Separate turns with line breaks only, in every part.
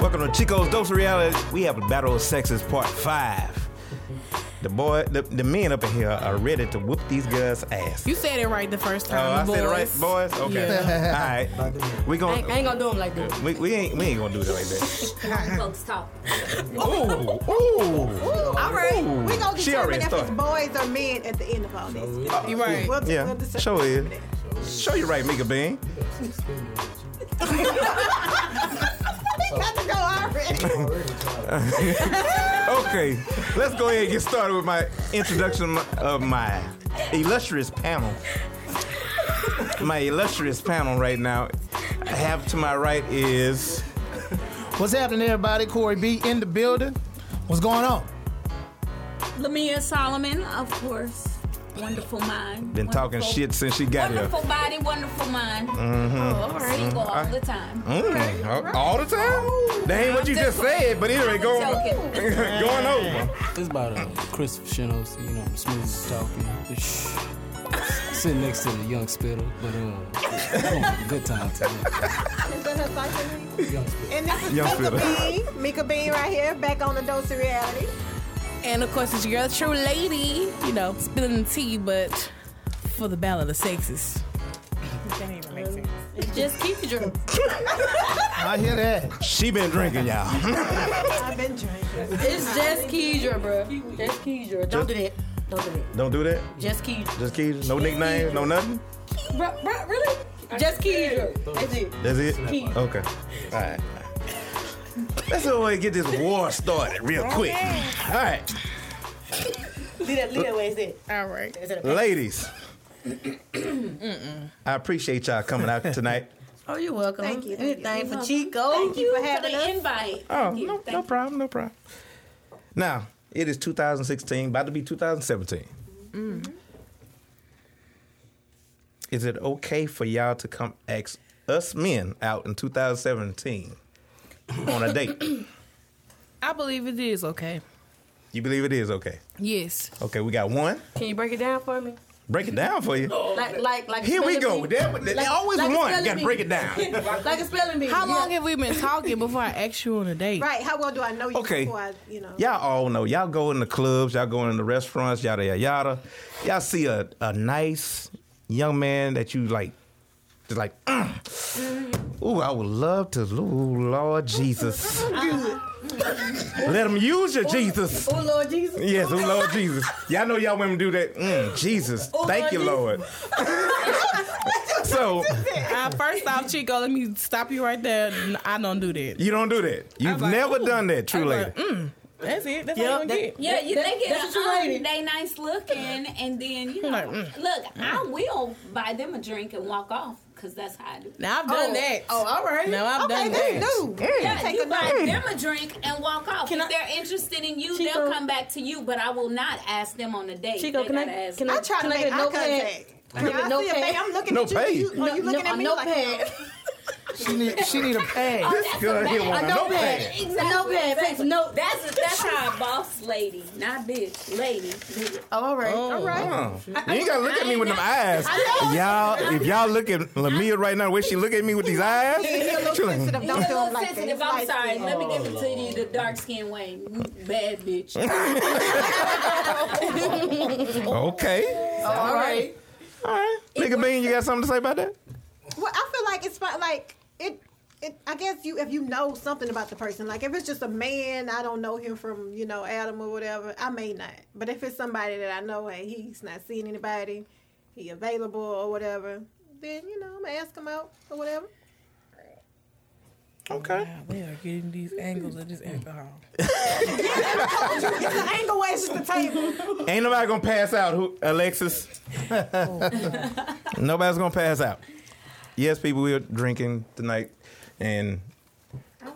Welcome to Chico's Dose of Reality. We have a Battle of Sexes Part 5. The boy, the, the men up in here are ready to whoop these guys' ass.
You said it right the first
oh, I
time.
said it right,
boys.
boys? Okay. All right. We
I ain't, I
going
ain't gonna do them like this.
we, we ain't we ain't gonna do that like that.
Folks talk.
Ooh, ooh.
All right, we gonna
She already
determine if it's
started.
boys or men at the end of all this.
You right.
We'll,
Yeah,
we'll determine.
show it. Show you right, Mika Bean.
Not to go already.
Okay, let's go ahead and get started with my introduction of my illustrious panel. My illustrious panel right now. I have to my right is
What's happening, everybody? Corey B in the building. What's going on?
Lamia Solomon, of course. Wonderful mind.
been talking
wonderful-
shit Mm-hmm. since she got here.
Wonderful body, wonderful mind. Single all the time.
Mm, all- all the time? That ain't what you just said, but anyway, go,
Joking.
going over.
This about uh, Chris Shinos, you know, smooth talking. Shh. Sitting next to the young spittle, but uh, it's gonna be a good time today.
Is that her cycle name?
Young spittle.
And this is
Young
Mika
fella.
Bean. Mika Bean right here, back on the dose of reality.
And of course, it's your girl, true lady. You know, spilling the tea, but for the battle of the sexes.
Just keep it drinking.
I hear that.
She been drinking, y'all.
I've been drinking.
It's just Keidra, bruh. Just Keidra. Don't do that. Don't do that.
Don't do that.
Just Keidra.
Just kidding. No nicknames, no nothing.
Bruh, bruh, really? Just Keidra. That's it.
That's it? Okay. All right. Let's go ahead and get this war started real quick. All right.
Leave that, leave that way it's at.
All right.
Is that a
Ladies, I appreciate y'all coming out tonight.
Oh, you're welcome.
Thank you, thank you.
Anything for Chico. Thank
you for having
the
us.
invite.
Oh,
Thank you,
no,
thank
no
you.
problem, no problem. Now, it is 2016, about to be 2017. Mm-hmm. Is it okay for y'all to come ask us men out in 2017 on a date?
I believe it is okay.
You believe it is okay?
Yes.
Okay, we got one.
Can you break it down for me?
Break it down for you.
Like, like, like. a
Here we
spelling
go.
bee?
There, there
Like-
always
like a
one.
spelling
Got to
bee.
break it down.
Like a spelling bee.
How long
Yeah.
have we been talking before I asked you on a date?
Right, how well do I know you
Okay.
before I, you know?
Y'all all know. Y'all go in the clubs. Y'all go in the restaurants. Yada yada yada. Y'all see a, a nice young man that you like. Just like, mm. ooh, I would love to. Ooh, Lord Jesus, let him use your Jesus.
Oh, Lord Jesus.
Yes, ooh, Lord Jesus. Y'all know y'all women do that. Mm, Jesus, thank
Lord
you,
Jesus.
Lord. so
Uh, first off, Chico, let me stop you right there. N- I don't do that.
you don't do that. You've
like,
never
ooh.
done that, true
I'm
lady.
like, mm, that's it. That's all you
that-
gonna get.
Yeah, you think
that's
it's
what you rated.
they nice looking, and then you know,
Like, mm,
look, I will buy them a drink and walk off because that's how I do.
Now I've done that.
Oh, all right.
No, I've
okay,
done
this
that.
new.
Yeah,
Take
you
a
buy
drink.
them a drink and walk off.
Can
if
I-
they're interested in you,
Chico-
they'll come back to you. But I will not ask them on a date.
Chico,
They
can
gotta I? ask
Can
I
me.
I?
try to
can I
make
get
eye
no pad?
contact. Can I
no
see if
pad.
they, I'm looking
No
at you.
pad.
you are you
No,
looking
no,
at me
no
like
pad.
She need, she need a pad.
Oh, that's
Girl,
a
he
bad-
want a
no
notepad.
bad.
A notepad,
Exactly.
fix note.
That's that's how a boss lady, not bitch, lady. do it.
Oh, all right. All right.
Oh. You ain't gotta look at me with them eyes. Y'all, if y'all look at Lamia right now, the way she look at me with these eyes,
Yeah, he a little
she like,
sensitive.
You're
Don't
a
do
little
him like
sensitive.
that.
I'm
Light skin.
sorry. Let me give it to you the
Oh.
dark skin way. Bad bitch.
okay.
All right.
All right. Nigga Bean, you got something to say about that?
Well, I feel like it's fi- like it. It, I guess you if you know something about the person, like if it's just a man, I don't know him from you know Adam or whatever, I may not. But if it's somebody that I know and he's not seeing anybody, he available or whatever, then you know I'm gonna ask him out or whatever.
Okay.
Wow, we are getting these angles of this alcohol.
It's an angle way, it's just the table.
Ain't nobody gonna pass out, who Alexis. Nobody's gonna pass out. Yes, people, we are drinking tonight. And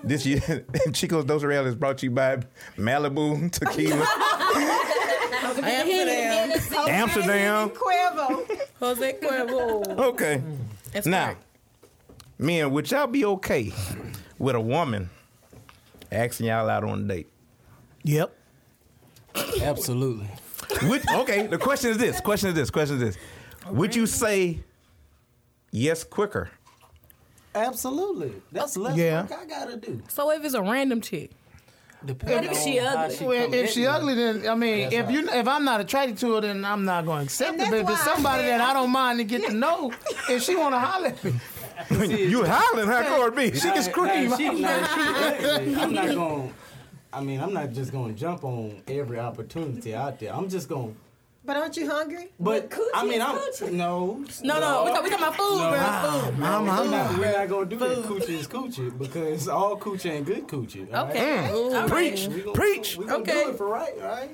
this year, Chico's Dose of Real is brought to you by Malibu Tequila,
Amsterdam,
Amsterdam.
Quavo,
Jose Cuervo.
Okay.
That's
Now,
correct.
men, would y'all be okay with a woman asking y'all out on a date?
Yep.
Absolutely.
Would, okay, the question is this. Question is this. Question is this. Would you say yes quicker
Absolutely. That's less
Yeah.
work I gotta do.
So if it's a random chick,
Depending
What if she
on how
ugly?
she
Well,
come
if
at
she
me.
ugly, then I mean, if you if I'm not attracted to her, then I'm not going to accept
And
it.
that's
But if it's
why I
somebody
said-
that I don't mind to get to know, if she want to holler at me,
you howling, how could it be? She can
Nah,
scream.
nah, she- nah, she ugly. I'm not going. I mean, I'm not just going to jump on every opportunity out there. I'm just going.
But aren't you hungry?
But
But
I mean,
coochie
I'm
is coochie.
no.
no, no, we talk, we talking about food,
No.
bro.
ah, I'm,
We're
I'm,
not, we're not gonna do that. Coochie is coochie because all coochie ain't good coochie. all right?
Okay,
Mm.
Ooh.
Preach,
We gonna,
preach.
We gonna
Okay.
do it for right, all right?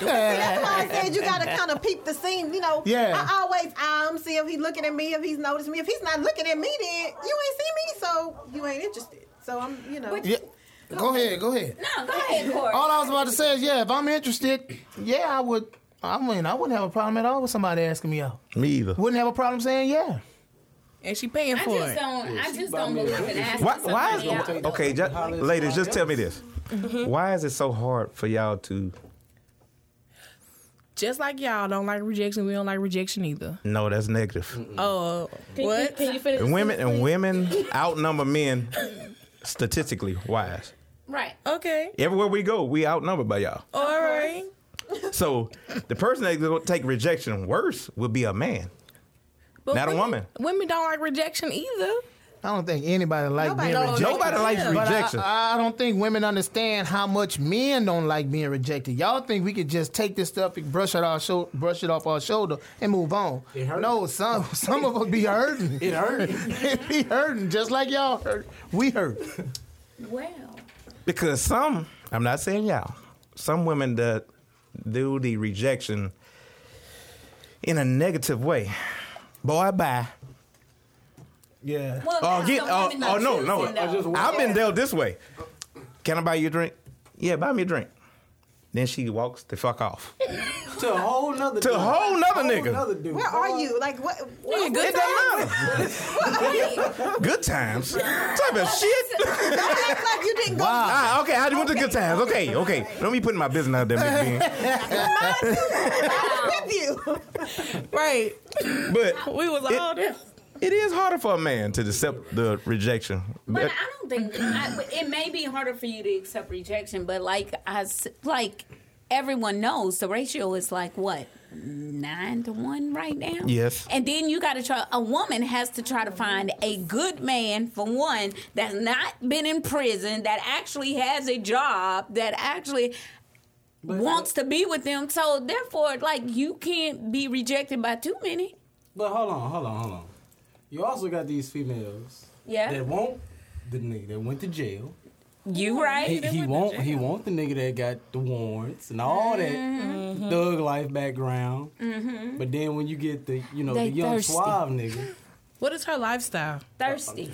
That's why I said you gotta kind of peep the scene, you know.
Yeah.
I always um see if he's looking at me, if he's noticed me. If he's not looking at me, then you ain't see me, so you ain't interested. So I'm, you know.
yeah. Go ahead, go ahead.
No, go ahead, Corey.
All I was about to say is, yeah, if I'm interested, yeah, I would. I mean, I wouldn't have a problem at all with somebody asking me out.
Me either.
Wouldn't have a problem saying yeah.
and she paying
I
for
just
it.
don't. I just
buy
don't
me a
believe in
cookie.
asking
Why, why
somebody out.
is okay, ju- ladies? Just tell me this: Why is it so hard for y'all to?
Just like y'all don't like rejection, we don't like rejection either.
No, that's negative.
Oh,
Can,
what?
can you finish?
And women and women outnumber men statistically wise.
Right.
Okay,
Everywhere we go, we outnumbered by y'all.
all right.
So the person that's gonna take rejection worse would be a man.
But
Not a
women-
woman.
Women don't like rejection either.
I don't think anybody like
Nobody
being
knows.
rejected.
Nobody likes
But
rejection.
I, I don't think women understand how much men don't like being rejected. Y'all think we could just take this stuff and brush it off, sho- brush it off our shoulder and move on?
It hurt.
No, some some of us be hurting.
It hurt.
It be hurting just like y'all hurt. We hurt.
Well.
Because some, I'm not saying y'all, some women that do the rejection in a negative way. Boy, bye.
Yeah.
Well,
Oh,
that's
get-
the
oh,
women
oh,
not
no,
choosing,
no.
though.
I just-
I've been dealt this way. Can I buy you a drink? Yeah, buy me a drink. Then she walks the fuck off
to a whole nother.
to a
dude.
whole nother
Whole
nigga.
nother dude.
Where
Boy,
are you? Like what? what
Yeah, good
It doesn't matter. good times. Type of shit.
don't act like you didn't go.
Ah, okay. How you want the good times? Okay, okay. Don't be putting my business out there, Big Ben.
with you.
right.
But
We was
It-
all there.
it is harder for a man to accept the rejection.
But I don't think I, it may be harder for you to accept rejection, but like I s- like everyone knows, the ratio is like what nine to one right now.
Yes.
and then you got to try. A woman has to try to find a good man for one that's not been in prison, that actually has a job, that actually. wants to be with them, so therefore, like you can't be rejected by too many.
But hold on, hold on, hold on. You also got these females
Yeah.
that won't the nigga that went to jail.
You right?
He, he won't. He won't the nigga that got the warrants and all that thug life background. But then when you get the you know
They
the young
thirsty.
suave nigga
What is her lifestyle?
thirsty.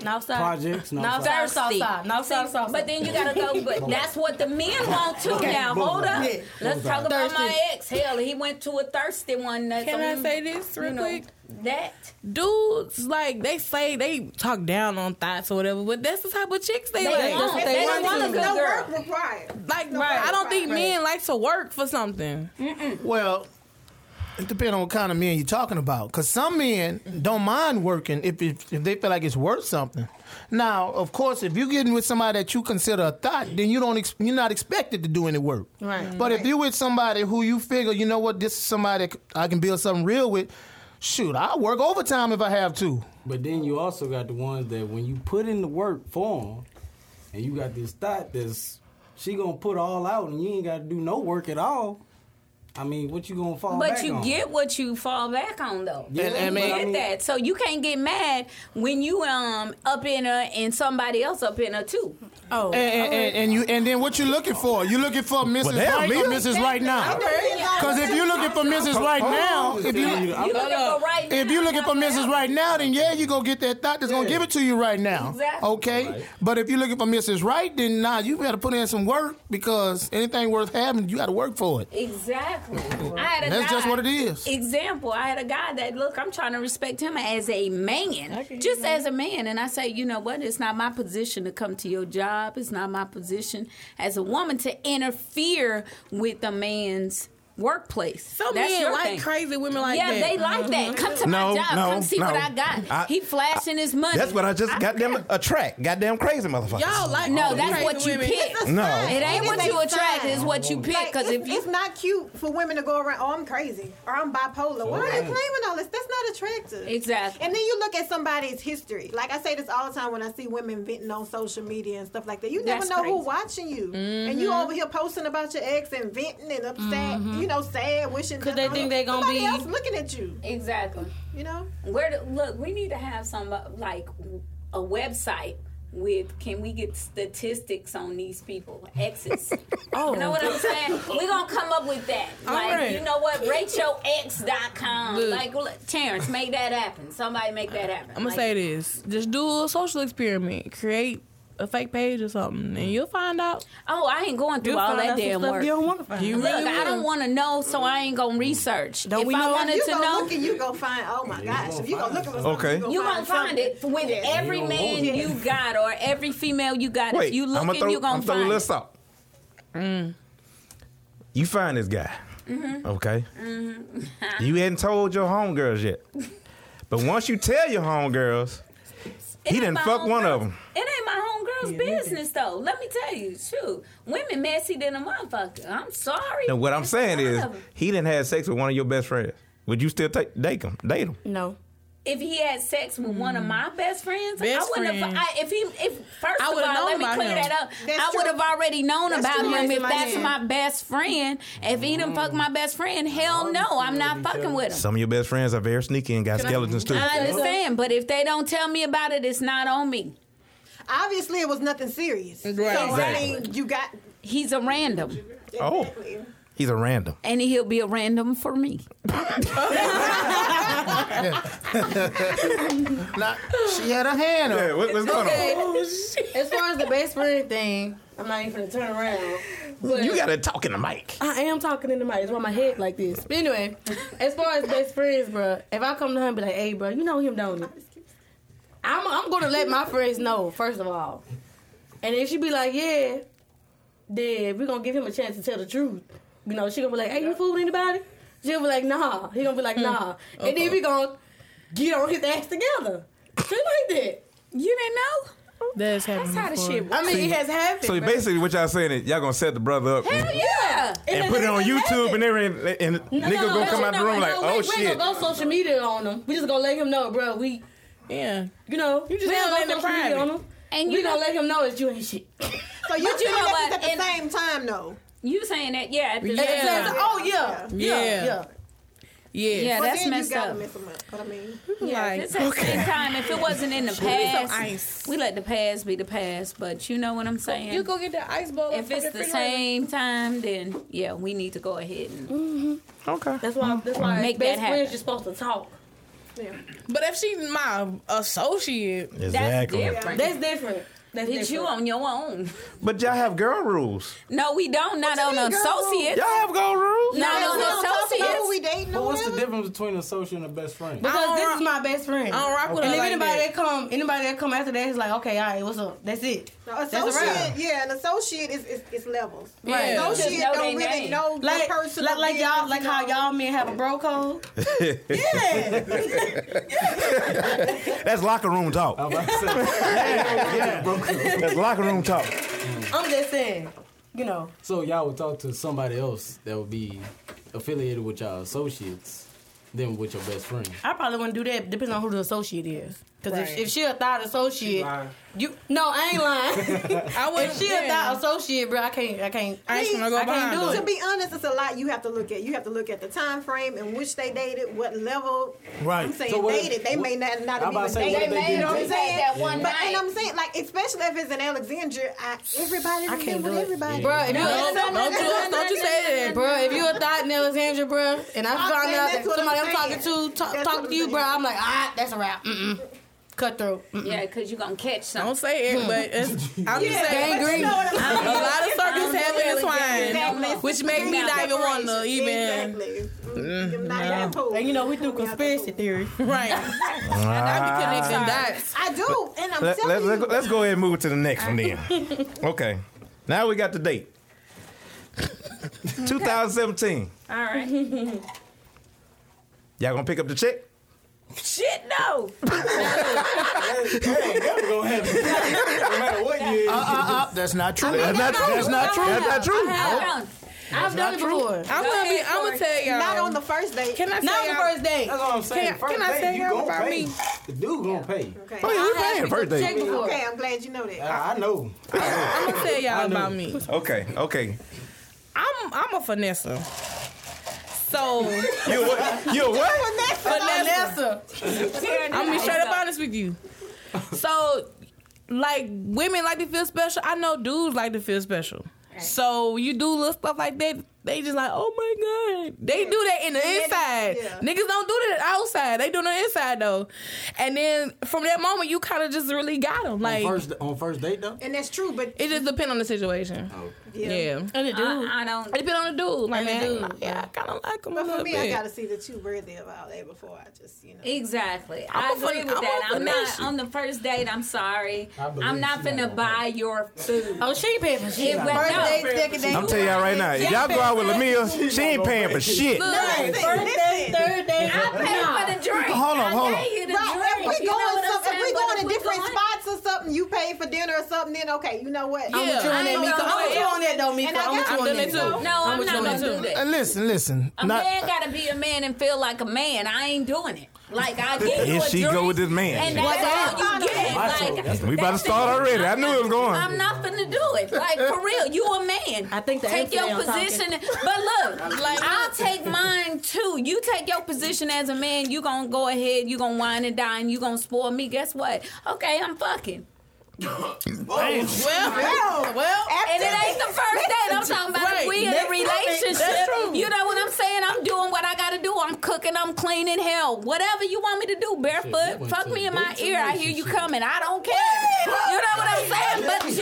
No, sir.
projects, no,
No,
sorry.
sir.
thirsty.
Southside. No, sir,
See,
Southside.
But then you gotta go. But that's what the men want too. Now hold up. Let's talk about my ex. Hell, he went to a thirsty one. That's
Can I
on-
say this real
you know,
quick?
That
Dudes like they say they talk down on thoughts or whatever, but that's the type of chicks they, like.
they want. They,
They
want,
want
a
us
good
no
girl.
work required.
Like
Right,
I don't
right,
think
right.
men like to work for something.
Well, it depends on what kind of men you're talking about. Because some men don't mind working if, if if they feel like it's worth something. Now, of course, if you're getting with somebody that you consider a thought, then you don't ex- you're not expected to do any work.
Right.
But if you're with somebody who you figure, you know what, this is somebody I can build something real with. Shoot, I'll work overtime if I have to.
But then you also got the ones that when you put in the work for 'em, and you got this thought that's she gonna put all out, and you ain't got to do no work at all. I mean, what you gonna fall
But
back
you
on?
get what you fall back on though.
Yeah,
you
I mean-
get
I mean-
that. So you can't get mad when you um up in her and somebody else up in her too.
Oh,
And, and, and, and you and then what you looking for? You looking for Mrs.
hell,
right
me.
or Mrs. Right now? Because if you're looking for Mrs. Right now, if you
You looking for right
If
now,
you're looking for
help
Mrs.
out.
Right now, then yeah, you go get that thought that's gonna
Yeah.
give it to you right now.
Exactly.
Okay.
Right.
But if you're looking for Mrs. Right, then nah, you better put in some work because anything worth having, you got to work for it.
Exactly. I had a
That's
guy-
just what it is.
Example, I had a guy that look, I'm trying to respect him as a man, just as a man, and I say, you know what? It's not my position to come to your job. It's not my position as a woman to interfere with a man's workplace.
Some
That's
men
your
like
thing.
crazy women like
yeah,
that. Mm-hmm.
they like that. Come to
No,
my job.
no,
Come see
no.
what I got.
I-
he flashing his money.
That's what I just
I-
goddamn
yeah.
attract. Goddamn crazy motherfucker.
Y'all like
No,
all
that's
crazy
what you
women.
pick.
It's a
Oh, No.
sign.
It ain't
is
what
a
you attract,
sign.
it's what you
Like,
pick. Because
it's,
if you
it's not cute for women to go around, oh, I'm crazy or I'm bipolar. Why are they claiming all this? That's not attractive.
Exactly.
And then you look at somebody's history. Like I say this all the time when I see women venting on social media and stuff like that. You never
That's
know who
crazy. Mm-hmm.
watching you, and you over here posting about your ex and venting and upset. You know, sad, wishing. death
Because they
on
think
you.
they gonna
Somebody
be-
else looking at you.
exactly.
You know.
Where to, look, we need to have some uh, like w- a website with can we get statistics on these people exes? oh, you know what I'm saying? We're gonna come up with that. like
right.
you know what, RachelX.com.
Look.
Like look, Terrence, make that happen. Somebody make that happen.
I'm gonna say this: just do a social experiment, create a fake page or something, and you'll find out.
Oh, I ain't going through all that damn work.
You don't want to find.
You
Look,
really
I
will.
don't want to know, so I ain't gonna research.
Don't
if
we
I
know?
wanted
You
to
gonna
know,
look and you gonna find. Oh my gosh! If you gonna look at
Okay.
you gonna find it with every man you got or every female you got.
Wait,
if you
I'm
looking,
throw,
you
I'm
gonna
throw a
find.
little
it. Mm.
salt. You find this guy,
Mm-hmm.
okay? you hadn't told your homegirls yet, but once you tell your homegirls,
It
he
ain't
didn't
my
fuck
homegirl-
one of them.
It ain't my homegirl's business though. Let me tell you, shoot, women messy than a motherfucker. I'm sorry.
Now what I'm
It's
saying
none
is,
of 'em.
he didn't have sex with one of your best friends. Would you still take date him? Date him?
Mm.
No.
if he had sex with one of my best friends,
Best
I wouldn't.
friend.
Have, I, if he, if first
I
of all,
would've known
let me
about
clear
him.
that up.
That's
I would
true.
have already known
That's
about
true.
him if
Raising my
that's
hand.
my best friend. If he didn't fuck my best friend, hell no, I'm not fucking with him.
Some of your best friends are very sneaky and got skeletons too.
I understand, but if they don't tell me about it, it's not on me.
Obviously, it was nothing serious. So I
Exactly.
mean, you got.
He's a random,
Oh, he's a random.
and he'll be a random for me.
Nah, she had a hand up.
Yeah, what, what's going
As far as the best friend thing, I'm not even gonna turn around.
on? You gotta talk in the mic.
I am talking in the mic. It's why my head like this. But anyway, as far as best friends, bruh, if I come to him and be like, hey, bruh, you know him, don't you? I'm, I'm going to let my friends know, first of all. And if she be like, yeah, then we're going to give him a chance to tell the truth. You know, she going to be like, hey, you fooling anybody? She'll be like, nah. He going to be like,
Hmm.
nah. And then we going to get on his ass together. Shit like that.
You didn't know?
That's happening.
That's how the
before.
shit works.
I mean, it has happened.
So
bruh.
basically, what y'all saying is y'all gonna set the brother up
Hell
and,
yeah.
and put it on YouTube, and everything, and
No,
nigga
no,
gonna
no,
come out the
no,
room
no,
like,
we-
oh
We ain't
shit.
gonna go social media on them. We just gonna let him know, bro. We,
Yeah.
you know,
You just
we
gonna let
ain't go
him
social media
private.
on him.
And
we
you
gonna
know-
let him know that you ain't shit.
So you
But you
two
know
niggas
what?
at the
And-
same time, though.
You saying that? Yeah. At
Yeah.
the same
It's like,
time.
oh yeah, yeah,
Yeah.
yeah.
Yeah.
Yeah,
But
that's
then you
messed
gotta
up.
Miss them up. But I mean,
Yeah,
Like,
if it's at the same time. If it wasn't in the
me some
past,
ice.
we let the past be the past. But you know what I'm saying.
You go get that ice bowl.
if it's the same time, then yeah, we need to go ahead and
Uh,
Okay.
That's why. That's why.
Make
best
that happen.
friends, you're supposed to talk.
But if she my associate,
that's
Exactly.
different.
That's different. That's
That you
different.
on your own.
But y'all have girl rules.
No, we don't. Not on
mean, girl?
associates.
Y'all have girl rules.
Not
we don't
on
talk about who we
associates.
dating
But
or
what's the
whatever.
difference between a social and a best friend?
I don't
because this is
rock-
my best friend.
I don't rock with
and
her
if
like
anybody
that.
that come, anybody that come after that is like, okay, all right, what's up? That's it.
An
That's a
associate,
wrap.
yeah, an associate is, is, is levels.
Right.
An
Just
Associate
know
don't
they
really
name.
know the
Like,
person.
like,
or
like
business,
y'all, like
you
how
know.
y'all men have a bro code.
That's locker room talk.
I'm about to say, yeah, yeah.
That's locker room talk.
I'm just saying, you know.
So y'all would talk to somebody else that would be affiliated with y'all associates than with your best friend.
I probably wouldn't do that. Depending on who the associate is. Because
Right.
if, if she a thought associate, you no, I ain't lying.
I would.
if she a thought associate, bro, I can't, I can't.
I ain't gonna go
I
behind
can't do
her.
it.
To be honest, it's a lot you have to look at. You have to look at the time frame in which they dated, what level.
Right.
I'm saying
So what if-
dated. They may not not
I'm
have
about
even
to say, what if
dated.
they
You know what I'm
did
saying?
that one
but and
night?
I'm saying, like, especially if it's in Alexandria, I, everybody
I
done been
can't
with
do it.
everybody.
Bro, if you
Don't,
a-
don't you don't you say that.
Bro, if you a thought in Alexandria, bro, and I
I'm
find
saying
out
that's
that
what I'm
somebody I'm
saying.
talking to talk,
That's
talk
what I'm
to you, bro,
saying.
I'm like, ah, that's a wrap. Mm-mm. Cutthroat. Mm-mm.
Yeah, because you're gonna catch
Don't
something.
say it, but it's, I'm just saying.
You know what I'm
A
saying?
lot of circles have intertwined,
Exactly.
which make me not even want to even Mm-hmm.
Exactly. Mm, you're not that cool.
And you know, we do conspiracy theory.
right. Ah. I be connecting dots.
I do, and I'm
Let,
telling
let,
you.
let, let's go ahead and move to the next one then. Okay. Now we got the date. 2017.
All right.
Y'all gonna pick up the check?
Shit, no.
That ain't never gonna happen. no matter what year.
Uh, uh, uh, that's not true. That's not true. That's not true.
That's not true.
I don't.
I've done it before.
I'm
Go
gonna be.
ahead,
I'm gonna
Corey.
tell y'all.
Not on the first date.
Can I
Not
say
on the
y'all-
first date.
That's what I'm saying.
Can I-
First
can I
date,
say
you
y'all
gonna
about
pay.
me?
The dude gonna pay.
Okay.
Oh, yeah, we paying first
Check
date.
before.
okay, I'm glad you know that.
I, I know.
I'm gonna tell
I
y'all
know.
about me.
Okay, okay.
I'm I'm a finesser. So
You a what? You a what?
finesser. I'm gonna be straight up honest with you. So, like women like to feel special. I know dudes like to feel special. So you do little stuff like that. They just like, oh my god. They do that in the inside.
yeah.
Niggas don't do that outside. They do it on the inside though. And then from that moment, you kind of just really got them. Like
First on first date though.
And that's true, but
it just depends on the situation.
yeah.
Yeah.
And it do.
I, I don't.
It depend on the dude. Like,
And the
man,
dude.
yeah, I kind of like him a
But
little
for me,
bit.
I gotta see that you worthy of all that before I just, you know.
Exactly. i
I'm a
agree
fin-
with
I'm
that.
a
I'm not
finesse.
on the first date. I'm sorry.
I believe
I'm not
she
gonna
not
buy your food.
Oh, she ain't paying for shit.
It was-
First
no.
date, second date.
I'm telling y'all right now, if y'all go out with Lamia, she ain't paying for shit.
Listen,
First date,
listen.
third date.
I paid for the drink.
Hold on,
I
hold on.
gave you the
Bro,
drink.
if
You
we
know
going
what I'm
some, if
saying?
we
But
going
if
to
we
different
going-
spots or something, you pay for dinner or something, then okay, you know what?
Yeah.
I'm with you on
I
that,
ain't
Mika.
gonna
I'm with you
lie.
on that, though, Mika.
And I
I'm with
got
you on
you.
that, though.
No, I'm,
with
not
you on
gonna
that, too.
do that.
Uh, listen, listen.
A
Not,
man gotta be a man and feel like a man. I ain't doing it. Like I get
Here
you a
she
drink,
go with this man.
and
What's
that's all you get.
Macho.
Like
That's
We about to
that's
start
it.
already. I
I'm
knew
not-
it was going.
I'm not finna do it. Like for real, you a man.
I think the
take your
answer I'm
position. But look, like I'll take mine too. You take your position as a man. You gonna go ahead. You gonna wine and dine. You gonna spoil me. Guess what? Okay, I'm fucking.
Well, well,
And it ain't the first date. I'm talking about if
Right.
we in a
That's-
relationship.
that's true.
You know what I'm saying? I'm doing what I gotta do. I'm cooking, I'm cleaning, hell, whatever you want me to do,
that
barefoot.
went
Fuck
to
me in my
date
ear. I hear you
relationship.
coming. I don't care. You know what I'm saying? But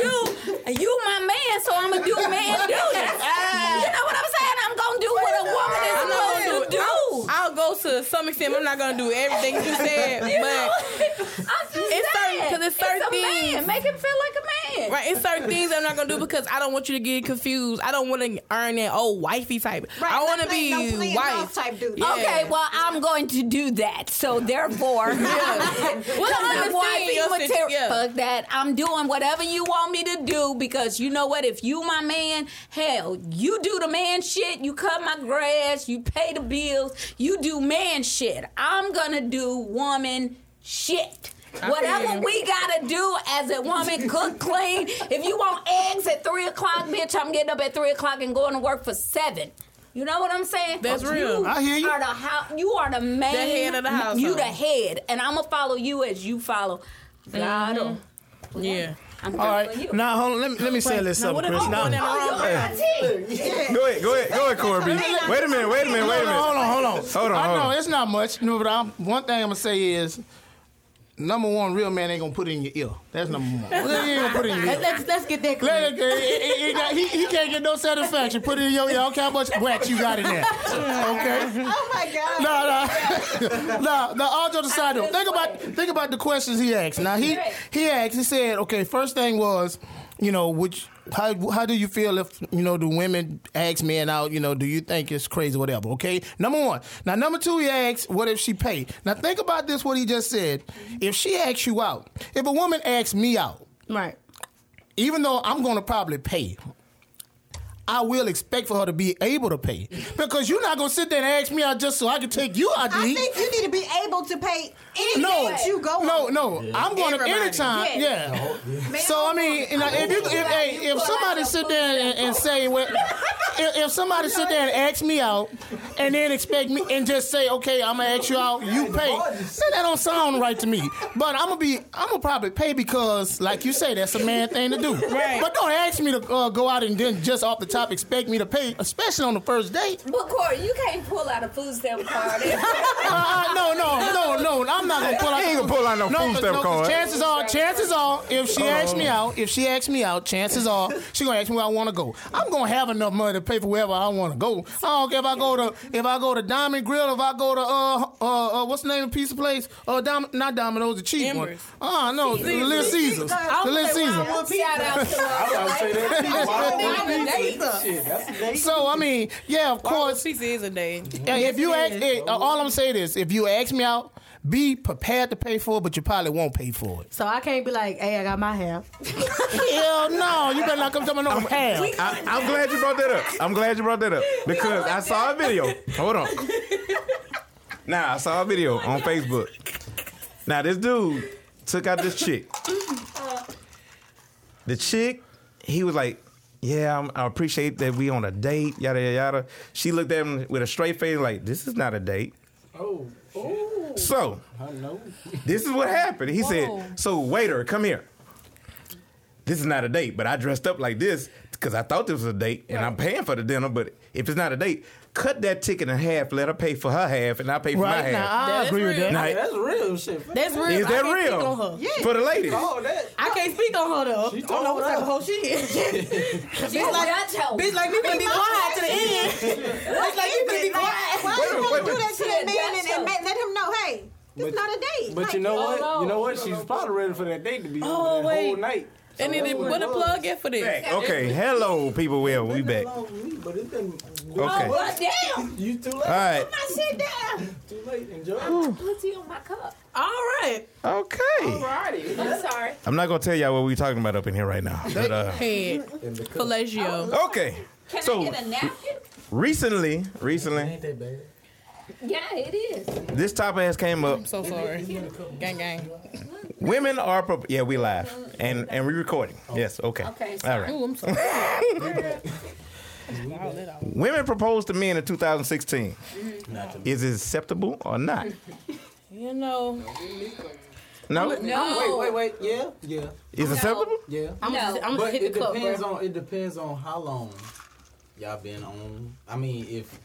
you, you my man, so I'ma do man duty. You know what I'm saying? I'm gonna do what a woman is
I'm not gonna
supposed to
do it. I'll,
do.
I'll go to some extent. I'm not gonna do everything you said,
You know?
but
I'm just
It's certain-
saying.
'cause it's certain
a man.
things.
Make him feel like a man.
right, it's certain things I'm not gonna do because I don't want you to get confused. I don't want to earn that old wifey type.
Right,
I
not
want to
playing-
be
no playing
wife
golf type dude.
Yeah.
Okay, well, I'm going to do that. So therefore,
Well, I
I'm
understand your sit-
material.
yeah.
Fuck that. I'm doing whatever you want me to do because you know what? If you my man, hell, you do the man shit. You cut my grass. You pay the bills. You do man shit. I'm gonna do woman shit. Whatever
you.
we gotta do as a woman, cook clean. If you want eggs at three o'clock, bitch, I'm getting up at three o'clock and going to work for seven. You know what I'm saying?
That's
But
real.
I hear you.
Are the hou- you are the main.
head of the household.
You the head, and I'm gonna follow you as you follow. God, oh,
Mm-hmm. Yeah.
I'm
all
gonna
right.
follow you.
Now, hold on. Let me, let me say this
Now,
up,
what if
Chris.
I'm
Now-
going down the wrong path?
Go ahead, go ahead, go ahead, Corby. Wait a minute, wait a minute, wait a
Hold on,
minute.
hold on, hold on.
Hold on,
I
hold
know
on.
it's not much, no, but I'm, one thing I'm gonna say is, number one, real man ain't gonna put it in your ear. That's number one. he ain't gonna put it in your ear.
Let's let's get that clear.
Let it- it- it- it got- he, he can't get no satisfaction. Put it in your ear. I don't care how much wax you got in there. Okay.
Oh my God.
No, no, no, no. All jokes aside, though, think about think about the questions he asked. Now he he asked. He said, okay, first thing was, you know, which how how do you feel if you know do women ask men out? You know, do you think it's crazy, whatever? Okay, number one. Now number two, he asked, what if she paid? Now think about this. What he just said. If she asks you out, if a woman asks me out,
Right.
even though I'm going to probably pay, I will expect for her to be able to pay because you're not going to sit there and ask me out just so I can take you out to
I
eat.
think you need to be able to pay anything
no,
that you go
no,
on.
no. I'm going to
Everybody.
anytime. Yeah.
Man,
So I mean, you know, if you if, hey, if somebody sit there and, and say well, if, if somebody sit there and ask me out, and then expect me and just say, okay, I'm gonna ask you out, you pay. Then that don't sound right to me. But I'm gonna be, I'm gonna probably pay because, like you say, that's a man thing to do.
Right.
But don't ask me to uh, go out and then just off the top expect me to pay, especially on the first date.
But Corey, you can't pull out a food stamp card.
Uh, uh, no, no, no, no. I'm not gonna pull out.
He ain't gonna pull out no food
but-
stamp
'cause
card.
Chances are, chances are, if she asks me out, if she asks me out, chances are she gonna ask me where I want to go. I'm gonna have enough money to pay for wherever I want to go. I don't care if I go to if I go to Diamond Grill, if I go to uh uh, uh what's the name of the pizza place? Uh, Dom- not Domino's, the cheap
Embers.
one. Oh no, the Little Caesars, the Little Caesars.
Shout out to
I was about to say that. too. Why would
Date.
we- Shit, that's a date.
So I mean, yeah, of course.
pizza is a day.
Yeah, if you ask, eh, uh, all I'm saying is, if you ask me out, be prepared to pay for it, but you probably won't pay for it.
So I can't be like, hey, I got my half.
Hell no, you better not come to my no half.
I, I'm glad you brought that up. I'm glad you brought that up because I saw a video. Hold on. Now I saw a video on Facebook. Now this dude took out this chick. The chick, he was like, "Yeah, I'm, I appreciate that we on a date, yada yada yada." She looked at him with a straight face, like, "This is not a date."
Oh, oh,
So
I know.
this is what happened. He
Whoa.
said, "So waiter, come here. This is not a date, but I dressed up like this because I thought this was a date, and I'm paying for the dinner. But if it's not a date, cut that ticket in half. Let her pay for her half, and I pay for my
Right now,
half.
I
That is
agree with
real.
that.
Now,
That's real shit.
That's real.
is that
I can't Speak on
real
her.
for the ladies?
Oh, that.
I can't speak on her though.
She
I don't know what type of hoe she is.
Bitch like
Bitch, like me gonna be quiet to the end. Bitch, like you gonna be quiet.
Why you
Wait,
gonna
wait,
do that to
wait.
that man and, and ma- let him know, hey, this
But-
not a date.
But
Like,
you know
no.
what? You know what? She's probably ready for that date to be
Oh,
over that
wait.
whole night. So
And
that's
then
what
what a
was.
plug in for this.
Back. Okay, hello, people. Well, we
Been
back.
a
All
long week, Oh, but it's been-
Okay.
Well, damn.
You too late.
right.
Sit down.
Too late. Enjoy.
Put tea on my cup.
All right.
Okay.
Friday.
I'm sorry.
I'm not gonna tell y'all what we talking about up in here right now. But, uh,
Head. Fellatio.
okay.
Can
So-
I get a napkin?
Recently, recently,
Ain't that bad?
Yeah, it is.
this topic has came up.
I'm so sorry. Gang gang.
Women are pro- yeah, we live and and we recording. Yes, okay.
Okay.
All right.
Ooh, I'm sorry.
Women proposed to men in 2016. Is it acceptable or not?
You know,
No,
No.
Wait, wait, wait. Yeah, yeah,
is acceptable.
yeah.
I'm
No.
gonna, I'm gonna
But
hit
it
the cup,
depends
bro.
on it depends on how long y'all been on. I mean, if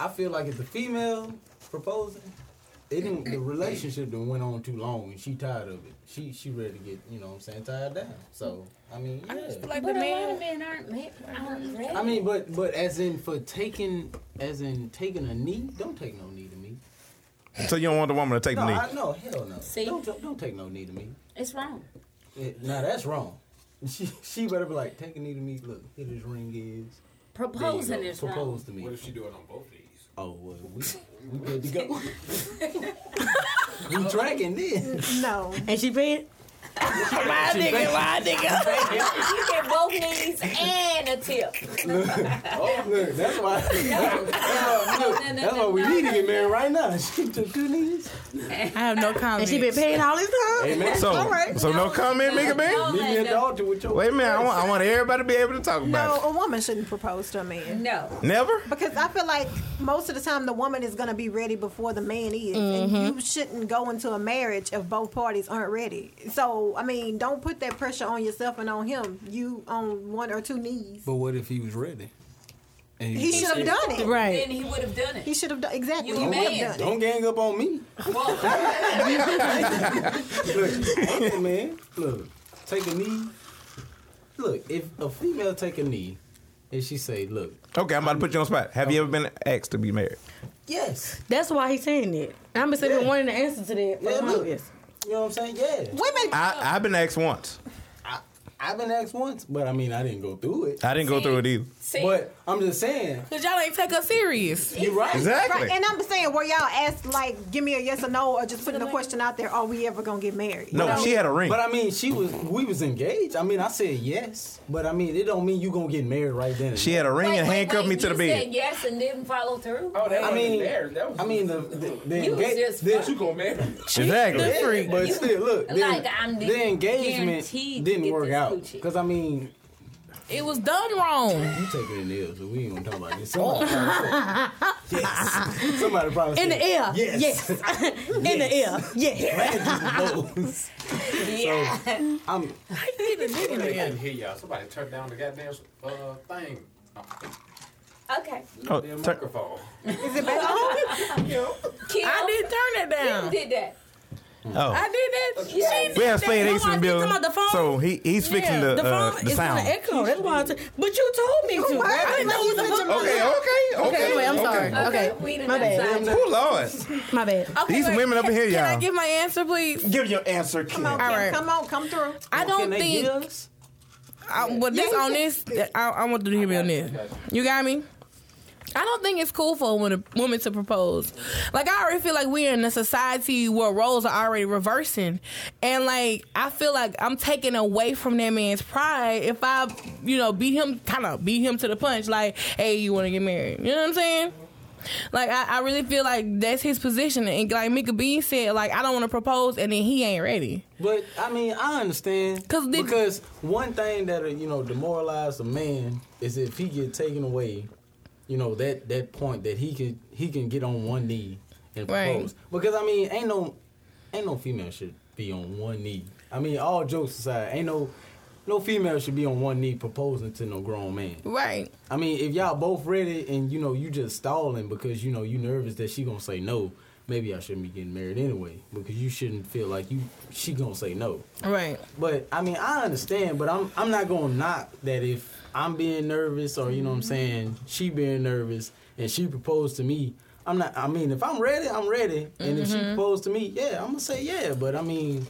I feel like if the female proposing, it didn't, the relationship done went on too long and she tired of it. She she ready to get you know what I'm saying tired down. So I mean, yeah.
like
But
the
a lot
man.
of men aren't, ma- aren't ready.
I mean, but but as in for taking as in taking a knee, don't take no knee to me.
So you don't want the woman to take
No,
the knee.
I, no, hell no.
See?
Don't, don't don't take no knee to me.
it's wrong.
It, now that's wrong. She she better be like take a knee to me. Look, here this ring is. There you go.
Proposing is wrong.
Propose to me.
What if she do it on both these?
Oh, well, we, we good to go. we dragging this.
No.
And she paid.
My nigga, my
You get both knees and a tip.
Oh, look, that's why. That's why, look,
No, no, no,
that's why
no,
we
no.
need to get married right now. She took two knees.
I have no
And
comment.
she been paying all this time.
Amen.
So,
All right.
so no, comment, nigga man.
Leave me a daughter with your.
Wait a minute, I want, I want everybody to be able to talk
No,
about
a woman shouldn't propose to a man.
No.
it. Never.
Because I feel like most of the time the woman is gonna be ready before the man is,
Mm-hmm.
and you shouldn't go into a marriage if both parties aren't ready. So I mean, don't put that pressure on yourself and on him. You on one or two knees.
But what if he was ready? And
He should have done it.
Then he would have done
He
it.
should have done exactly.
You
he
a
would
man.
have done
"Oh, Don't gang up on me.
Well,
Look, hey, man, look, take a knee. Look, if a female take a knee, and she say, "Look,
Okay, I'm about to put you on the spot. Have you ever been asked to be married?
yes,
That's why he's saying it. I'm been sitting
Yeah.
wanting the answer to that for
Yeah, look.
years.
you know what I'm saying, yeah."
it. Women
I, I've been asked once.
I, I've been asked once, but I mean, I didn't go through it.
I didn't go through it either.
see,
But I'm just saying,
Cause y'all ain't take her serious.
you're right.
Exactly.
Right, and I'm saying, were y'all asked like, give me a yes or no, or just putting a question out there? Are we ever gonna get married?
No, she had a ring.
But I mean, she was, we was engaged. I mean, I said yes, but I mean, it don't mean you gonna get married right then. and
She had a ring
wait,
and
wait,
handcuffed me
wait,
to the
you
bed.
Said yes and didn't follow through.
Oh, that
I
wasn't
mean-
there. That was
there. I mean, the the, the
You was
engage-
just
the-
fucking-
you gonna marry? me.
Exactly.
Yeah, but still, look, the,
Like, I'm
the
guaranteed
engagement
to
didn't
get
work
this
out
coochie.
because I mean,
It was done wrong.
you taking in the L, so we ain't gonna talk about this. Somebody probably said, yes, somebody probably said,
In the air.
Yes.
Yes. In the air. Yes.
yes.
Yeah.
I'm
They couldn't hear y'all. Somebody turned down the goddamn uh, thing.
okay.
Oh,
Damn
turn-
microphone.
Kim
I didn't turn it down.
did that.
oh.
I did that.
Yeah.
We have
She
spade
did
ace in the
that. Come on,
building.
you talking about the phone
So he, he's fixing the,
the
uh,
phone
the
is gonna
sound.
echo. That's why. I said, but you told me to.
Why
I didn't
didn't
know
you
you was
mention
a
my
Okay,
name?
okay, okay.
Okay, anyway, I'm sorry. Okay.
we done
My bad.
decided.
Oh Lord,
My bad.
these women up in here,
Can I
y'all.
give my answer, please?
Give your answer, kid.
Come on,
All
Kim,
right.
come on, come through.
I don't think. I, well, this on this, I, I want to hear me on this. You got me. I don't think it's cool for a woman, woman to propose. Like I already feel like we're in a society where roles are already reversing, and like I feel like I'm taking away from that man's pride if I, you know, beat him, kind of beat him to the punch. Like, hey, you want to get married? You know what I'm saying? Like I, I really feel like that's his position, and like Mika Bean said, like I don't want to propose, and then he ain't ready.
But I mean, I understand
'Cause the-
because one thing that uh, you know demoralize a man is if he get taken away, you know that that point that he can he can get on one knee and
Right.
propose. Because I mean, ain't no ain't no female should be on one knee. I mean, all jokes aside, ain't no no female should be on one knee proposing to no grown man.
Right.
I mean, if y'all both ready and you know you just stalling because you know you nervous that she gonna say no, maybe I shouldn't be getting married anyway because you shouldn't feel like you she gonna say no.
Right.
But I mean, I understand, but I'm I'm not gonna knock that if I'm being nervous or you know what I'm
Mm-hmm.
saying she being nervous and she proposed to me. I'm not. I mean, if I'm ready, I'm ready. And if she
Mm-hmm.
proposed to me, yeah, I'm gonna say yeah. But I mean,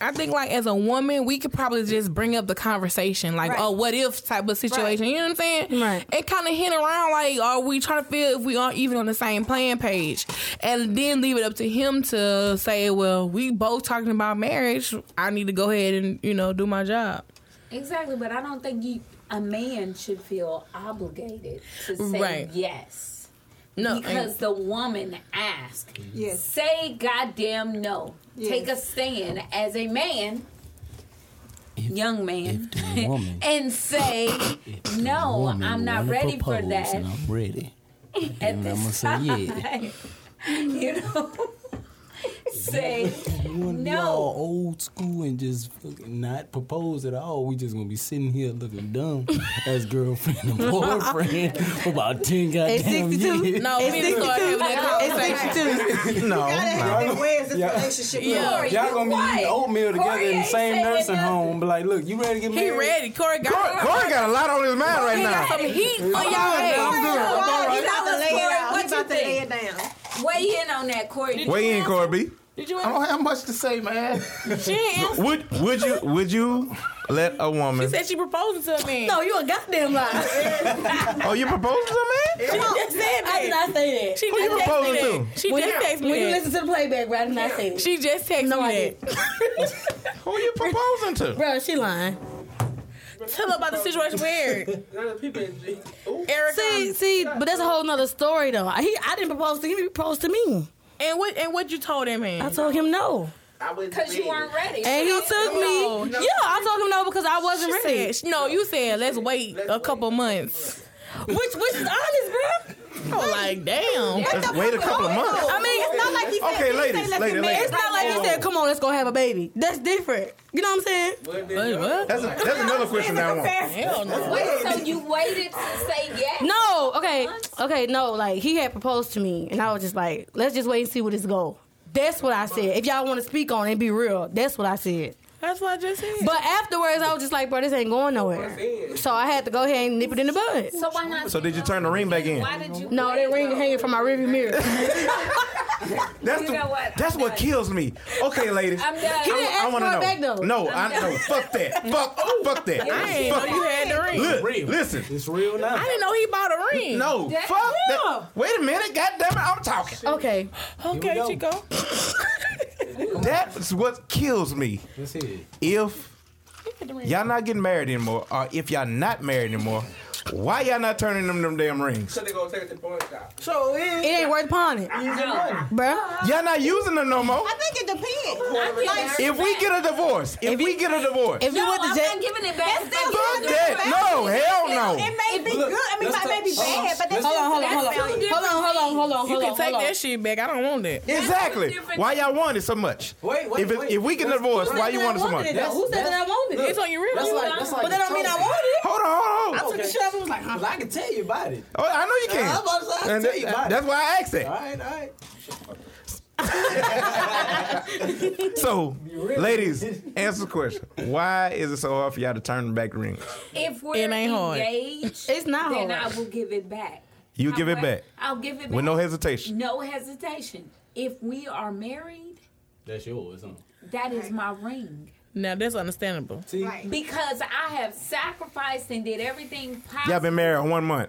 I think like as a woman, we could probably just bring up the conversation, like
Right.
oh, what if type of situation. You know what I'm saying?
Right.
And kind of hint around like, are we trying to feel if we aren't even on the same plan page, and then leave it up to him to say, well, we both talking about marriage. I need to go ahead and you know do my job.
Exactly, but I don't think you, a man should feel obligated to say
Right.
yes.
No, and-
because the woman asked.
Yes.
Say goddamn no.
Yes.
Take a stand as a man, young man,
the woman-
and say no. I'm not ready for that
I'm ready.
at this time. you know, say no.
old school and just fucking not propose at all. We just gonna be sitting here looking dumb as girlfriend and boyfriend for about ten goddamn
62?
years.
No, we didn't start having that conversation.
No,
Gotta
no.
have that Wednesday relationship.
Yeah.
going.
Corey,
Y'all gonna be
you're
eating
white.
oatmeal together
Corey
in the
ain't
same
saying
nursing
nothing.
home. Be like, look, you ready to get
He
married?
ready. Corey got, Oh,
Corey, Corey got a lot on his mind right
Corey got
now.
some heat on your head.
Wow,
Corey,
he about to
tell us,
lay it
Corey,
out.
what
He about
you
to lay
think?
it down.
Weigh in on that, Corey.
Weigh in, Corey B.
Did you
I
answer?
don't have much to say, man.
She ain't answer.
Would would you would you let a
She
woman?
said she proposing to a man.
No, you a goddamn liar.
oh, you proposing to a man?
she just said
I
that.
did not say that.
She
Who you
just texted me
proposing
that. She
When,
just texted me
when you
that.
listen to the playback, right? I did not say that.
She just texted
No, I
me
didn't.
that.
Who you proposing to?
Bro, she lying.
Tell her about the situation with Eric. Eric,
See, see, but that's a whole nother story though. He, I didn't propose to him. He proposed to me.
and what and what you told him, man?
I told him no,
Because you weren't ready.
and he took
No,
me. Yeah, I told him no because I wasn't
She
ready.
said, sh- no, you said let's wait a couple months.
Which, which is honest, bro.
I'm like, damn.
Let's wait a couple of months.
I mean, it's not like he said.
Okay, ladies, ladies,
It's
ladies.
not like he said, "Come on, let's go have a baby." That's different. You know what I'm saying?
Wait, what?
That's, a, that's another question I want.
Hell no.
Wait, so you waited to say yes?
No, okay, okay, no. Like he had proposed to me, and I was just like, "Let's just wait and see where this go." That's what I said. If y'all want to speak on it, be real. That's what I said.
That's what I just said.
But afterwards, I was just like, "Bro, this ain't going nowhere." So I had to go ahead and nip it in the bud.
So why not?
So did you turn the ring back in?
Why did you?
No,
wait,
that ring
though?
hanging from my rearview mirror.
That's
You
the,
know what?
that's
I'm
what
done.
kills me. Okay, ladies.
I'm done.
He didn't
I
ask
want to
for
know.
it back though.
No, I know. Fuck that. Fuck. Fuck that.
I ain't
fuck.
know you had the ring.
Look, listen.
It's real now.
I didn't know he bought a ring.
No.
That-
fuck that. Wait a minute. God damn it. I'm talking.
Okay,
Okay,
Here we go.
Chico.
That's what kills me.
That's it.
If y'all not getting married anymore, or if y'all not married anymore, why y'all not turning them them damn rings?
So
it ain't worth pawning,
No.
bro.
Y'all not using them no more.
I think it depends.
If we get a divorce, if, we get a divorce,
If you
No,
went
I'm
to jail,
not giving it back.
That's still
fuck
good.
that. No, hell no.
It may be
Look,
good. I mean,
let's
it may be
talk-
bad, but that's
hold on, hold on, hold on,
that's
hold on,
value.
hold on, hold on,
You
hold
can
on,
take
hold on.
that shit back. I don't want that.
Exactly.
different
Why y'all want it so much?
Wait, wait,
if, it-
wait.
if we get a
Let's-
divorce, why you want it so much?
Who said that I wanted it? though? Who said that I wanted it?
It's on your
that's
real.
like that's like.
But that don't mean I wanted it.
Hold on, hold on.
I took the shit out was like, I can tell you about it.
Oh, I know you
I
can.
was about to say, I can
And
tell you
that-
about it.
that's why I asked that.
All right, all right.
So, ladies, answer the question. Why is it so hard for y'all to turn back rings?
If we're
It ain't hard.
engaged,
It's not
then
hard.
I will give it back.
You give it
However,
back
I'll give it back.
with no hesitation.
No hesitation. If we are married,
That's yours, huh?
that is my ring.
Now that's understandable.
See,
Right.
Because I have sacrificed and did everything possible.
Y'all been married one month.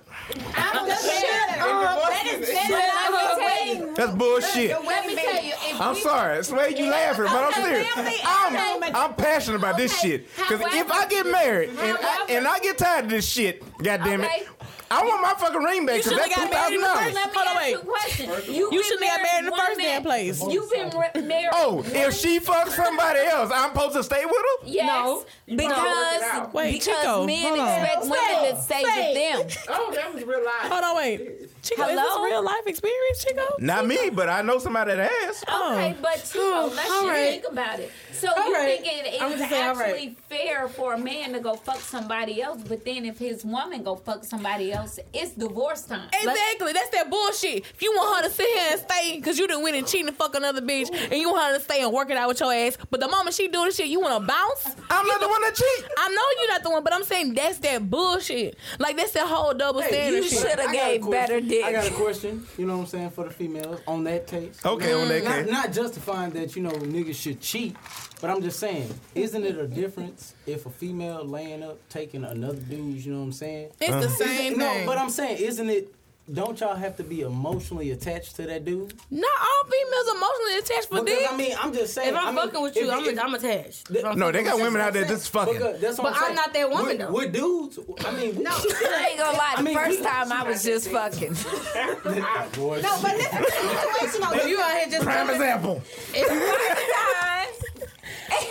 I'm just shut up. Um, That is better. Let me tell you.
That's bullshit.
Let me tell you. If
I'm
we-
sorry. It's the way you laughing, but I'm
Okay,
serious.
family,
I'm,
okay.
I'm passionate about this
Okay,
shit. Because
however-
if I get married and I, and I get tired of this shit, goddamn it,
Okay.
I want my fucking ring back because
shoulda
that's
got married in the
$2,000.
first
Let me
Hold on,
ask
wait.
you a question. You,
You
been
shouldn't have got married in the
one
first
man-
damn place.
You've been re- married.
Oh,
one-
if she fucks somebody else, I'm supposed to stay with her?
Yes,
No.
because
Wait,
because
Chico,
men
hold on.
expect women to stay with them.
Oh, that was real life.
Hold on, wait. Chico, is this
Hello?
real life experience, Chico?
Not me, but I know somebody that has.
Oh.
Okay, but Chico, let's just think about it. So you
right.
think it
I'm
is
just saying, all
actually
right.
fair for a man to go fuck somebody else, but then if his woman go fuck somebody else, it's divorce time.
Exactly. That's that bullshit. If you want her to sit here and stay because you done went and cheated and fuck another bitch and you want her to stay and work it out with your ass, but the moment she do this shit, you want to bounce?
I'm not the one that cheat.
I know you're not the one, but I'm saying that's that bullshit. Like, that's that whole double standard
you
shit.
shoulda
I got a
gave
question.
better dick.
I got a question. You know what I'm saying for the females on that taste.
Okay, on that
Not,
case.
not justifying that you know niggas should cheat, but I'm just saying, isn't it a difference if a female laying up taking another dude? You know what I'm saying?
It's the same
no,
thing.
but I'm saying, isn't it? Don't y'all have to be emotionally attached to that dude?
Not all females emotionally attached for
Because
dick.
I mean, I'm just saying.
If I'm
I mean,
fucking with
if-
you, I'm,
if-
I'm attached.
No, they got women out there just fucking.
Because that's what
But I'm
saying.
not that woman,
With-
though.
With dudes, I mean, no.
I ain't gonna lie. The
I mean,
first
we-
time I was just fucking.
No, but listen, it's situational.
You out here just
Prime example.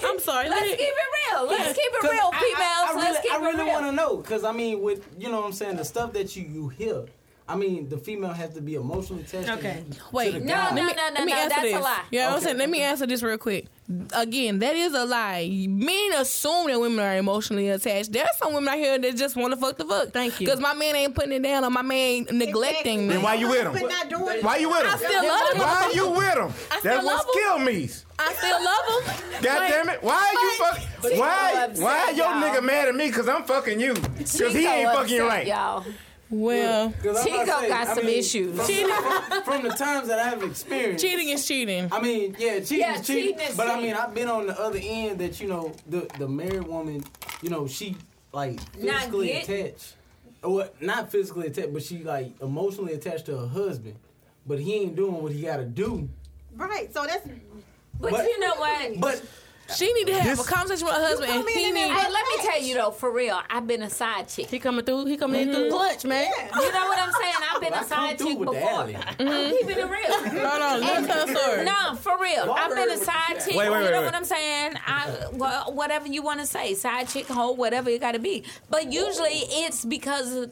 I'm sorry.
Let's
let
keep
it-
it real. Let's keep it
'Cause
real, females.
I- I, I really,
Let's keep
I really
it real.
want to know because I mean, with you know what I'm saying, the stuff that you you hear. I mean, the female has to be emotionally tested.
Okay.
Wait,
the
no,
guy.
let me,
No, no, no,
let me
no,
answer
that's a
this.
lie.
Yeah, I'm
Okay.
saying, let me answer this real quick. Again, that is a lie. Men assume that women are emotionally attached. There's some women out here that just want to fuck the fuck.
Thank you.
Because my man ain't putting it down, or my man ain't neglecting
Then
me.
why you with him?
But not doing it.
Why you with him?
I still love him.
Why you with him?
I still
That's
love
what
'em.
kill me.
I still love him.
God damn it! Why are you
But-
fucking? Why?
upset,
Why your
y'all.
nigga mad at me? Cause I'm fucking you. Cause he ain't fucking you right.
y'all.
Well,
'Cause I'm
Chico
about to say,
got
I
some
mean,
issues.
From,
Cheating.
from- from the times that I have experienced,
cheating is cheating.
I mean, yeah, cheating
Yeah,
is cheating.
cheating is
but I
cheating.
mean, I've been on the other end that you know the the married woman, you know, she like
Not
physically
get-
attached, or not physically attached, but she like emotionally attached to her husband, but he ain't doing what he got to do.
Right. So that's
But,
But-
you know what?
But
She need to have
This-
a conversation with her husband, and
come in
he
and
need.
out.
Hey, let me tell you though, for real, I've been a side chick.
He coming through. He coming in through
Mm-hmm.
clutch, man.
You know what I'm saying? I've been
I
a
come
side
through
chick
with the
before.
alley.
I'm keeping it real.
Hold on, Oh, let me tell the story.
No, for real. I've been a side chick.
Wait, wait,
you
wait,
know
wait.
what I'm saying? I well, whatever you want to say, side chick, hoe, whatever it got to be. But usually it's because the,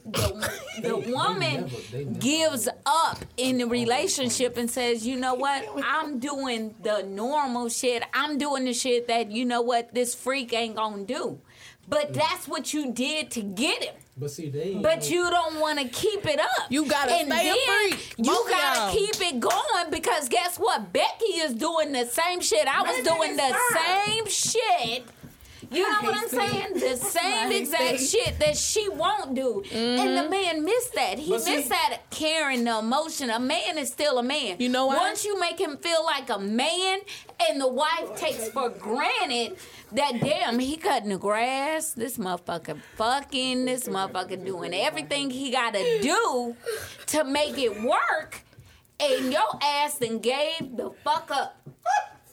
the woman gives up in the relationship and says, you know what? I'm doing the normal shit. I'm doing the shit that you know what this freak ain't gonna do.
Mm.
But that's what you did to get him.
but see, they ain't
But you don't want to keep it up.
You gotta
and
stay a
then
freak.
You
Both of y'all.
gotta keep it going because guess what? Becky is doing the same shit. I was doing the same shit. You know what I'm saying? The same exact shit that she won't do. And
Mm-hmm.
the man missed that. He
But see-
missed that caring the emotion. A man is still a man.
You know why?
Once you make him feel like a man and the wife takes for granted that damn he cutting the grass, this motherfucker fucking, this motherfucker doing everything he gotta do to make it work, and your ass then gave the fuck up.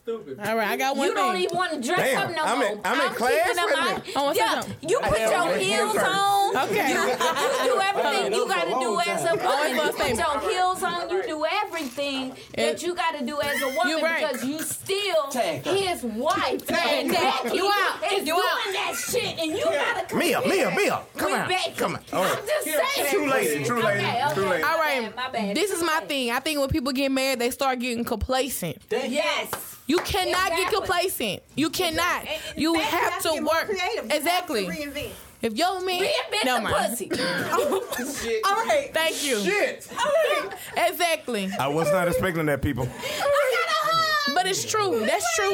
All right, I got one
You don't
thing.
even want to dress
Damn,
up no
I'm
more.
in- I'm in class
keeping
with it.
Oh,
up
I
my,
want
yeah,
something.
you put your
right here
heels
first.
on.
Okay.
You, you do everything you
That was
gotta
a
do
long
as a
time.
woman.
I
You
was gonna
put
say-
your heels on. You do everything that you gotta do as a woman
You right.
because you still
Tag her.
his wife. And
her.
Becky
You out.
is
You
doing
out.
that shit, and you gotta come
Mia, Mia, Mia, come on,
Becky.
come on. All
I'm
right.
just saying.
True lady, true lady,
Okay, okay.
true lady.
All
My
right,
bad, my bad.
this is my thing. I think when people get married, they start getting complacent.
They-
Yes.
You cannot get
Exactly. complacent.
complacent. You cannot.
and- and
you
in fact,
have to
get more
work.
creative. You have to
Exactly.
reinvent.
If your man,
Reinvent
Never
the
mind.
pussy.
All right.
Thank you.
Shit.
Exactly.
I was not expecting that, people.
I got a
but it's true. That's true.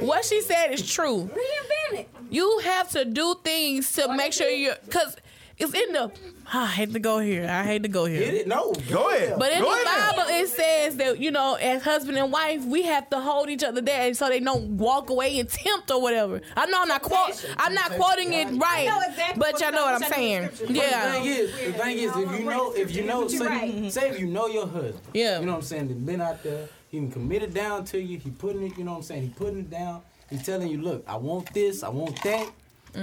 What she said is true.
Reinvent it.
You have to do things to make sure you're, cause it's in the. I hate to go here. I hate to go here.
Get it? No.
Go ahead.
But in
Go
the
ahead.
Bible, it says that you know, as husband and wife, we have to hold each other down so they don't walk away and tempt or whatever. I know I'm not quote, I'm not quoting it right,
know exactly
but
what
y'all know what
y'all
I'm
know in
saying.
scripture.
The thing
Yeah,
is, the thing is, if you know, if you know, say, say if you know your husband,
Yeah.
you know what I'm saying. That been out there, he done committed down to you. He putting it, you know what I'm saying. He putting it down. He telling you, look, I want this, I want that. I'm,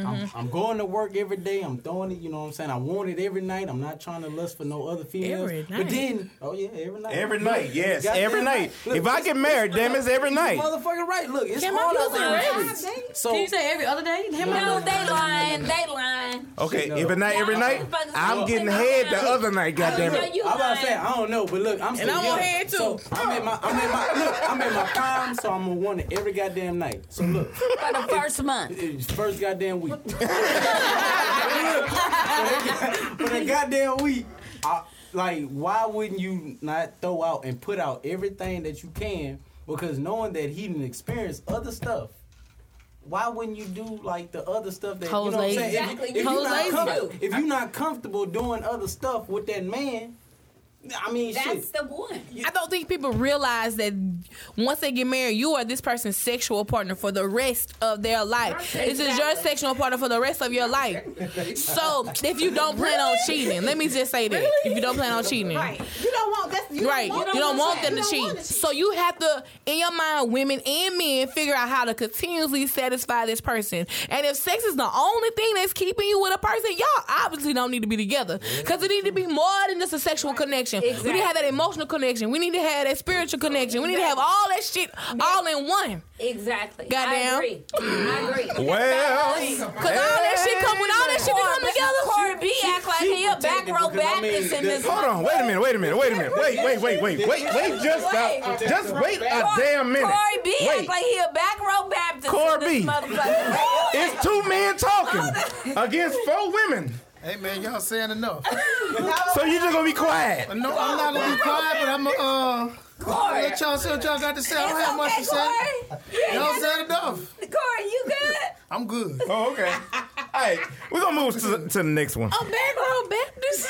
Mm-hmm.
I'm going to work every day. I'm throwing it, you know what I'm saying. I want it every night. I'm not trying to lust for no other females.
Every
But
night.
then, oh yeah, every night.
Every night, yes,
Goddamn
every night.
Look,
if I
it's-
get married, damn, it's every night.
You motherfucking right. Look, it's
Can my
hard out
pussy
there.
rest?
So
you say every other day? Him
No, they lying. They lying.
Okay,
No.
if it's not every
Y'all
night,
motherfuckers
I'm
don't
getting
sit
head the
down.
other night. Goddamn
know
it.
you
I'm about to
lying.
say I don't know, but look, I'm still
I want
young.
head, too.
So I'm in my, I'm in my, look, I'm in my prime, so I'm gonna want it every goddamn night. So look,
For the first month.
it's first goddamn week. For that- for that goddamn week, I, like, why wouldn't you not throw out and put out everything that you can? Because knowing that he didn't experience other stuff. Why wouldn't you do like the other stuff that you
Hoes
know what I'm
lazy.
saying? If-
Exactly.
If, you
Hoes
not
lazy.
comfort- if you're not comfortable doing other stuff with that man, I mean, shit.
That's the one.
I don't think people realize that once they get married, you are this person's sexual partner for the rest of their life. This is your
Exactly.
sexual partner for the rest of your life. So if you don't plan on cheating, let me just say that if you don't plan on cheating,
Right. You don't want that's you
Right.
Don't want
you don't want them
You
to
don't
cheat.
wanna
So you have to, in your mind, women and men, figure out how to continuously satisfy this person. And if sex is the only thing that's keeping you with a person, y'all obviously don't need to be together. Because it need to be more than just a sexual connection. We need to have that emotional connection. We need to have that spiritual connection. We need to have all that shit all in one.
Exactly.
Goddamn.
I agree. I agree.
Well,
Because all that shit come, when all that shit come together,
Corey B act like he a back row
because I mean,
Baptist in this.
hold on, wait a minute, wait a minute, wait a minute, wait, wait, wait, wait, wait, wait, just a, just wait a damn minute.
Corey B act
Wait,
like he a back row Baptist
Corey
in
B.
this motherfucker.
it's two men talking against four women.
Hey man, y'all saying enough.
So you just gonna be quiet?
No, I'm not gonna be quiet, but I'm gonna uh,
Corey.
let
It's
y'all see what y'all got to say. I don't have much
okay,
to say.
Corey.
Y'all said enough.
Corey, you good?
I'm good.
Oh, okay. All right, we're gonna move to, to the next one.
A back row Baptist.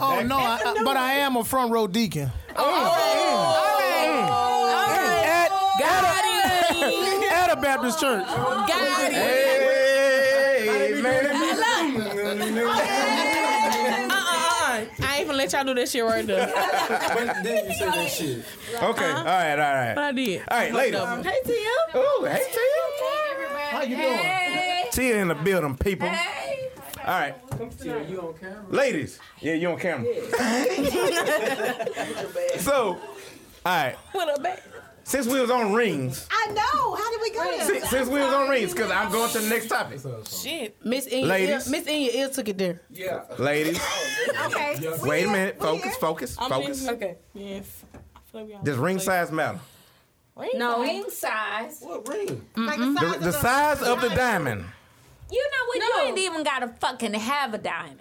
Oh no, I, I- but I am a front row deacon.
Oh,
Oh,
At a Baptist church.
got it.
Hey,
Uh-uh. I ain't gonna let y'all do that shit right there.
But then you say that shit.
Okay, all right, all right.
I did.
All right, ladies.
Uh-huh. Hey, Tim.
Ooh, hey, Tia.
How you doing?
Hey,
Tia in the building, people. All
hey.
right,
Yeah, you on camera?
ladies. Yeah, you on camera. so, all right.
What a back.
Since we was on rings,
I know. How did we go there?
since, since we was on rings, because I'm going to the next topic.
Shit.
Miss in your ear,
Ladies.
Miss in your ear took it there.
Yeah.
Ladies,
okay. we
wait a
here,
minute.
we here.
Focus, focus, focus.
Okay.
Yes. I feel like y'all-
Does ring size matter?
No.
Ring size.
What ring?
Like the
The,
size,
the size of the diamond.
You know what?
No.
You ain't even gotta fucking have a diamond.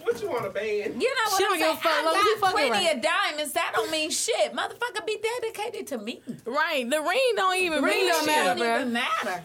What you want a band?
You know what
She
I'm
don't give a
saying?
fuck, long as
I got
you fucking
plenty
right.
of diamonds. That don't mean shit. Motherfucker, be dedicated to me.
Right. The ring don't even
ring
mean
don't
shit.
matter,
It don't even matter.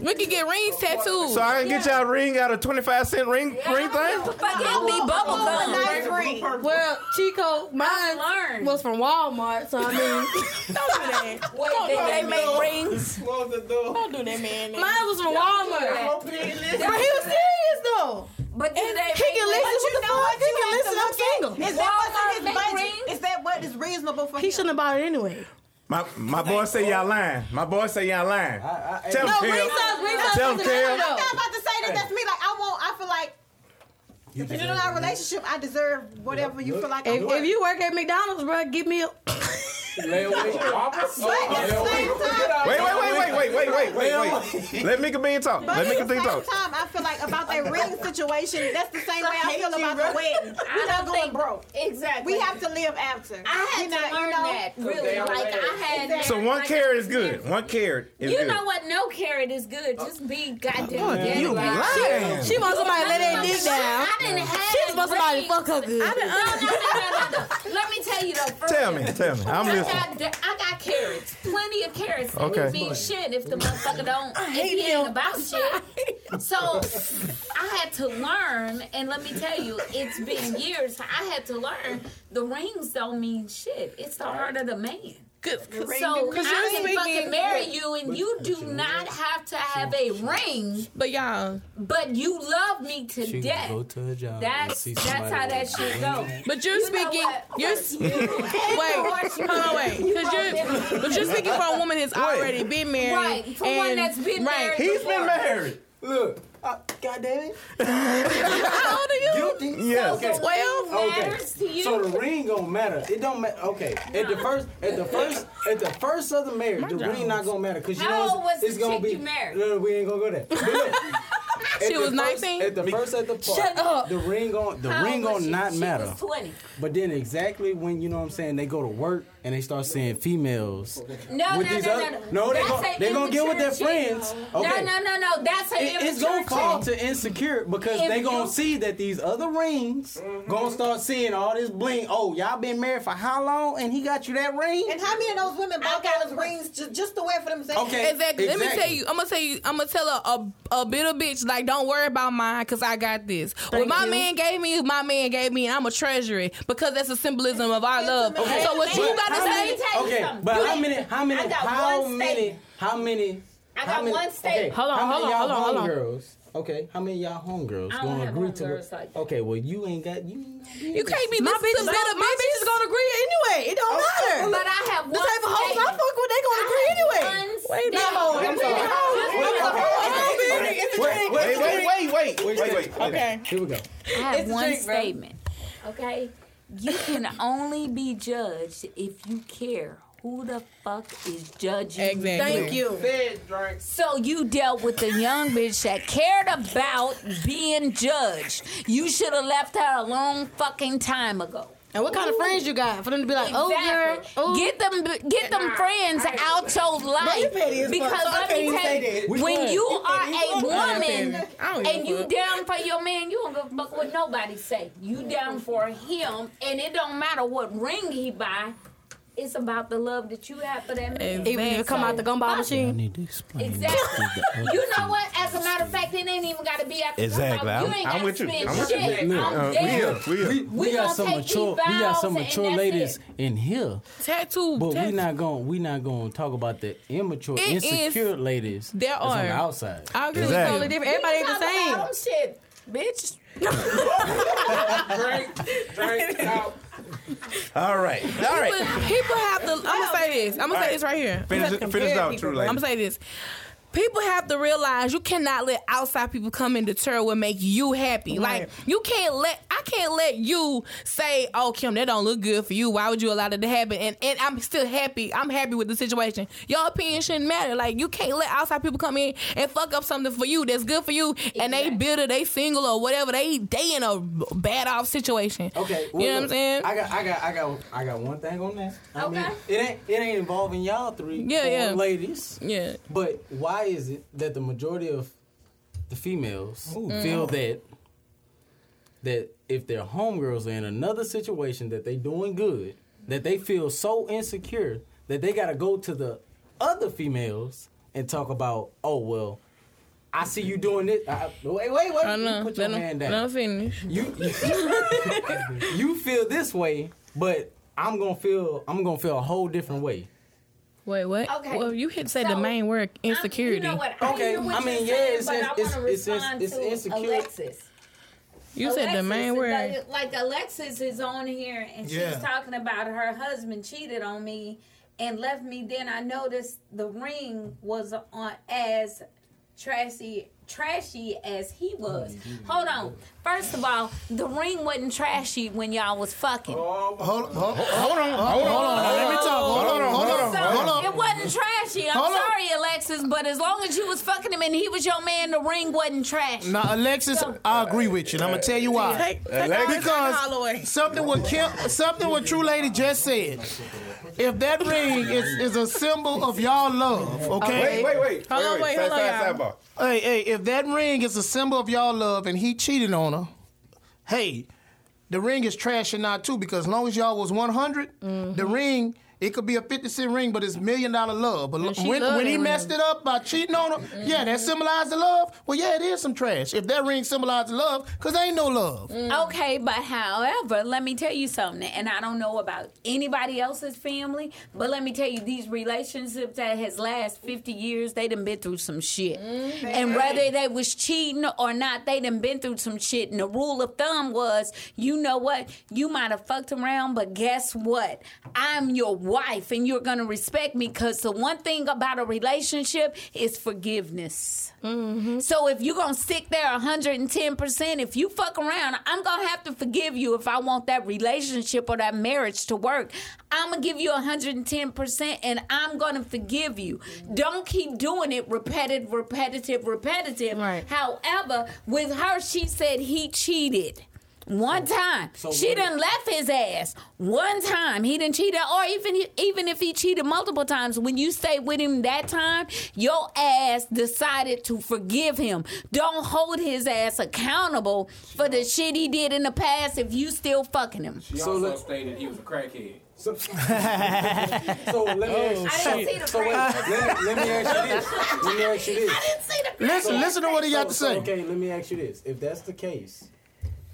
We could get rings tattooed.
So I can get y'all a ring out of 25 cent ring ring thing?
Fuck, it'll be bubble gum.
nice ring.
Well, Chico, mine
learned.
was from Walmart, so I mean,
Wait, did they make rings?
Close the door.
Don't do that, man.
mine was from Walmart.
Open it.
But he was serious though.
But did they
He can
make
listen.
rings?
What the fuck? He can listen. I'm single.
Is that
Walmart
what's in
make
his
rings?
budget? Is that what is reasonable for
He
him?
shouldn't have bought it anyway.
My my boy say y'all lying. My boy say y'all lying.
I, I,
Tell
hey,
him, Kel. Tell him,
I'm
Kel.
not about to say that. That's me. Like I want. I feel like
you
if you're
deserve
in
it.
our relationship, I deserve whatever you feel like. I
If,
want.
if you work at McDonald's, bro, give me a.
Layaway.
But at the same time,
Wait, wait, wait, wait, wait, wait, wait, wait, wait. Let Mika Bean talk.
but
Let Mika
at the
Bean
same
talk.
time, I feel like about that ring situation. That's the same way I
hate
feel
you,
about
bro.
the wedding. We're
don't
not going
think-
broke.
Exactly.
We have to live after.
I had
We not-
to learn
you know,
that, really.
they are
Like, I had. never-
So one
like,
carrot is good. One carrot is
You
good.
know what? No carrot is good. Just be goddamn.
Boy, you
dedicated.
lying.
She wants somebody to let that dick down.
I didn't have.
She wants somebody to
rings.
fuck her good.
No, no, no, no, no, no. Let me tell you though. First
Tell me, tell me. I'm
got da- I got carrots, plenty of carrots. and
Okay.
It means shit if the motherfucker don't. If he ain't about shit. So I had to learn, and let me tell you, it's been years. I had to learn the rings don't mean shit. It's the heart of the man.
Good.
So
you're
I can fucking
speaking-
marry you, and you do not have to have a ring,
But y'all,
but you love me to
She
death.
can go to her job. and
That's
see
that's
somebody
how that
with
shit
wings.
go.
but you're
You know
speaking.
what?
You're s- wait, hold on, wait, because you're, but you're speaking for a woman that's already been married,
Right, for one
and-
that's been
right.
married.
He's been married. Look, uh, God damn it.
How old are you?
Guilty.
Yes.
Okay.
Twelve.
Okay.
Matters to you.
So the ring don't matter. It don't matter. Okay. At the first, at the first, at the first of the marriage, the ring not gonna matter because you
How old
know it's-
was the
it's gonna
chick
be.
you married?
No, no, we ain't gonna go there. But look, at the
was
first-
19?
At the first at the park,
Shut up.
the ring gon' the
How
ring
old
gon'
was she?
not
She
matter.
was 20.
But then exactly when you know what I'm saying, they go to work and they start seeing females
No,
with
no,
these
no,
other.
no,
No, they
That's
gon'
a
they gonna get with their
immature chick.
friends. Okay.
No, no, no, no. That's an
It- it's
immature
gonna fall
chick.
to insecure because
If
they gonna
you-
see that these other rings
Mm-hmm.
gonna start seeing all this bling. Oh, y'all been married for how long? And he got you that ring?
And how many of those women bought those rings just, just to wear for themselves?
Okay.
Exactly. Let me
Exactly.
tell you. I'm gonna tell you. I'm gonna tell a a, a bitter bitch like, don't worry about mine, cause I got this. what my
you.
man gave me, my man gave me. and I'm a treasure it because that's a symbolism of our love.
Okay.
So what you
But
gotta
how many-
say?
Let me tell you
okay,
something.
but
You
how
ain't-
many? How many?
I got
how
one
many?
statement.
How many?
I
how
got
many-
one statement.
Okay,
Hold
on,
how
hold
many
on,
y'all
hold on, hold on.
homegirls? Okay, how many of y'all homegirls
I don't
gonna
have
agree to
homegirls
it?
like that.
okay, well you ain't got you. Ain't got
You can't be listening to bitter
my
bitches.
bitches gonna agree anyway. It don't matter.
But I have one.
the type of hoes I
statement.
fuck with, they gonna agree
I
anyway.
have one
Wait,
statement.
no, I'm sorry.
Wait, wait,
Wait, wait, wait, wait, wait, wait, wait.
Okay, here we go.
I have
It's a
one
drink, bro.
statement. Okay? You can only be judged if you care who the fuck is judging you.
Exactly.
Thank you.
So you dealt with the young bitch that cared about being judged. You should have left her a long fucking time ago.
And what kind of friends you got for them to be like, oh girl, oh
Get them, get them friends out your life.
petty as fuck,
Because
so I
let
can't
me
even
tell
say
you,
that.
when you are a woman
I don't give
and
a
you
fuck.
down for your man, you don't give a fuck what nobody say. You down for him, and it don't matter what ring he buy. It's about the love that you have for that man.
even if it come out the gumball machine.
need to explain.
Exactly. you know what? As a matter of fact, it ain't even got to be after
Exactly.
You
I'm-
ain't
I'm
gotta
with you.
spend
I'm with you.
shit.
Look,
I'm
Uh, we
there.
here, we
We,
here.
we
We
got
gonna
some
take these
mature, we got some
vows and
mature
that's
ladies
it.
in here,
Tattoo.
but we
tattoo.
not going we not going to talk about the immature,
It is-
insecure ladies
There
that's on the
are.
outside.
I agree.
Exactly.
Totally different.
We
Everybody ain't
talk
the same.
about Shit, bitch.
Drink, drink, out.
All right, all
People,
right.
people have to. I'm gonna say this. I'm gonna say this right here.
Finish it- finish it out, true lady.
I'm gonna say this. People have to realize you cannot let outside people come and deter what make you happy. Like you can't let I can't let you say, "Oh Kim, that don't look good for you. Why would you allow that to happen?" And and I'm still happy. I'm happy with the situation. Your opinion shouldn't matter. Like you can't let outside people come in and fuck up something for you that's good for you. And they bitter, they single or whatever. They they in a bad off situation.
Okay,
you know what I'm
look,
saying?
I got, I got, I got, I got one thing on that. I
Okay.
mean, it ain't, it ain't involving y'all three,
Yeah,
four
yeah.
ladies.
yeah.
But why is it that the majority of the females
Mm-hmm.
feel that that if their homegirls are in another situation that they doing good, that they feel so insecure that they gotta go to the other females and talk about, oh well, I see you doing this. I, I- wait, wait, wait!
I know.
You put your
Let 'em-
hand down.
let 'em finish.
you you feel this way, but I'm gonna feel I'm gonna feel a whole different way.
Wait, what?
Okay.
Well, you hit say the
So,
main word
I'm-
insecurity.
You know what? I
Okay,
hear what
I mean,
you're saying,
yeah, it's-
but I
it's-
wanna
it's- it's-
respond
it's
to
insecure.
Alexis.
you said the main
Alexis,
word.
Like like Alexis is on here and she's
Yeah.
talking about her husband cheated on me and left me. Then I noticed the ring was on as trashy trashy as he was.
Oh,
Hold on. First of all, the ring wasn't trashy when y'all was fucking.
Oh. Hold, hold, hold on, hold on, hold on. Let me talk. Hold on, hold on,
So
hold on.
it wasn't trashy. I'm
Hold on.
sorry, Alexis, but as long as you was fucking him and he was your man, the ring wasn't trashy.
Now, Alexis, I agree with you. And I'm gonna tell you why. Because something what Kim, something what True Lady just said. If that ring is, is a symbol of y'all love, okay?
Wait, wait, wait.
Hold on, wait,
Side,
hold on,
side,
y'all.
sidebar.
Hey, hey, if that ring is a symbol of y'all love and he cheated on her, hey, the ring is trash and not too because as long as y'all was 100, the ring It could be a 50 cent ring, but it's million dollar love. But look,
she
when,
loved
when
that
he
ring.
messed it up by cheating on her, yeah, that symbolized the love. Well, yeah, it is some trash. If that ring symbolized love, because there ain't no love.
Mm-hmm. Okay, but however, let me tell you something, and I don't know about anybody else's family, but let me tell you, these relationships that has last fifty years, they done been through some shit, and whether they was cheating or not, they done been through some shit. And the rule of thumb was, you know what, you might have fucked around, but guess what, I'm your wife, and you're gonna respect me, cause the one thing about a relationship is forgiveness. So if you're gonna stick there 110 percent, if you fuck around, I'm gonna have to forgive you if I want that relationship or that marriage to work. I'm gonna give you 110 percent, and I'm gonna forgive you. Don't keep doing it repetitive, repetitive, repetitive.
Right.
However, with her, she said he cheated. One time,
so
she
what-
done left his ass. One time, he done cheated, or even even if he cheated multiple times, when you stay with him that time, your ass decided to forgive him. Don't hold his ass accountable for the shit he did in the past if you still fucking him.
She
So
also
let-
stated he was a crackhead.
So, so let me ask
Oh,
you.
I didn't see the
So wait,
crack.
let me, let me ask you this. Let me ask you this.
I didn't see the
Listen,
crack.
listen to what he got to
So- so,
say.
okay, let me ask you this: If that's the case,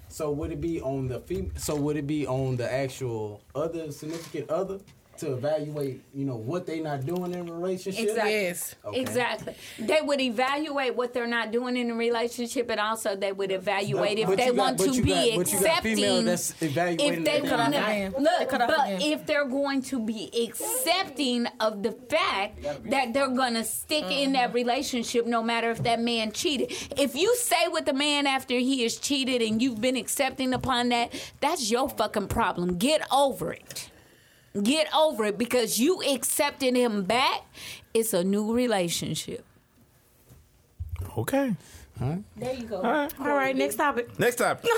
so would it be on the fem- so would it be on the actual other significant other to evaluate, you know, what they not doing in a relationship?
Exactly.
Yes.
Okay.
Exactly. They would evaluate what they're not doing in a relationship, and also they would evaluate if
But
they
you got-
want
but
to
you
be
got- but you got
accepting.
female that's evaluating
if
that
they
they
want
not
to
doing. They
look,
cut off
but
again.
if they're going to be accepting of the fact that they're gonna stick in that relationship, no matter if that man cheated. If you stay with the man after he has cheated and you've been accepting upon that, that's your fucking problem. Get over it get over it because you accepted him back. It's a new relationship.
Okay.
Hmm?
There you go.
All right, next topic.
Next topic.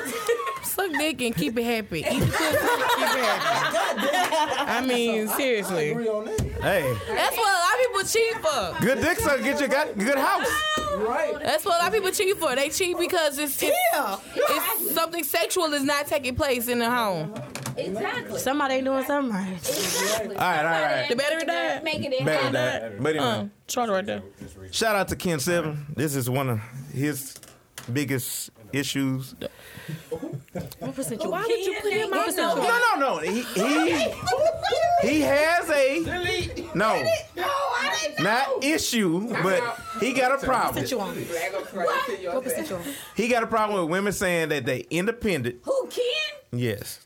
Suck dick and keep it happy. Eat the pussy, keep it happy. I mean, seriously.
Agree on that,
hey,
That's what a lot of people cheat for.
good dick, son. Get your got good house.
right?
That's what a lot of people cheat for. They cheat because it's, it's, it's something sexual is not taking place in the home.
Exactly.
Somebody ain't doing something right.
exactly.
All right, all right.
The battery died?
Making it
Better than
happen.
that. But anyway.
Uh, charge right there.
Shout out to Ken Seven. This is one of his biggest issues.
Why did you put him out
No, no, no. He he, he has a
Delete.
no. Not issue, but he got a problem. He got a problem with women saying that they independent.
Who can?
Yes.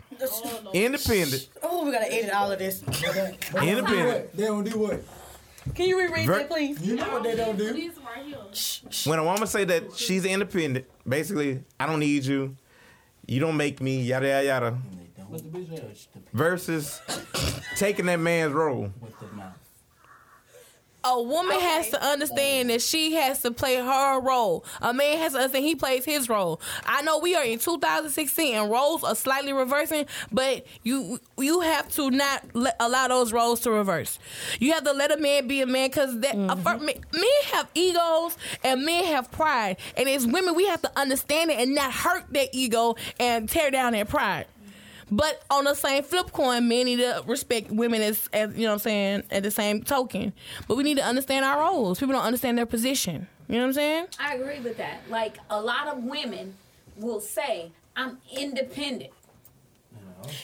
Independent.
Oh, we gotta edit all of this.
Independent.
They don't do what?
Can you reread
Ver-
that, please?
You know what they don't do?
When a woman say that she's independent, basically, I don't need you. You don't make me, yada yada yada. Versus taking that man's role.
A woman has to understand that she has to play her role. A man has to understand he plays his role. I know we are in 2016 and roles are slightly reversing, but you you have to not let, allow those roles to reverse. You have to let a man be a man because that a fir- men men have egos and men have pride, and as women we have to understand it and not hurt that ego and tear down their pride. But on the same flip coin, men need to respect women as, as you know what I'm saying, at the same token. But we need to understand our roles. People don't understand their position. You know what I'm saying?
I agree with that. Like a lot of women will say, "I'm independent."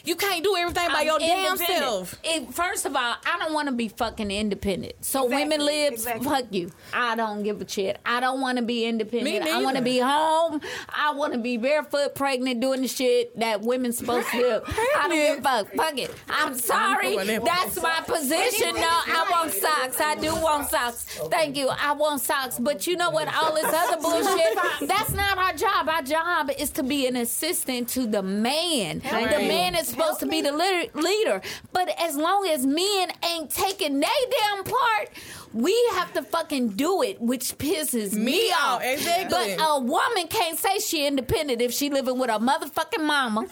You can't do everything by
I'm
your damn
independent.
self.
It- first of all, I don't want to be fucking independent. So
Exactly,
women lives,
exactly.
fuck you. I don't give a shit. I don't want to be independent.
Me
I want
neither.
to be home. I want to be barefoot, pregnant, doing the shit that women supposed to do. I don't give a fuck. Fuck it. I'm sorry.
on that.
That's my position. No, I want socks. I do want socks. Thank you. I want socks. But you know what? All this other bullshit. That's not our job. Our job is to be an assistant to the man. The
me.
man is supposed to be the leader, leader. But as long as men ain't taking they damn part, we have to fucking do it, which pisses me,
Me
off.
off, exactly.
But a woman can't say she independent if she living with her motherfucking mama.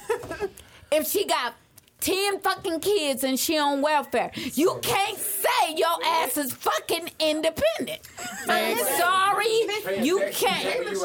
if she got. Ten fucking kids and she on welfare. You can't say your ass is fucking independent. I'm sorry, you can't.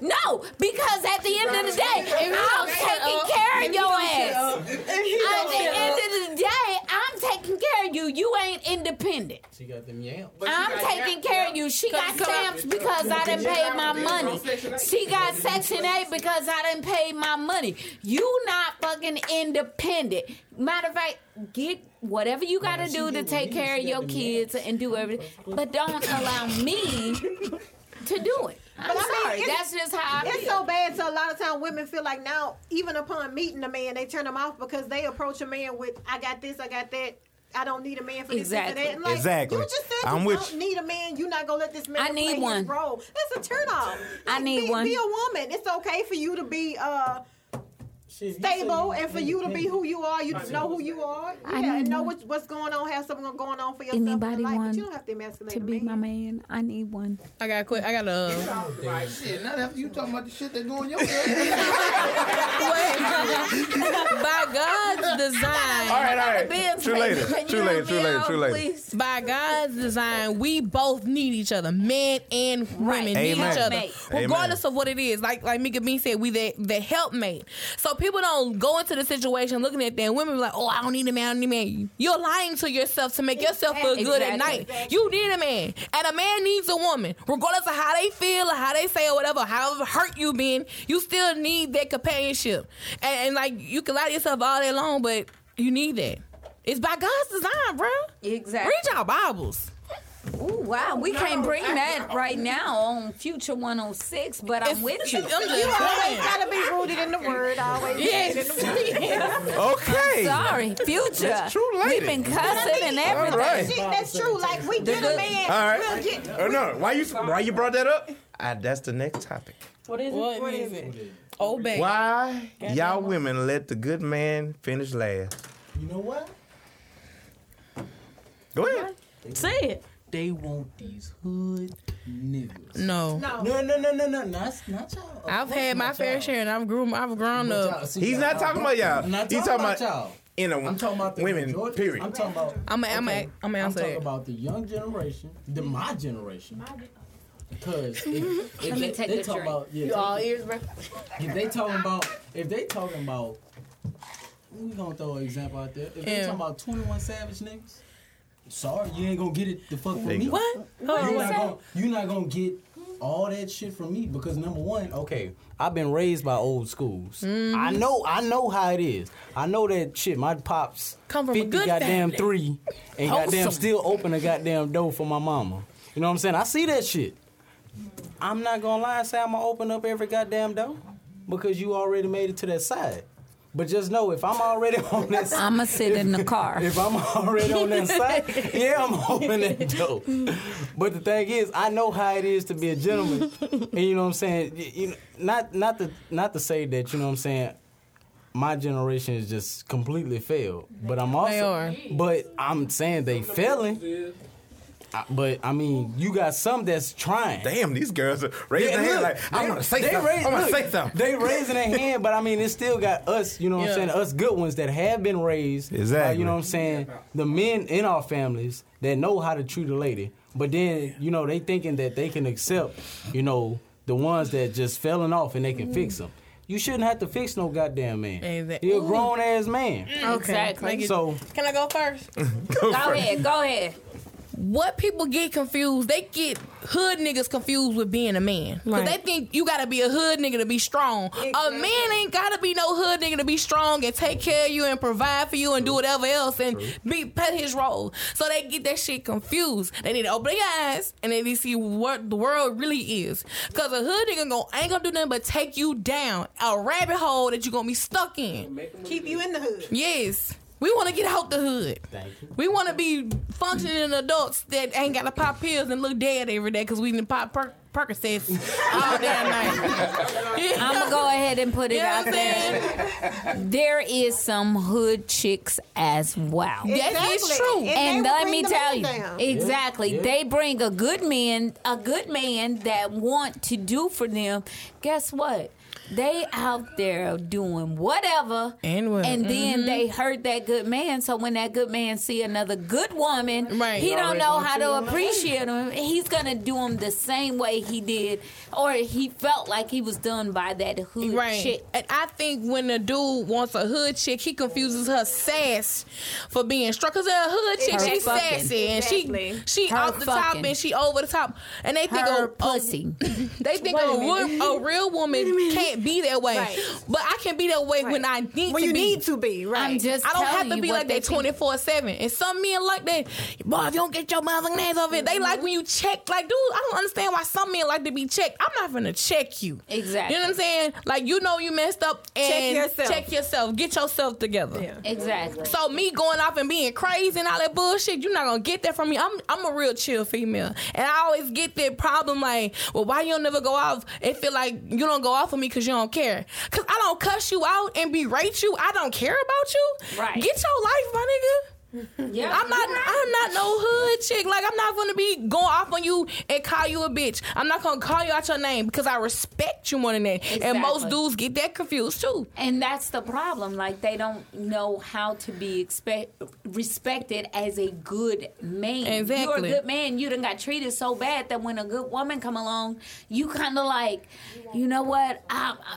No, because at the end of the day, I'm taking care of your ass. At the end of the day, I'm taking care of you. You ain't independent.
She got them yams.
I'm taking care of you. She got stamps because I didn't pay my money. She got Section 8 because I didn't pay my money. You not fucking independent. Matter of fact, get whatever you got to do to take care of your kids and do everything, but don't allow me to do it. I'm
But I mean,
sorry.
it's-
That's just how I
It's
feel.
so bad. So a lot of time women feel like now, even upon meeting a man, they turn him off because they approach a man with, "I got this, I got that, I don't need a man for this,
Exactly.
this, and that." And like,
Exactly.
You just said
I'm
you
with
don't
you.
need a man. You're not gonna let this man
I need
play
one.
his role. That's a turn off.
I need
be,
one.
Be a woman. It's okay for you to be uh,
Shit, you say
stable and for you to be who you are. You
I need
know who
one.
you are.
I
Yeah, and
need
know
one.
what, what's going on. Have something going on for yourself. in
Anybody
life,
want
but you don't have to emasculate
To
a
be
man.
my man, I need one.
I got quit. I got to. Uh,
Right, shit. Not after you talking about the shit that's going your head.
by God's design.
All right, all right.
bills
True
paid.
later.
Can you
True
help
later.
me
True later.
out,
True later.
please?
By God's design, we both need each other, men and women
Right.
need
Amen.
each other,
Helpmate.
regardless of what it is. Like like Mika Bean said, we the the helpmate. So people don't go into the situation looking at that. Women be like, oh, I don't need a man, I don't need a man. You're lying to yourself to make yourself feel good at
Exactly.
night. You need a man, and a man needs a woman, regardless of how they feel or how they say or whatever, however hurt you been. You still need that companionship, and, and like you can lie to yourself all day long, but you need that. It's by God's design, bruh.
Exactly.
Read y'all Bibles.
Ooh, wow, we can't bring that right now on Future 106, but I'm with you.
I'm just
Always
saying.
gotta be rooted in the word. Always.
Okay.
Sorry, Future.
That's true
We've
lady.
been cussing and everything.
All right.
Shit, that's true. Like we get a
good-
man,
All right.
we'll get
Oh, no. Why you why you brought that up? Uh, that's the next topic.
What is it?
What is it? Oh, Obey.
Why y'all women let the good man finish last?
You know what?
Go ahead.
Say it.
They want these hood niggas.
No.
No, no, no, no, no, not, not y'all. Of
I've
course
had my
not
fair
y'all.
share and I've grown I've grown
But
up.
y'all- see,
He's
y'all-
not talking about y'all.
I'm not
He's talking about
y'all.
in a
I'm talking about the
women.
majority-
Period.
I'm talking about.
I'm a, I'm a,
Okay,
I'm Mm-hmm. a
I'm
answer
talking
that.
about the young generation, the my generation. Because
Mm-hmm.
if, if they,
take
they
the
talk
drink.
about, yeah,
You
take
all
the-
ears, bro.
if they talking about, if they talking about, we gonna throw an example out there. If they
Yeah.
talking about 21 Savage niggas, sorry, you ain't gonna get it the fuck from me.
What?
You're
Oh,
not, gonna, you not gonna get all that shit from me because number one, okay, I've been raised by old schools.
Mm-hmm.
I know, I know how it is. I know that shit. My pops
Come from a
50
good
goddamn
family.
three and goddamn
Wholesome.
still open a goddamn door for my mama. You know what I'm saying? I see that shit. I'm not gonna lie and say I'm gonna open up every goddamn door because you already made it to that side. But just know if I'm already on that side.
I'ma sit in the car.
If I'm already on that side, yeah, I'm opening that door. But the thing is, I know how it is to be a gentleman, and you know what I'm saying. Y- You know, not not to not to say that you know what I'm saying. My generation is just completely failed, but I'm also,
They are.
but I'm saying they failing. I- But I mean, you got some that's trying.
Damn, these girls are raising
Yeah,
their hand
look,
like, I
they-
want to say
they
something.
raise-
I want to
look,
say something.
They raising their hand, but I mean, it still got us. You know what
Yeah.
I'm saying? Us good ones that have been raised. by,
Exactly.
you know what I'm saying? The men in our families that know how to treat a lady, but then you know they thinking that they can accept, you know, the ones that just falling off and they can fix them. You shouldn't have to fix no goddamn man.
Exactly.
You're a grown ass man.
Mm.
Exactly.
So
Can I go first?
Go ahead, go ahead.
What people get confused, they get hood niggas confused with being a man. Because
Right.
they think you gotta be a hood nigga to be strong. A man ain't gotta be no hood nigga to be strong and take care of you and provide for you and do whatever else and be play his role. So they get that shit confused. They need to open their eyes and they need to see what the world really is. Because a hood nigga gon' ain't gonna do nothing but take you down a rabbit hole that you gonna be stuck in.
keep you in the hood.
Yes. We want to get out the hood.
Thank you.
We want to be functioning adults that ain't got to pop pills and look dead every day because we didn't pop per- Percocets all damn night. You know
I'ma go ahead and put it
what
out
I'm
there.
saying?
There is some hood chicks as well.
That is true.
And,
and
they will
let
bring
me
the
tell
man
you
down.
exactly
Yeah.
they bring a good man a good man that want to do for them guess what they out there doing whatever
And what.
then they hurt that good man so when that good man see another good woman
Right.
he
He
don't
already
know
gonna
how
treat
to
him like
appreciate him he's gonna do him the same way he did, or he felt like he was done by that hood
Right.
chick.
And I think when the dude wants a hood chick, he confuses her sass for being struck. Cause a hood chick,
Her
she's
fucking.
sassy and
Exactly.
she she
Her
off the top
fucking.
and she over the top. And they think
Her
a,
pussy.
A, they think a, wo- a real woman can't be that way. But I can be that way when I need
When
to
you
be.
need to be right.
I'm just.
I don't
telling
have to
you
be
what
like
they
that
think.
twenty four seven. And some men like that. Boy, if you don't get your motherfucking ass off it, they like when you check. Like, dude, I don't understand why some men like to be checked. I'm not finna check you.
Exactly.
You know what I'm saying? Like, you know you messed up and
yourself.
check yourself. Get yourself together.
Exactly.
So me going off and being crazy and all that bullshit, you're not gonna get that from me. I'm I'm a real chill female, and I always get that problem like, well, why you don't never go off and feel like you don't go off of me because you don't care? Because I don't cuss you out and berate you. I don't care about you.
Right.
Get your life, my nigga.
Yeah.
I'm not. I'm not no hood chick. Like I'm not gonna be going off on you and call you a bitch. I'm not gonna call you out your name because I respect you more than that. And most
Exactly.
dudes get that confused too.
And that's the problem. Like they don't know how to be expect respected as a good man. You're a
Exactly.
good man. You done got treated so bad that when a good woman come along, you kind of like, you know what? I, I,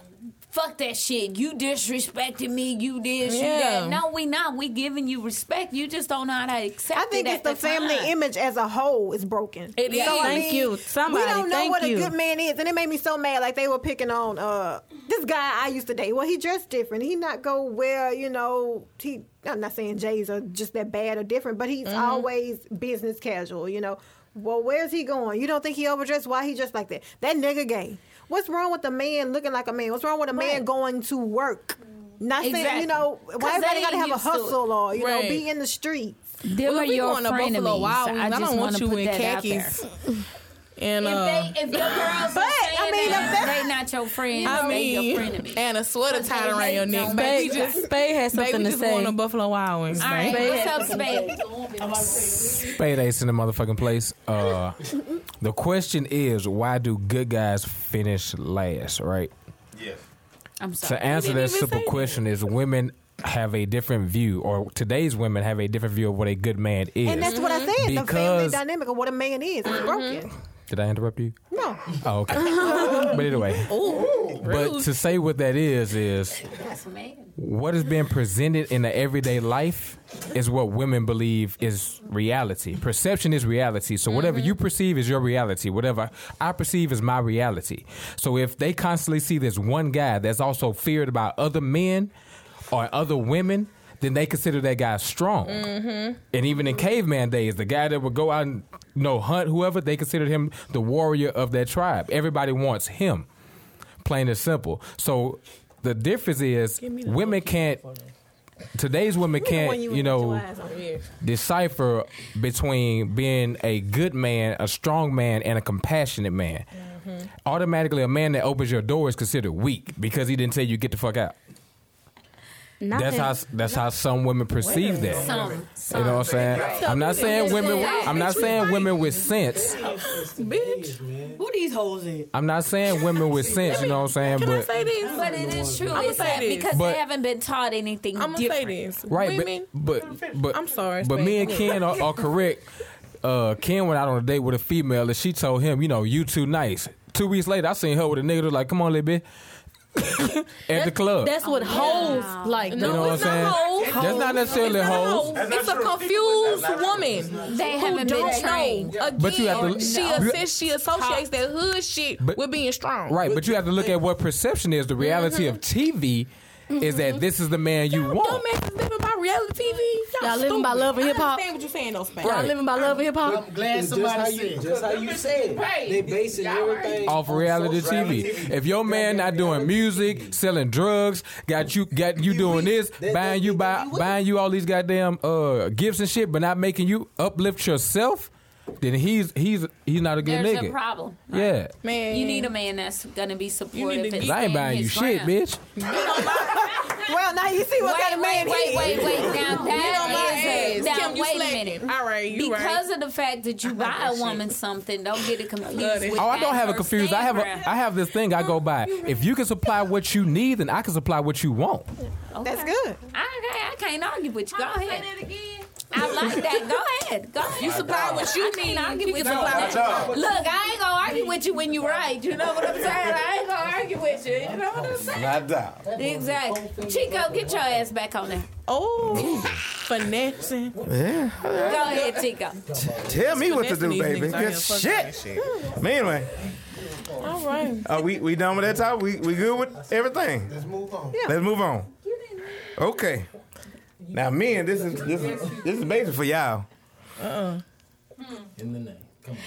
fuck that shit. You disrespected me. You did.
Yeah.
You that. No, we not. We giving you respect. You just don't know how to accept.
I think
it
it's
at
the family
time.
image as a whole is broken.
It is.
I
Thank you. Somebody,
We don't know
thank
what
you.
a good man is, and it made me so mad. Like they were picking on uh, this guy I used to date. Well, he dressed different. He not go well, you know. He I'm not saying Jays are just that bad or different, but he's always business casual. You know. Well, where's he going? You don't think he overdressed? Why he dressed like that? That nigga gay. What's wrong with a man looking like a man? What's wrong with a man
Right.
going to work? Not saying
Exactly.
you know
'Cause
why everybody
they
gotta have a
ain't used to it.
hustle or you know
Right.
be in the streets.
Them
Well,
are
we
your
going to Buffalo
frenemies.
Wild Wings.
I
I
just
don't want
wanna
you
put
in
that out there.
khakis. And uh,
If they, if your girls
but,
are
I
saying
mean, if
that,
that-
they not your friends.
I
they your
mean,
frenemies.
and a sweater tied
they
around your
hate
neck.
on
Babe, we
me.
just,
Spade has
babe, we just going to Buffalo Wild Wings.
All right,
Spade.
what's up, Spade?
Spade Ace in the motherfucking place. Uh, the question is, why do good guys finish last? Right.
I'm
To
sorry.
answer
didn't
that
even
simple
say that.
question is, women have a different view, or today's women have a different view of what a good man is.
And that's what
Mm-hmm.
I said. the family
Because-
dynamic of what a man is is broken.
Did I interrupt you?
No,
Oh, okay. but either way, but to say what that is is
That's amazing.
what is being presented in the everyday life is what women believe is reality. Perception is reality. So whatever you
Mm-hmm.
perceive is your reality. Whatever I perceive is my reality. So if they constantly see this one guy that's also feared by other men or other women, then they consider that guy strong.
Mm-hmm.
And even in caveman days, the guy that would go out and you know, hunt whoever, they considered him the warrior of that tribe. Everybody wants him plain and simple. So the difference is women can't. Today's women can't, you know, decipher between being a good man, a strong man, and a compassionate man. Automatically, a man that opens your door is considered weak because he didn't tell you get the fuck out. That's how that's how some women perceive that.
Some, some.
You know what I'm saying? I'm not saying women. I'm not saying women with sense.
Who these hoes is?
I'm not saying women with sense. You know what I'm saying?
Can I
But
say this?
But it is true.
I'ma
it's
say
that
this.
because
But-
they haven't been taught anything
I'm gonna say
different.
this.
Right,
Women,
but but, but
I'm sorry,
But
Spade.
me and Ken are, are correct. Uh, Ken went out on a date with a female, and she told him, you know, you too nice. Two weeks later, I seen her with a nigga. that was Like, come on, little bitch, at the club.
That's what hoes like.
no,
you know what I'm
it's not
saying?
hoes.
That's not necessarily
It's not a
hoes.
hoe. It's a confused woman
They
who
haven't
don't
been trained.
know. Again,
But you have to-
she,
No.
assess- she associates that hood shit
But-
with being strong.
Right, but you have to look at what perception is. The reality of
Mm-hmm.
TV is that this is the man you want.
Dumbasses living by reality TV. Y'all,
Y'all living by
stupid.
love and hip
I
hop.
understand what you're saying, though, Spain.
Y'all
Right.
living by love and hip hop.
I'm glad
somebody
just how you,
said.
Just how you said.
Right.
They basing everything
off
on
reality
social
TV. If your man not doing music, selling drugs, got you got you doing this,
That-
buying
that-
you
that
buy
you with.
buying you all these goddamn uh gifts and shit, but not making you uplift yourself, then he's he's he's not a good
There's a
nigga.
problem.
Yeah.
Man,
You need a man that's gonna be supportive.
to
and
get-
I ain't
stand
buying you
his
shit,
ground.
bitch.
Well, now you see what
Wait,
kind of
wait,
man he
wait,
is.
wait, wait. Now that is a,
ass.
now
Kim, you
wait a
slacking.
minute.
All right, you right.
because of the fact that you buy a woman something, don't get it confused.
love it.
with
Oh, I don't
that
have it
her
confused. I have a,
stand
I have this thing I go by. If you can supply what you need, then I can supply what you want.
ground.
That's
Okay.
good.
I, I can't argue with you. Go ahead. I like that. Go ahead. Go ahead.
You supply what you
I can't
need.
argue
You
with
can
you.
supply
Look,
what you
I ain't gonna argue with you when you're right. You know what I'm saying? I ain't gonna argue with you. You know what I'm saying?
Not down.
Exactly. Chico, get your ass back on there.
Oh, finessing.
Yeah.
Go ahead, Chico.
Tell me what to do,
These
baby.
niggas out here
Good
fucking
shit. Man, anyway,
All right.
are we we done with that topic? We we good with everything? Let's move on. Let's move on. Okay. Now, men, this is this is this is basically for y'all.
Uh-uh. In the name. Come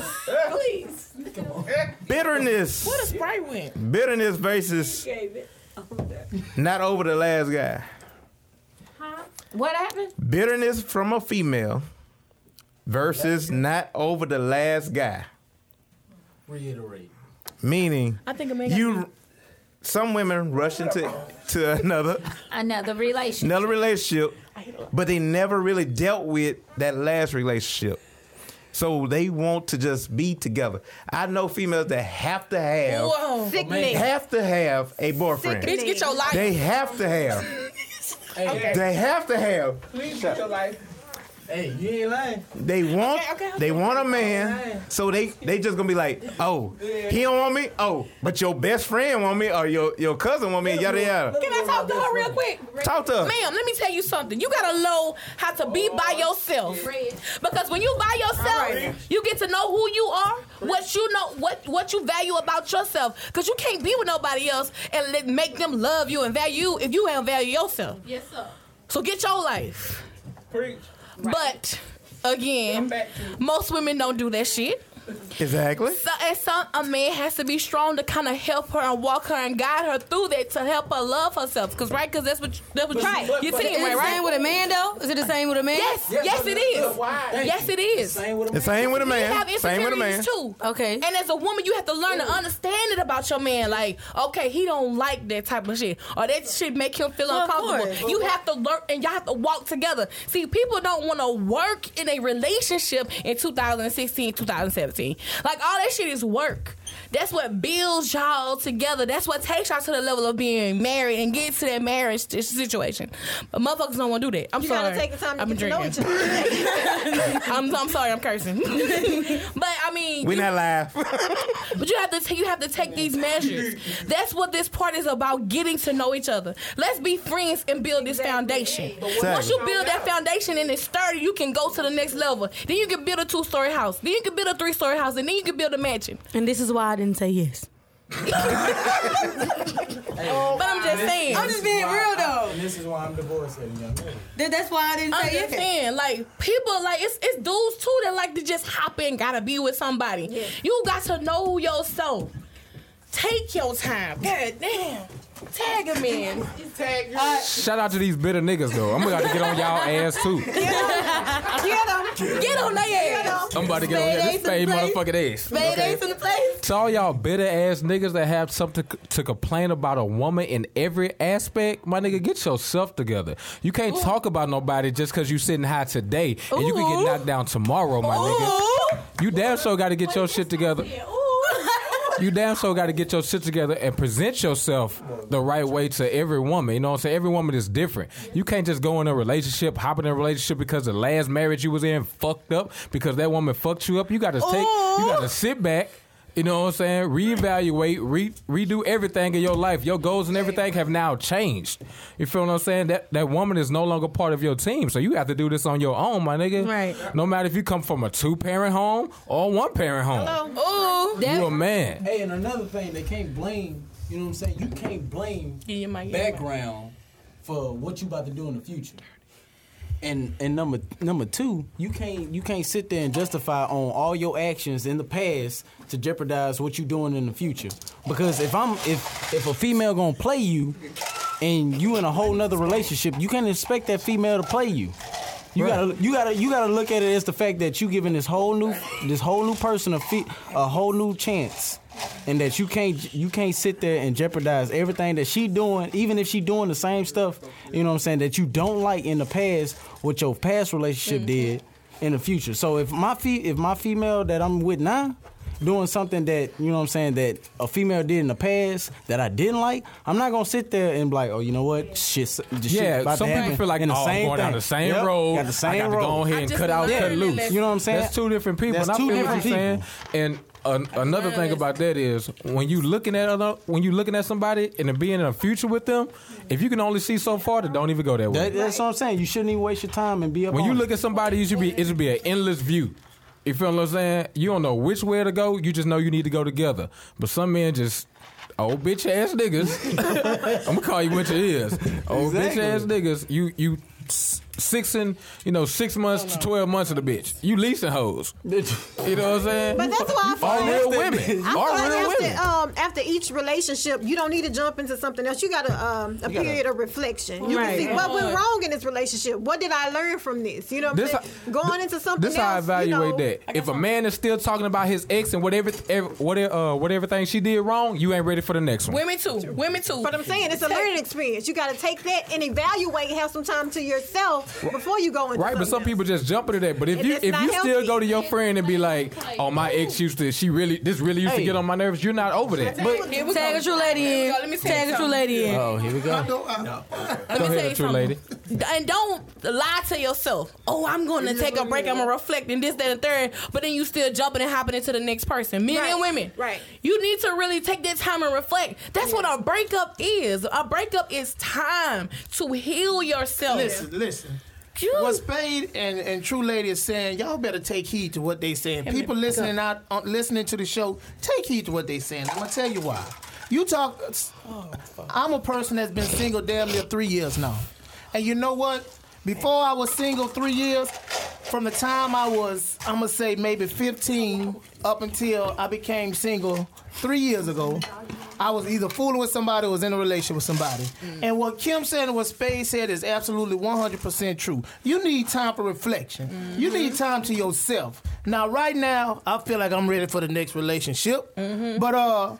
Please.
Bitterness,
What a sprite went.
bitterness versus not over the last guy.
What happened?
Bitterness from a female versus not over the last guy.
Reiterate.
Meaning,
I think a man.
you some women rush into to another
Another relationship.
another relationship but they never really dealt with that last relationship so they want to just be together i know females that have to have
Oh,
Whoa.
Sickening.
have to have a boyfriend
Bitch, get your life.
they have to have they have to have
Please put your life. Hey, you ain't lying.
they want
okay, okay.
they want a man so they they just gonna be like oh he don't want me oh but your best friend want me or your your cousin want me yada yada
Can I talk to her real quick?
talk to her
Ma'am, let me tell you something. You gotta know how to be by
Oh,
yourself. Because when you by yourself, you get to know who you are, what you know, what what you value about yourself. Because you can't be with nobody else and let, make them love you and value you if you ain't value yourself.
Yes, sir.
So get your life.
Preach.
But again, most women don't do that shit.
exactly
So, and some a man has to be strong to kind of help her and walk her and guide her through that to help her love herself. Cause right, cause that's what that's what
But-
you
but-
you're
but-
saying,
Is it
right?
the same
right?
with a man though? Is it the same with a man?
Yes, yes,
but-
it is.
but why?
Yes, it is.
Same with a
the same with a
You
man
have
same with a man
insecurities too.
Okay.
And as a woman, you have to learn to understand it about your man. Like, okay, he don't like that type of shit, or that shit make him feel
Well, of course.
uncomfortable. You have to learn, and y'all have to walk together. See, people don't want to work in a relationship in 2016, 2017. Like all that shit is work. That's what builds y'all together. That's what takes y'all to the level of being married and get to that marriage si- situation. But motherfuckers don't want to do that. I'm
You
sorry.
gotta take the time to
I'm
get to know
drinking.
each other.
I'm, I'm sorry. I'm cursing. but I mean,
we
you-
not live
but you have to take you have to take these measures. That's what this part is about: getting to know each other. Let's be friends and build this foundation. Once you build that foundation and it's sturdy, you can go to the next level. Then you can build a two-story house. Then you can build a three-story house, and then you can build a mansion.
And this is why I didn't say yes.
But I'm just saying.
I'm just being real though.
And this is why I'm divorced and young man.
That- That's why I didn't
I'm
say
just
yes.
saying, like people, like it's it's dudes too that like to just hop in, gotta be with somebody. You got to know yourself. Take your time. God damn. Tag a man.
Uh,
Shout out to these bitter niggas though. I'm about to get on y'all ass too.
Get on their ass.
I'm about to get on y'all this fade motherfucking ass.
Mayonnaise in the place.
To all y'all bitter ass niggas that have something c- to complain about a woman in every aspect, my nigga, get yourself together. You can't talk about nobody just because you sitting high today and you can
Ooh.
get knocked down tomorrow, my nigga. You damn sure got to get your shit together. You damn sure got to get your shit together and present yourself the right way to every woman. You know what I'm saying? Every woman is different. You can't just go in a relationship, hop in a relationship because the last marriage you was in fucked up because that woman fucked you up. You got to take, you got to sit back. You know what I'm saying? Reevaluate, re- redo everything in your life. Your goals and everything have now changed. You feel what I'm saying? That that woman is no longer part of your team, so you have to do this on your own, my nigga.
Right.
No matter if you come from a two parent home or one parent home,
Ooh.
you a man.
Hey, and another thing, they can't blame, you know what I'm saying? You can't blame
Get your mic, get your mic.
background for what you about to do in the future. And and number number two, you can't you can't sit there and justify on all your actions in the past to jeopardize what you're doing in the future. Because if I'm if if a female gonna play you and you in a whole nother relationship, you can't expect that female to play you. You gotta, you gotta, you gotta look at it as the fact that you giving this whole new, this whole new person a fe- a whole new chance, and that you can't, you can't sit there and jeopardize everything that she doing, even if she doing the same stuff. You know what I'm saying? That you don't like in the past, what your past relationship did in the future. So if my fe- if my female that I'm with now, doing something that you know what I'm saying that a female did in the past that I didn't like, I'm not gonna sit there and be like, oh, you know what, shit, the shit
Yeah,
about
some
to happen.
people feel like,
and the
oh, I'm
same
going down
thing.
the same
Yep,
road.
got the same
I got
road.
to go ahead and
just
cut out, cut
learned
loose.
that
You know what I'm saying?
That's two different people.
That's
and I
two
feel
different
what you're saying. And an, another
learned
thing
that.
about that is when you looking at other, when you looking at somebody and being in a future with them, if you can only see so far, then don't even go that way.
That, that's what I'm saying. You shouldn't even waste your time and be up.
when you
on
look
it.
at somebody, you should be it should be an endless view. You feel what I'm saying? You don't know which way to go. You just know you need to go together. But some men just old bitch ass niggas. I'm gonna call you what you is. Old bitch
Exactly.
ass niggas. You you s- sixing you know six months to twelve months of the bitch. You leasing hoes. You know what I'm saying?
But that's why I feel
All
like-
real women.
I
All
feel
real
like
women.
after, um, after each relationship, you don't need to jump into something else. You got a, um, a period of reflection. You
Right.
can see what went
Mm-hmm.
wrong in this relationship. What did I learn from this? You know what
This
I'm saying? Going into something
This
else.
how I evaluate
you know,
that. If a man is still talking about his ex and whatever, every, whatever, uh, whatever thing she did wrong, you ain't ready for the next one.
Women too. Women too.
But I'm saying it's a learning experience. You got to take that and evaluate, have some time to yourself before you go into
Right, but some
something
people just jump into that. But if
And
you
it's
if
not
you still
healthy.
go to your friend and be like, "Oh, my ex used to, she really, this really used to
Hey.
get on my nerves," you're not over that.
But here we
Tag
go.
a true lady
Here we
in.
go. Let me tell
Tag
you
a true
something.
lady in.
oh, here we go.
Let
Go
me tell
ahead,
you
true
something.
lady.
And don't lie to yourself. Oh, I'm going to take a break. I'm going to reflect and this, that, and third. But then you still jumping and hopping into the next person. Men
Right.
and women.
Right.
You need to really take that time and reflect. That's what a breakup is. A breakup is time to heal yourself.
Listen, listen.
You-
What Spade and, and True Lady is saying, y'all better take heed to what they saying. People listening out, uh, listening to the show, take heed to what they saying. I'm gonna tell you why. You talk. I'm a person that's been single damn near three years now, and you know what? Before I was single three years, from the time I was, I'm gonna say maybe 15 up until I became single three years ago. I was either fooling with somebody or was in a relationship with somebody. And what Kim said and what Spade said is absolutely 100% true. You need time for reflection. You need time to yourself. Now, right now, I feel like I'm ready for the next relationship. But uh,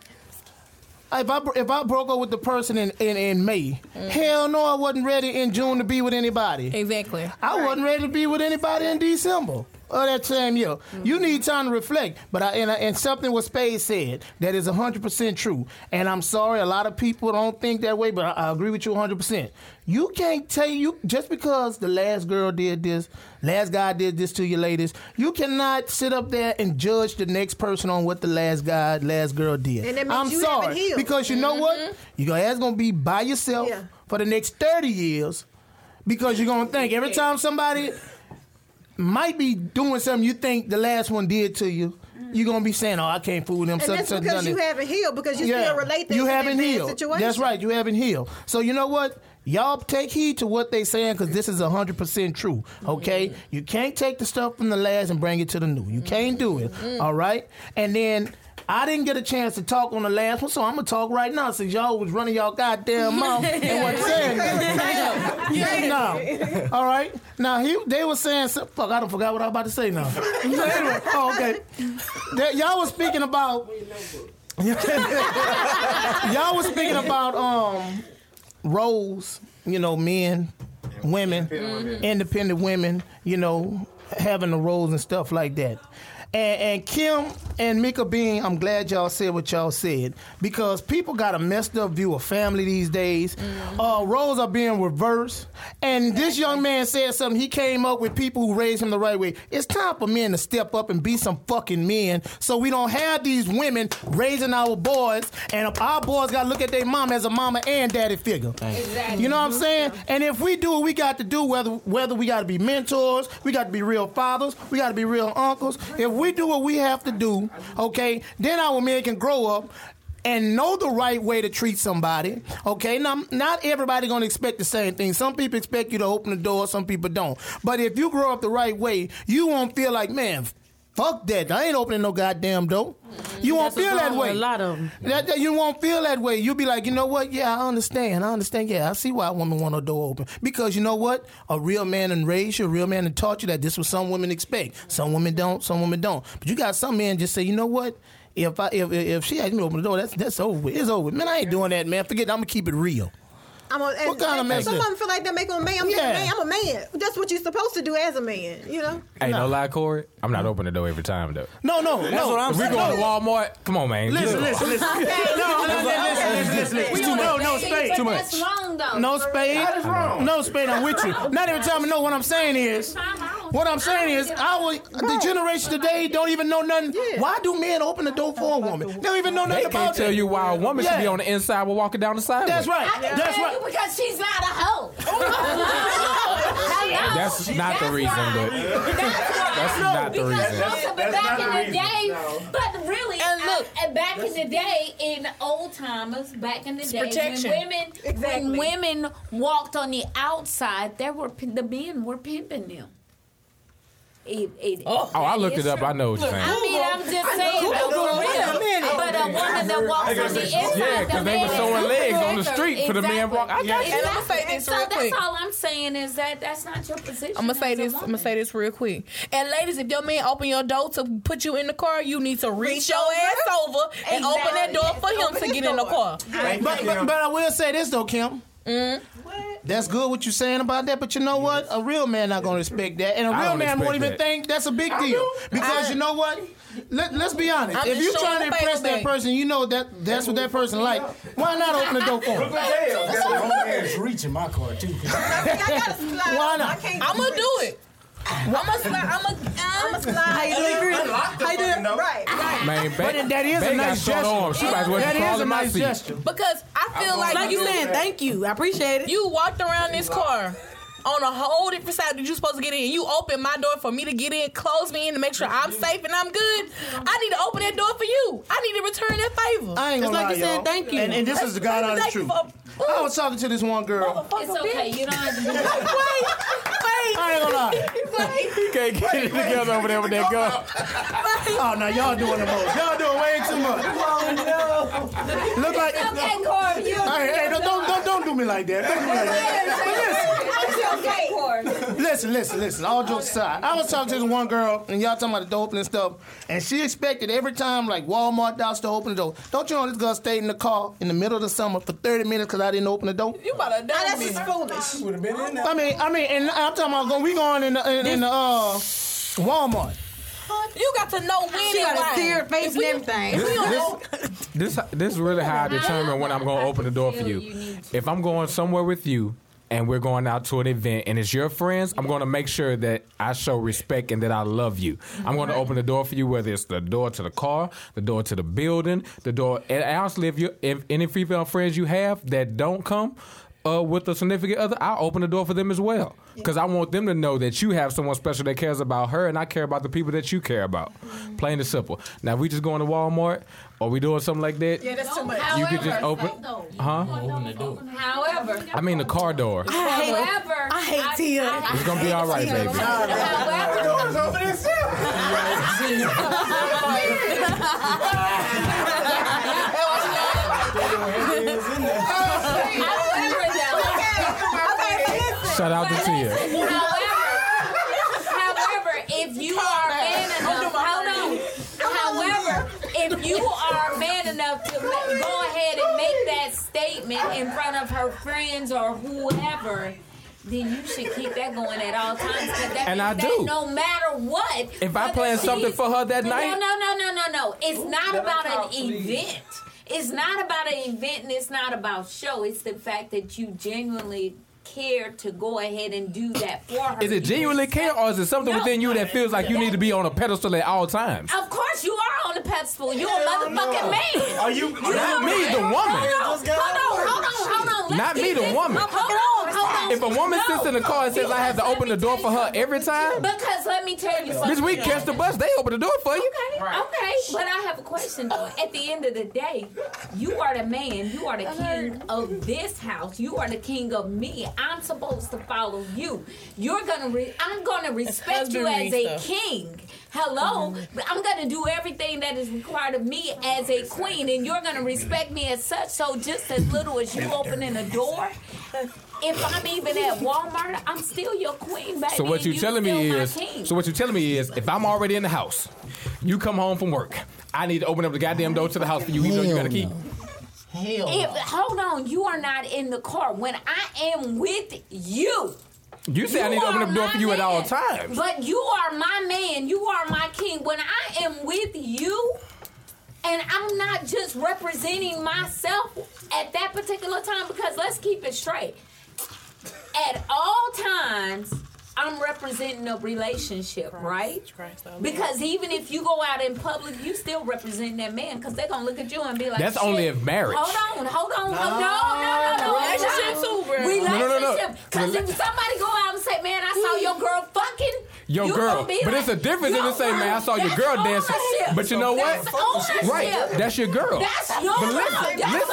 if I if I broke up with the person in, in, in May, hell no, I wasn't ready in June to be with anybody.
Exactly.
I wasn't ready to be with anybody in December or that same year.
Mm-hmm.
You need time to reflect. But I and, I- and something what Spade said that is hundred percent true. And I'm sorry, a lot of people don't think that way, but I, I agree with you hundred percent. You can't tell you just because the last girl did this, last guy did this to you, ladies. You cannot sit up there and judge the next person on what the last guy, last girl did.
And that means
I'm
you haven't
sorry
healed.
because you know what, your ass gonna be by yourself
Mm-hmm. Yeah.
for the next thirty years because you're gonna think every time somebody might be doing something you think the last one did to you, you're gonna be saying, "Oh, I can't fool them."
And
such-
that's
such
because
done
you
it."
haven't healed because you still relate that
you
to that
haven't
bad
healed.
situation.
That's right, you haven't healed. So you know what? Y'all take heed to what they saying because this is hundred percent true.
Mm.
Okay, you can't take the stuff from the last and bring it to the new. You can't do it.
Mm-hmm.
all right, and then. I didn't get a chance to talk on the last one, so I'm gonna talk right now since y'all was running y'all goddamn mouth and wasn't saying nothing. Yeah, no. All right. Now he, they were saying some, fuck. I don't forgot what I was about to say now. Anyway, oh, okay. They- y'all was speaking about Y'all was speaking about um roles, you know, men, women, Mm-hmm. independent women, you know, having the roles and stuff like that. And, and Kim and Mika Bean, I'm glad y'all said what y'all said because people got a messed up view of family these days. Uh, roles are being reversed. And this young man said something. He came up with people who raised him the right way. It's time for men to step up and be some fucking men so we don't have these women raising our boys. And our boys got to look at their mom as a mama and daddy figure. You know what I'm saying? And if we do what we got to do, whether whether we got to be mentors, we got to be real fathers, we got to be real uncles. If we do what we have to do, okay, then our men can grow up and know the right way to treat somebody. Okay, now not everybody gonna expect the same thing. Some people expect you to open the door, some people don't. But if you grow up the right way, you won't feel like man. Fuck that! I ain't opening no goddamn door. You
Mm-hmm.
won't
That's
feel
what's
that
wrong with
way.
a lot of 'em.
That, that- you won't feel that way. You'll be like, you know what? Yeah, I understand. I understand. Yeah, I see why a woman want a door open. Because you know what? A real man and raised you, a real man and taught you that this was some women expect. Some women don't, some women don't. But you got some men just say, you know what? If I if if if she had me open the door, that's that's over with. It's over with. Man, I ain't doing that, man. Forget it. I'm gonna keep it real.
I'm a, as,
What kind of
as- Some
man?
of them feel like they make them a man. I'm
Yeah.
not a man. I'm a man. That's what you're supposed to do as a man. You know.
Hey, no lie, Corey. I'm not open the door every time though.
No, no,
That's
no.
what I'm
If we
saying. We
go
going to Walmart. Come on, man.
Listen, listen, listen. No, no, listen, listen, listen, listen. It's too much. No, no spade.
Too much. That's wrong though.
No spade. No spade. I'm with you. Not every time I know what I'm saying is. What I'm saying is, our the generation today don't even know nothing. Why do men open the door for a woman? They don't even know
They
nothing
can't
about
tell
it.
you why a woman should be
Yeah.
on the inside while walking down the sidewalk.
That's right. That's right.
because she's not a hoe. Hello.
Oh,
That's not the reason, but that's not the reason.
But back in the day, but really,
And look,
I- and back in the day, in old timers, back in the day,
protection.
when women
Exactly.
when women walked on the outside, there were pim- the men were pimping them. It, it,
Oh, I looked it up. I know what you're saying.
I mean, I'm just saying, but for real. But a woman that walks on the inside,
Yeah, because
the
they were
man is
sewing
not
legs on the
protected.
street for the men walk. I got you.
Exactly.
And I'ma say this
so
real quick.
that's all I'm saying is that that's not your position.
I'm gonna say
as a
this. I'm gonna
woman.
say this real quick. And ladies, if your man open your door to put you in the car, you need to reach,
Reach
your
over.
ass over and
Exactly.
open that door for him
Open
to
his
get in the
door.
car.
But, but, but I will say this though, Kim.
Mm-hmm.
What?
That's good what you're saying about that, but you know what? A real man not gonna respect that, and a
I
real
don't
man won't
expect
even
that.
think that's a big deal because you know what? Let, let's be honest.
I'm
if
just
you're
showing
trying to
the
impress
baby.
that person, you know that that's what that person like. Why not open the door for him?
It's reaching my car too.
I gotta slide.
Why
up.
not?
I can't.
I'm gonna do it. I'm gonna slide. I'm
I'm
gonna.
gonna slide. How you doing? How you doing? Right. Right.
Man,
But that is a nice gesture.
Arms. She might as well
That
be
is a
crawling my
nice
seat.
gesture.
Because I feel like,
Like you saying, thank you. I appreciate it.
you walked around this car on a whole different side that you supposed to get in. You open my door for me to get in, close me in to make sure I'm safe and I'm good. I need to open that door for you. I need to return that favor.
I ain't
It's
gonna
Uh, like
lie,
you said,
y'all.
thank you.
And, and this is the god honest
Thank you
truth.
for-
I was talking to this one girl.
It's okay. You don't have to do that.
I ain't gonna lie.
You can't get it together over there with that gun.
Oh no, y'all doing the most. Y'all doing way too much. Look like.
Okay, Corey, you don't
Hey, hey, don't, don't, don't, don't do me like that. Don't do me like that.
okay, Corey.
But listen, listen, listen, listen. All jokes aside, I was talking to this one girl, and y'all talking about the door opening and stuff, and she expected every time like Walmart dogs to open the door. Don't you know this girl stayed in the car in the middle of the summer for 30 minutes because I didn't open the door?
You about to die.
That's just foolish.
Would have been in there.
I mean, I mean, and I'm talking about going, we going in the in, in the uh, Walmart.
You got to know when
She got
and
a
why.
seared face and everything.
This, this, this is really how I determine when I'm going to open the door for you. If I'm going somewhere with you and we're going out to an event and it's your friends, I'm going to make sure that I show respect and that I love you. I'm going to open the door for you, whether it's the door to the car, the door to the building, the door. And honestly, if you if any female friends you have that don't come. Uh, with a significant other, I open the door for them as well because I want them to know that you have someone special that cares about her, and I care about the people that you care about.
Mm-hmm.
Plain and simple. Now, if we just going to Walmart or we doing something like that,
Yeah, that's too much.
you could just
However,
open, huh?
Open the door.
However,
I mean the car door.
however,
I hate Tia.
It's gonna be all right, baby.
However, however, though,
Shout out to Tia.
However, however, if you are man enough, hold on. However, if you are man enough to ma- go ahead and make that statement in front of her friends or whoever. Then you should keep that going at all times. 'cause That
And
means
I
that
do.
No matter what.
If I
whether
plan something
she's-
for her that
no,
night-
No, no, no, no, no, no. It's not about an event. It's not about an event and it's not about show. It's the fact that you genuinely care to go ahead and do that for her.
Is it genuinely care or is it something
No.
within you that feels like you need to be on a pedestal at all times?
Of course you are on the pedestal. You're a motherfucking man.
Are you?
Not me, the woman.
Hold on, hold on, hold on. Let's
Not me,
get
the
this-
woman.
Hold on, hold on.
If a woman sits in the car and says I have to
because
open
let
the
me
door
tell
for
you
her
something.
every time,
Because let me tell you something.
bitch, we catch the bus. They open the door for you.
Okay, okay, but I have a question though. At the end of the day, you are the man. You are the king of this house. You are the king of me. I'm supposed to follow you. You're gonna. Re- I'm gonna respect you as
husbandry
a
stuff. Mm-hmm.
king. Hello, But I'm gonna do everything that is required of me as a queen, and you're gonna respect me as such. So just as little as you opening a door. If I'm even at Walmart, I'm still your queen, baby.
So what
and
you telling me
still my
is,
king.
so what you telling me is, if I'm already in the house, you come home from work, I need to open up the goddamn door to the house for you, even though you gotta keep.
Hell.
If, hold on, you are not in the car. When I am with you,
You say I need to open
are
up the door
my
for you at all
man.
times.
But you are my man. You are my king. When I am with you, and I'm not just representing myself at that particular time, because let's keep it straight. At all times, I'm representing a relationship, right? Because even if you go out in public, you still represent that man because they're gonna look at you and be like,
That's only
"Shit,
if marriage.
Hold on, hold on, hold on, no, no, no, no,
Relationship
no.
too, bro.
No, no, no, no.
Relationship. Because if somebody go out and say, "Man, I saw your girl fucking,"
Your
you
girl,
gonna be
but
like,
it's a difference
"Yo,
in the same man. I saw your
that's
girl dancing,
ownership.
but you know what?
That's ownership.
Right, that's your girl.
That's your
but listen,
girl. That's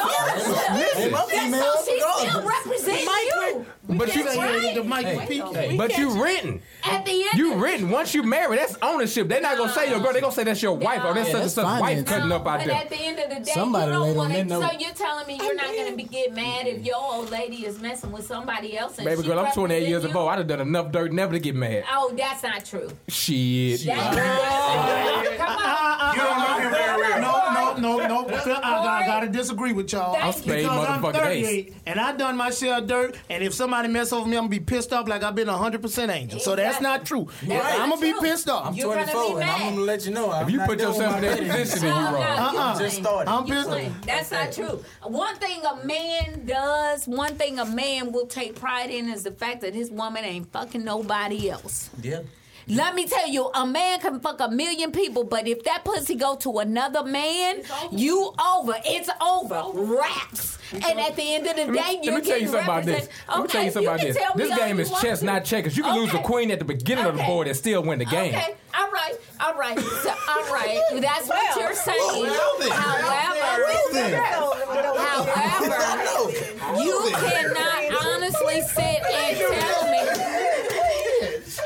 ownership.
listen, listen.
That's so she still represents you.
But you,
That's right.
hey, but you renting.
At the end,
You written once you married. That's ownership. They're not gonna say your girl. They're gonna say that's your wife or that's
Yeah,
such and
that's
such wife
finance.
cutting up out
But
there.
at the end of the day,
Somebody
you
laid
don't
on
want
that
to.
note.
So you're telling me you're not going to be get mad if your old lady is messing with somebody else? And
Baby
she
girl, I'm 28
represent
years
you?
of old. I'd have done enough dirt never to get mad.
Oh, that's not true.
Shit.
That's-
Yeah.
Come on.
You don't know him very well. No, no, no, no. I, I, I gotta disagree with y'all.
I'm spade
Because I'm
motherfucking
38, and I done my share of dirt. And if somebody mess over me, I'm gonna be pissed off like I've been 100 percent angel. So that's not true.
Right.
I'm gonna be pissed off.
I'm 24, and I'm gonna let you know. I'm
you
not
put
done
yourself
with
in that
my dating.
position, then you
No,
wrong.
no, you
Uh-uh.
playing.
Just started. I'm
You
pissed.
playing. That's not true. One thing a man does, one thing a man will take pride in is the fact that his woman ain't fucking nobody else.
Yeah.
Let me tell you, a man can fuck a million people, but if that pussy go to another man, you over. It's over. Raps. And at the end of the
Let me,
day,
let
you're
me tell you
getting
something about this.
represent-
let me tell you
Okay,
something about
can
this.
tell me
This
all
game
you
is
want
chess,
to.
not checkers. You can lose the
Okay.
queen at the beginning of the
Okay.
board and still win the game.
Okay, all right, all right, so, all right. That's what you're saying.
well then.
However,
Well then.
however, you cannot honestly sit and tell me.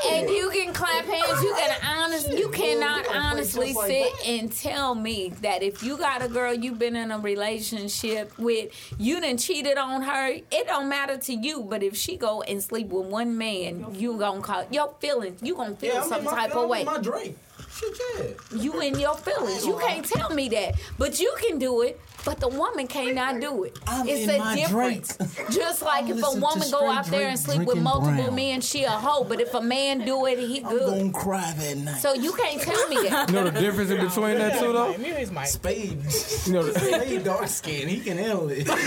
And you can clap hands. You can honest. You cannot honestly sit and tell me that if you got a girl you've been in a relationship with, you done cheated on her. It don't matter to you. But if she go and sleep with one man, you gonna call your feelings. You gonna feel
Yeah, I'm in
some
my-
type
I'm
of
in
way.
My Drake. Shit, yeah.
You in your feelings. You can't tell me that. But you can do it, but the woman cannot do it.
I'm
it's
in
a
my
difference. Just like if
listen
a
to
woman go
straight
out there and
Drake
sleep with
drinking
multiple
brown.
men, she a hoe. But if a man do it, he
I'm gonna
good.
cry that night.
So you can't tell me that.
You know the difference in between that two, though?
Spade.
You know the-
Spade dark skin. He can handle it. I'm,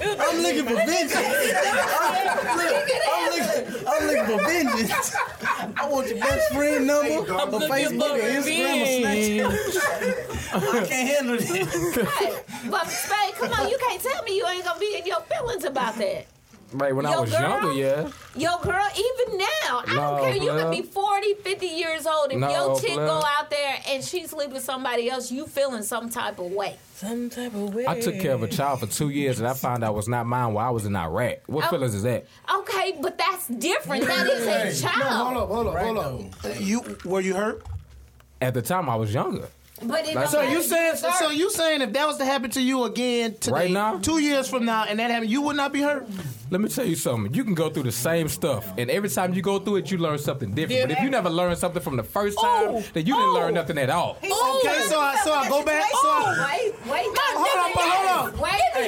I'm looking for vengeance. I'm, look, I'm, looking, I'm looking for vengeance. I want your best friend number, a Facebook, or Instagram, or Snapchat. I can't handle it.
Right. But Spade, come on, you can't tell me you ain't gonna be in your feelings about that.
Right, when I
Your
was
girl?
younger, yeah.
Yo, girl, even now, I
No,
don't care. You
blood.
could be 40, 50 years old. If
No,
your chick
blood.
go out there and she sleep with somebody else, you feeling some type of way.
Some type of way.
I took care of a child for two years and I found out was not mine while I was in Iraq. What
Oh.
feelings is that?
Okay, but that's different. That is a
No,
child.
hold up, hold up, hold up. You were you hurt?
At the time, I was younger.
But it
Like,
don't
so
matter.
You saying
Sorry.
so? You saying if that was to happen to you again today,
Right now?
two years from now, and that happened, you would not be hurt.
Let me tell you something. You can go through the same stuff, and every time you go through it, you learn something different. But if you never learn something from the first
Oh.
time, then you didn't learn nothing at all.
okay, so I so I go back. So I,
Wait, wait,
hold on, but hold on.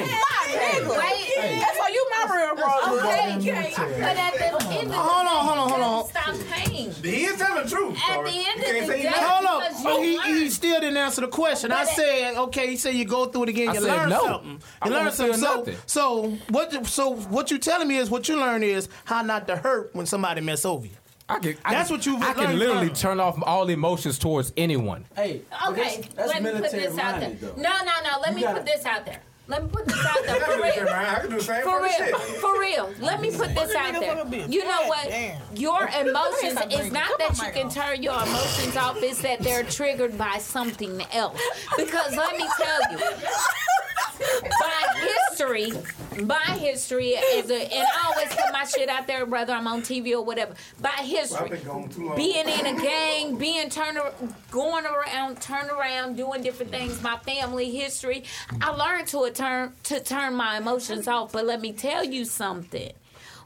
Wait, wait, wait.
That's why you my real bro.
Okay, but at the end of the
Hold on, hold on, hold on.
Stop paying.
He is telling the truth.
At the end of the day,
Hold up,
because
but
you
he, he
learn.
still didn't answer the question. I
But it-
said, okay, he said you go through it again,
I
you
said
learn
no.
something.
I
You
won't
learn something.
feel
So,
nothing.
so what? So what you telling me is what you learn is how not to hurt when somebody mess over you.
I can, I
That's
can-
what you've
I can
learned
literally
from.
turn off all emotions towards anyone.
Hey, but
Okay,
that's, that's
let me put
military
this out there.
minded, though.
No, no, no. Let me
gotta-
put this out there. Let me put this out there for real.
I can do the same
For
fucking
real,
shit.
for real. Let me put this out there. You know what? Your emotions is not that you can turn your emotions off. It's that they're triggered by something else. Because let me tell you, by history, by history, as a, and I always put my shit out there, whether I'm on TV or whatever. By
I've
history,
been gone too long.
being in a gang, being turned, ar- going around, turn around, doing different things. My family history. I learned to a turn to turn my emotions off. But let me tell you something.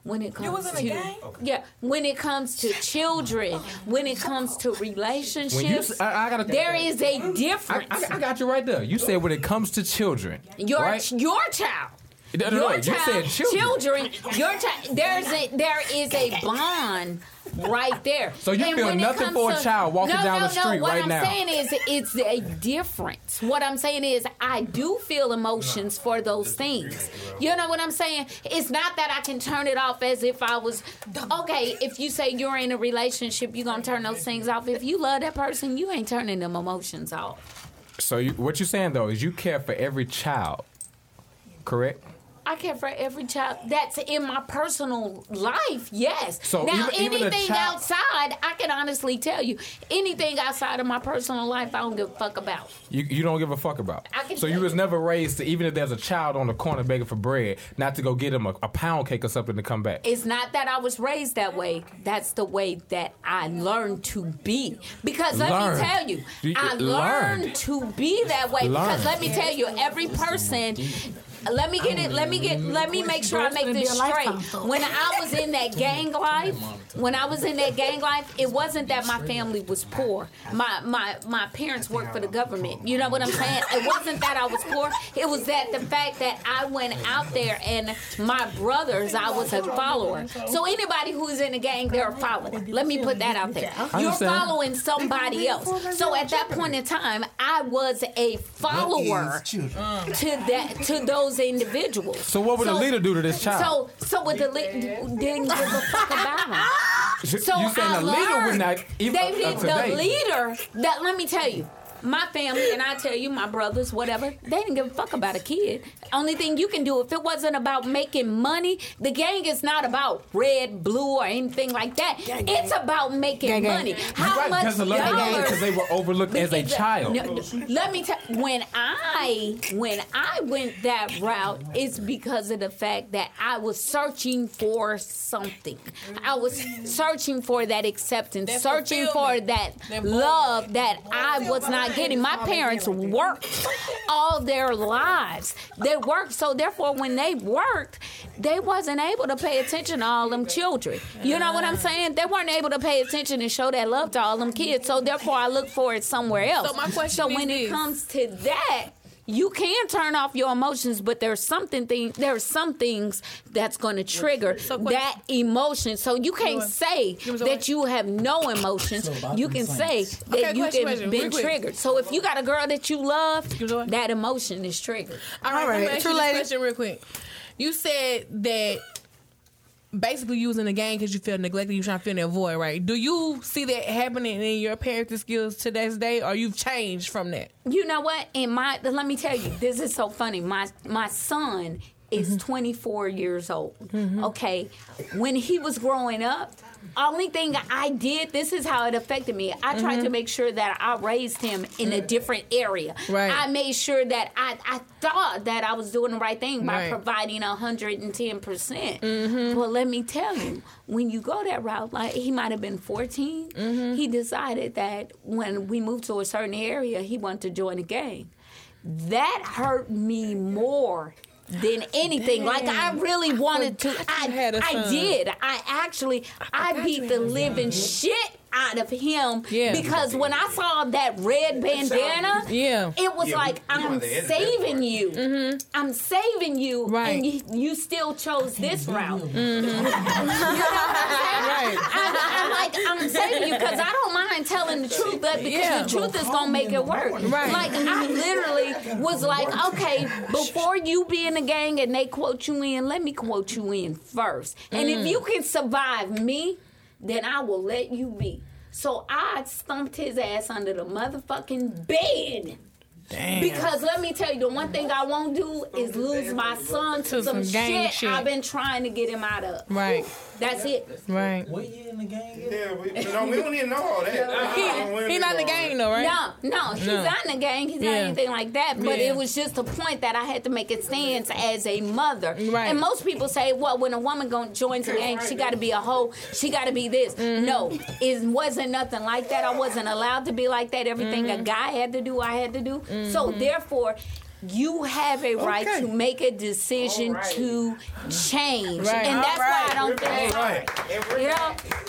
when it comes
wasn't a
to
game?
yeah, when it comes to children, when it comes to relationships,
When you s- I- I gotta-
there is a
I,
difference.
I, I got you right there. You said when it comes to children,
your
right?
your child.
No, no, no,
your
you
child,
said children.
your child. There's a there is a bond right there.
So you feel
when it
nothing
comes
for a child walking
no,
down
no,
the
no,
street
What
right
I'm
now.
saying is, it's a difference. What I'm saying is, I do feel emotions for those things. You know what I'm saying? It's not that I can turn it off as if I was okay. If you say you're in a relationship, you're gonna turn those things off. If you love that person, you ain't turning them emotions off.
So you, what you're saying though is you care for every child, correct?
I care for every child that's in my personal life. Yes.
So
now
even- even a
anything
child-
outside, I can honestly tell you, anything outside of my personal life, I don't give a fuck about.
You, you don't give a fuck about.
I can
So you
tell
was never raised to even if there's a child on the corner begging for bread, not to go get him a, a pound cake or something to come back.
It's not that I was raised that way. That's the way that I learned to be. Because let
Learned.
me tell you,
You-
I
learned.
learned to be that way. Because
Learned.
let me tell you, every person. Let me get it. Let me get. Let me make sure I make this straight. When I was in that gang life, when I was in that gang life, it wasn't that my family was poor. My my my parents worked for the government. You know what I'm saying? It wasn't that I was poor. It was that the fact that I went out there and my brothers, I was a follower. So anybody who is in a gang, they're a follower. Let me put that out there.
I
You're
understand.
following somebody else. So at that point in time, I was a follower
That is children.
to that to those individuals.
So what would a leader do to this child?
So so what the leader didn't give a fuck about him.
So,
So
you saying
I
a leader would
learned
not even
they
uh,
did
today.
the leader that let me tell you my family and I tell you my brothers whatever they didn't give a fuck about a kid only thing you can do if it wasn't about making money the gang is not about red blue or anything like that it's about making
Gang, gang.
money
You're
how
right,
much
Because a lot of them-
dollars
'cause they were overlooked as a
Exa-
child.
No, no, let me tell. When I when I went that route, it's because of the fact that I was searching for something. I was searching for that acceptance,
That
searching for
fulfillment.
that
That
love that I was not getting. My parents worked all their lives. They worked, so therefore, when they worked, they wasn't able to pay attention to all them children. You know what I'm saying? They weren't able to pay attention and show that love to all them kids. So therefore, I look for it somewhere else.
So my question
So
is
when it
this.
comes to that. You can turn off your emotions, but there's something thing, there's some things that's going to trigger that emotion. So you can't say that you have no emotions. You can say that
Okay, question,
you have
question, real
been
quick.
triggered. So if you got a girl that you love, that emotion is triggered.
All right, let me ask you this question real quick. You said that basically you was in the game because you felt neglected. You trying to fill that void, right? Do you see that happening in your parenting skills to this day, or you've changed from that?
You know what? In my let me tell you, this is so funny. My my son is 24 years old. Okay. When he was growing up, only thing I did, this is how it affected me. I tried to
Mhm.
make sure that I raised him in a different area.
Right.
I made sure that I, I thought that I was doing the right thing by
Right. Mm-hmm.
providing 110%. percent But let me tell you, when you go that route, like he might have been 14,
Mm-hmm.
he decided that when we moved to a certain area, he wanted to join a gang. That hurt me more than anything. Like I
Damn.
really wanted to. I
had a
I
son.
did. I actually I, beat the living shit out of him
Yeah.
because when I saw that red bandana,
Yeah.
it was
Yeah, we-
like
we wanted
I'm
to edit that
saving you. I'm saving you,
Mm-hmm. Right.
and you, you still chose this route. Mm-hmm.
Mhm.
right. I'm, I'm like, I'm saving you because I don't mind telling the truth, but because
Yeah.
the truth is gonna make it work.
Right.
Like I literally was like, okay, before you be in the gang and they quote you in, let me quote you in first. And if
Mm.
you can survive me, then I will let you be. So I stumped his ass under the motherfucking bed. Because let me tell you, the one thing I won't do is lose my son to
To
some,
some gang
shit,
shit.
I've been trying to get him out of.
Right.
That's it.
Right.
Yeah, we,
no, we don't even know all that.
He, he not in the game though, right?
No, no, he's
No.
not in the gang. He's not
Yeah.
anything like that. But
Yeah.
it was just a point that I had to make a stance as a mother. Right. And most people say, well, when a woman go- joins a gang, she got to be a hoe. She got to be this.
Mm-hmm.
No, it wasn't nothing like
Mm-hmm.
that. I wasn't allowed to be like that. Everything a guy had to do, I had to do. So
Mhm.
therefore, You have a right
Okay.
to make a decision to change,
Right.
and that's why I
All
don't
right.
feel
Everybody.
sorry. You know,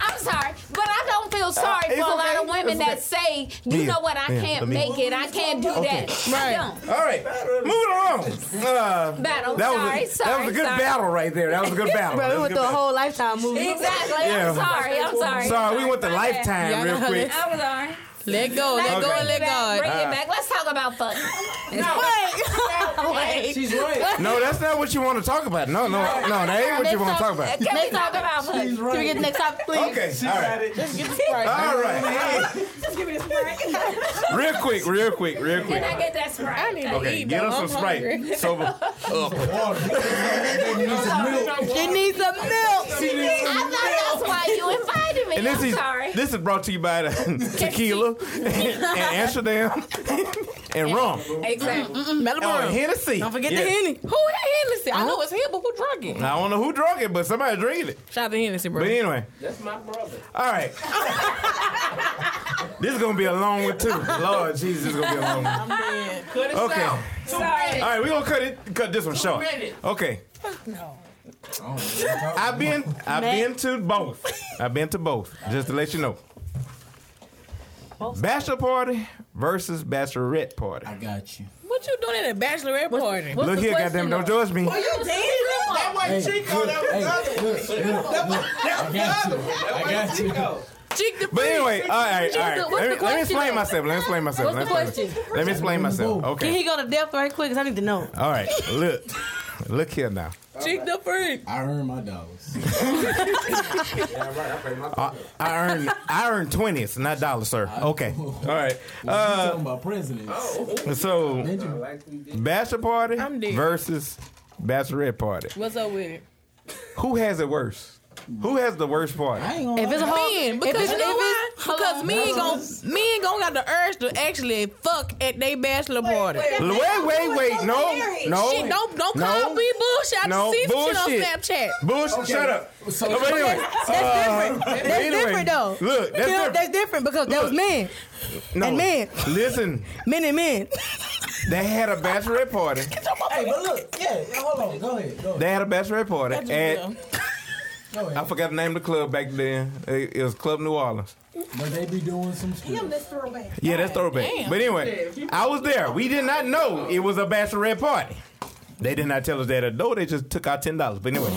I'm sorry, but I don't feel sorry
Uh, it's
for a
okay.
lot of women that
It's
say, you
Mia,
know what, I
Mia,
can't
let me-
make it, I can't do
Okay.
that.
Right.
I don't.
All right, moving along. Uh,
Battle.
That
Sorry,
was a,
sorry,
that was a good
sorry.
battle right there. That was a good battle.
Bro,
That was
we went
a good
through a
battle.
whole lifetime movie.
Exactly. I'm sorry. I'm sorry.
Sorry, we went the
My bad.
lifetime real quick.
I was all right.
Let go, let go, and let God.
Bring
Uh,
it back. Let's talk about fuck.
Wait. She's right.
No, that's not what you want to talk about. No, no, no, that ain't what you want to talk about.
Can we talk about fuck?
Can we get the next topic, please?
Okay, all right.
Just get this
All
right.
right.
Just give me this right.
Real quick, real quick, real quick.
Can I get that sprite? I need
Okay, get us some Sprite. uh, Sober. up.
She needs some milk.
She needs some I thought that's milk. why you invited me.
And this
I'm
is
sorry.
this is brought to you by the tequila and Amsterdam and rum.
Exactly.
Oh, and Hennessy.
Don't forget
Yeah.
the Henny. Who had Hennessy? I know it's him, but who drunk it?
I don't know who drunk it, but somebody drinking it.
Shout out to Hennessy, bro.
But anyway,
That's my brother.
all right. this is gonna be a long one too. Lord Jesus, this is gonna be a long one.
Cut it
Okay.
out.
All right, we're gonna cut it. Cut this one short.
minutes.
Okay. No. I've been. I've been to both. I've been to both. Just to let you know. Bachelor party versus bachelorette party. I
got you.
What you doing at a bachelorette party?
Look here, goddamn! Don't judge me.
Well, you did. That
Hey,
was Chico. That
hey,
was other.
look, look,
That was that was other. That was Chico.
But anyway, all right,
Chick
all
the-
right.
what's
Let me,
the
let me explain
question?
myself. Let me explain myself.
What's the
let, me
question?
explain, let me explain myself.
Can he
Okay.
go to depth right quick? Cause I need to know.
All right. Look. Look here now.
Chick the freak.
I earned my dollars.
I, I earned I earned twenties, not dollars, sir. Okay. All right.
you
Uh,
talking about presidents.
so, bachelor party
I'm dead.
versus bachelorette party.
What's up with it?
Who has it worse? Who has the worst party?
If it's a whole,
men, because
if it's,
you know
if
why?
it's, hold
Because
on.
men gon' men gon' got the urge to actually fuck at they bachelor party.
Wait, wait, wait. No, no.
Shit, don't don't
no,
call me bullshit. I
no,
no, see some
bullshit.
shit on Snapchat.
Bullshit.
Okay.
Shut up.
So-
No, but anyway,
That's
uh,
different.
but
That's
anyway,
different though.
Look, that's
You know,
different.
That's different because that was
Look.
men,
No,
and men,
listen,
men and men.
they had a bachelorette party.
Hey, but look, yeah, yeah, hold on, go ahead, go ahead.
They had a bachelorette party
That's
at
real. Go
I
ahead.
forgot the name of the club back then. It it was Club New Orleans.
But they be doing some stuff.
Him this throwback.
Yeah, that's throwback.
Damn.
But anyway, I was there. We did not know it was a bachelorette party. They did not tell us that at door. They just took our ten dollars. But anyway,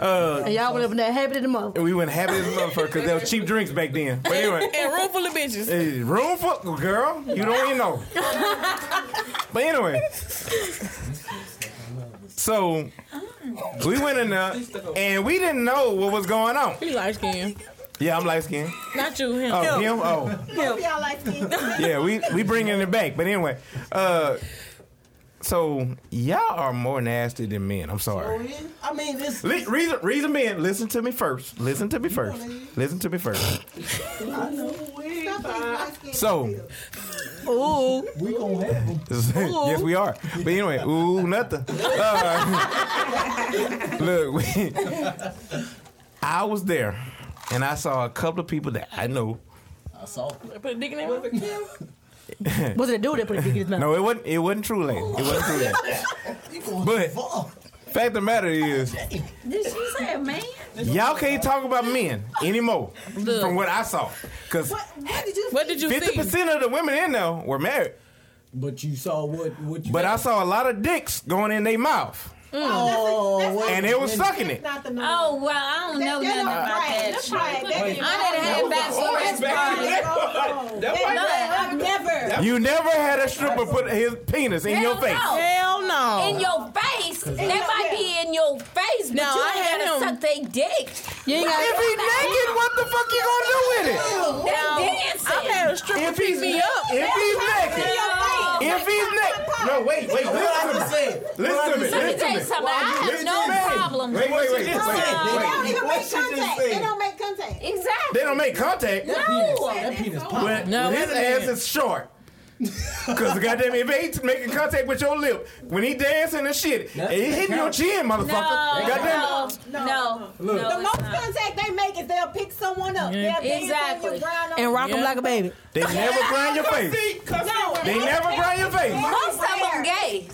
uh,
And y'all would have been happy to the month.
we went happy as a motherfucker because there was cheap drinks back then. But anyway,
And room full of bitches.
eh, room for girl, you don't even know. But anyway, so we went in there and we didn't know what was going on.
He light skin.
Yeah, I'm light skinned.
Not you, him.
Oh, him? Oh.
Hope y'all like me.
yeah, we we bringing it back. But anyway, uh, so y'all are more nasty than men. I'm sorry.
I mean, this.
Li- reason, reason being, listen to me first. Listen to me first. Listen to me first. So,
Ooh,
We gonna have them.
yes, we are. But anyway, ooh, nothing. Uh, look, we, I was there, and I saw a couple of people that I know.
I saw.
Put a dick in there.
was it a dude that put a dick in his mouth?
No, it wasn't. It wasn't true, lady. It wasn't true, lady.
You going
But-
far.
Fact of the matter is,
Did she say a man?
Y'all can't talk about men anymore from what I saw. Because
What, what did you
What did you see?
50% of the women in there were married.
But you saw what what you
But I saw a lot of dicks going in their mouth.
Oh, wait.
And they was sucking
That's
it.
not the number.
Oh well, I don't know nothing about that.
That's right. That's right.
I didn't have bachelor's party.
Oh. I've never.
You never had a stripper put his penis in your
Hell
face.
no.
Hell no.
In your face, that might be in your face, but
No,
you
I
ain't
had
gotta
him.
suck they dick.
You ain't
If
got.
he naked, what the fuck you gonna do with it?
They
I've
dancing.
had a stripper
If he's
pick me up.
If he's naked. If he's naked. No, wait, wait, listen to me.
said.
Listen to me. Listen
Let me tell
to
you
me.
something. I have
Listen
no
to me.
problem.
Wait, wait, wait,
They
wait, wait.
don't even
What
make
she just
contact.
said.
They don't make contact.
Exactly.
They don't make contact.
That penis pop.
But
No,
his
wait a minute.
ass is short. Cause goddamn, if he ain't making contact with your lip when he dancing and shit,
That's-
it hitting your chin, motherfucker.
No,
goddamn,
no, no,
Look.
no,
The most
it's not.
contact they make is they'll pick someone up. They'll dance
Exactly.
on you, grind on
And rock him
Yeah.
like a baby.
they never grind your face.
you. No,
They never grind your face.
Most of them gay.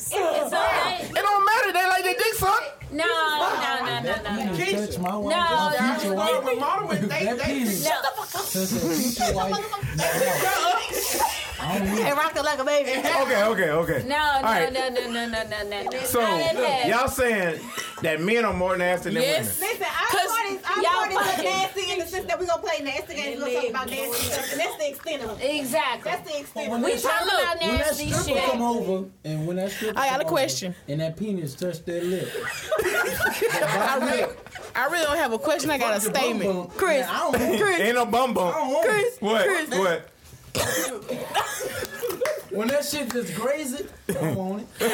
that piece.
Shut the
Since a future wife.
and rock it like a baby.
Okay, okay, okay.
No,
All right.
no, no, no, no, no, no, no.
So y'all saying that men are more nasty than
Yes.
Listen, our
Cause
parties, our
y'all
parties
fucking-
are nasty in the sense that we gonna play nasty games. We gonna talk about nasty stuff, and that's the extent of it.
Exactly.
That's the extent.
When
of
we
it.
talk about
Look,
nasty
when that
shit-
stripper
Come over, and when that stripper
I got
come
a
over
question.
and that penis touched that lip,
I really, I really don't have a question. I got a statement.
Chris,
women. Ain't no bum bump.
Chris,
What? What?
when that shit just grazing, I want it.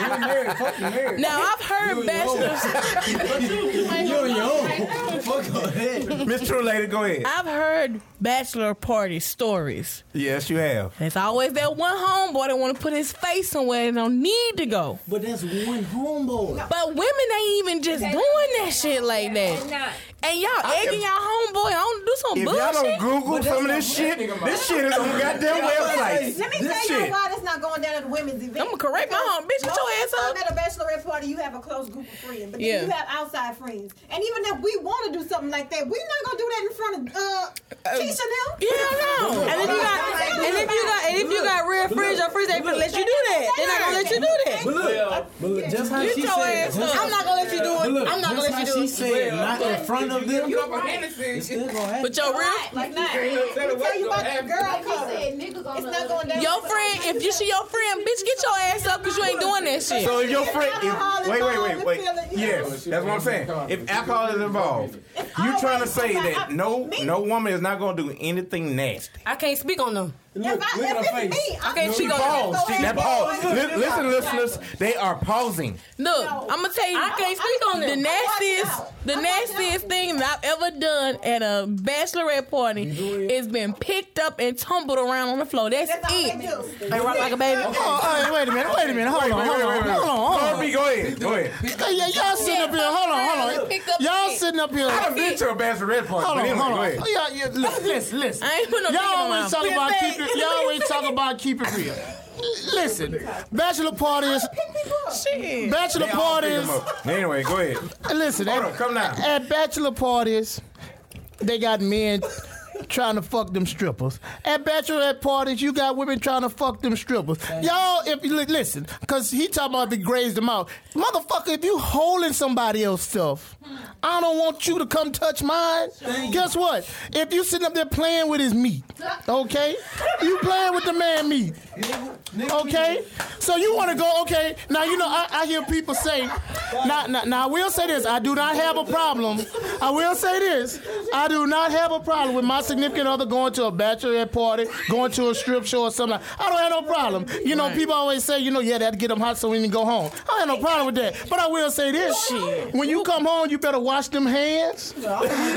You're married, fuck you married.
Now I've heard bachelors.
You're your own. Fuck all that.
Miss True Lady, go ahead.
I've heard bachelor party stories.
Yes, you have.
There's always that one homeboy that want to put his face somewhere and don't need to go.
But that's one homeboy.
But women ain't even just doing that shit like that.
Not.
And y'all egging y'all homeboy on to do some
If y'all
bullshit.
don't Google
But
some of
that's
this
not
shit,
what that nigga
this shit is on goddamn websites.
Let me
This
tell you
shit.
why that's not going down at the women's event.
I'ma correct my
Because
own bitch, get your
most
ass up.
time At a bachelorette party, you have a close group of friends, but then
Yeah.
you have outside friends. And even if we want to do something like that, we're not gonna do that in front of uh, Keisha now.
yeah, I know.
And if you got, and if you got, and if you got real friends, your friends ain't gonna let you do that. They're not gonna let you do that.
But look, but look, just how
Get
she
your
said,
ass
just
up.
I'm not gonna let you
But
do
look,
it. I'm not
just
gonna
how
let you do
she
it.
said, not in front of them. It's still gonna happen.
But your real
Like not. Let me tell you about the girl code. It's not going down.
your friend, if you see your friend, bitch, get your ass up because you ain't doing that shit.
So if your friend, if, wait, wait, wait, wait.
Alcohol
Yes,
involved,
that's what I'm saying. If alcohol is involved, you trying to say that no, no woman is not going to do anything nasty.
I can't speak on them.
Look,
If I-
look at
if
her
it's
face.
me, I'm
Okay,
gonna
she
go
gonna-
ahead and
That
go
pause.
ahead and
Li-
go
listen,
ahead.
listeners, they are pausing.
Look,
No.
I'm gonna tell you.
I can't speak on
The
them.
nastiest,
out.
the
I watch
nastiest
out.
thing that I've ever done at a bachelorette party is been picked up and tumbled around on the floor. That's,
That's all they
it.
do.
They rock like a baby.
Oh, oh, wait a minute, wait a minute, hold on, hold on, hold on, hold on.
Kirby, go ahead, go ahead.
Hey, y- y'all sitting up here, hold on, hold on.
Pick up
Y'all
shit.
sitting up here.
I've been to a bachelorette party,
Hold
but
on,
anyway,
hold
go ahead.
on. Yeah, yeah, listen, listen, listen.
I ain't put no
y'all
thing in my
always
mouth.
talk
Put
about
it
keep it. Y'all always talk about keep it real. Listen, bachelor parties,
Shit.
bachelor
They all pick
parties.
'em up. Anyway, go ahead.
Listen,
Hold
at-
on, come now.
At bachelor parties, they got men trying to fuck them strippers. At bachelorette parties, you got women trying to fuck them strippers. Y'all, if you li- listen, because he talking about if he grazed them out. Motherfucker, if you holding somebody else's stuff, I don't want you to come touch mine. Guess what? If you sitting up there playing with his meat, okay? You playing with the man meat. Okay, so you want to go? Okay, now you know I, I hear people say, now, now, now I will say this: I do not have a problem. I will say this: I do not have a problem with my significant other going to a bachelorette party, going to a strip show or something. Like, I don't have no problem. You know, people always say, you know, yeah, that get them hot so we can go home. I have no problem with that. But I will say this: when you come home, you better wash them hands,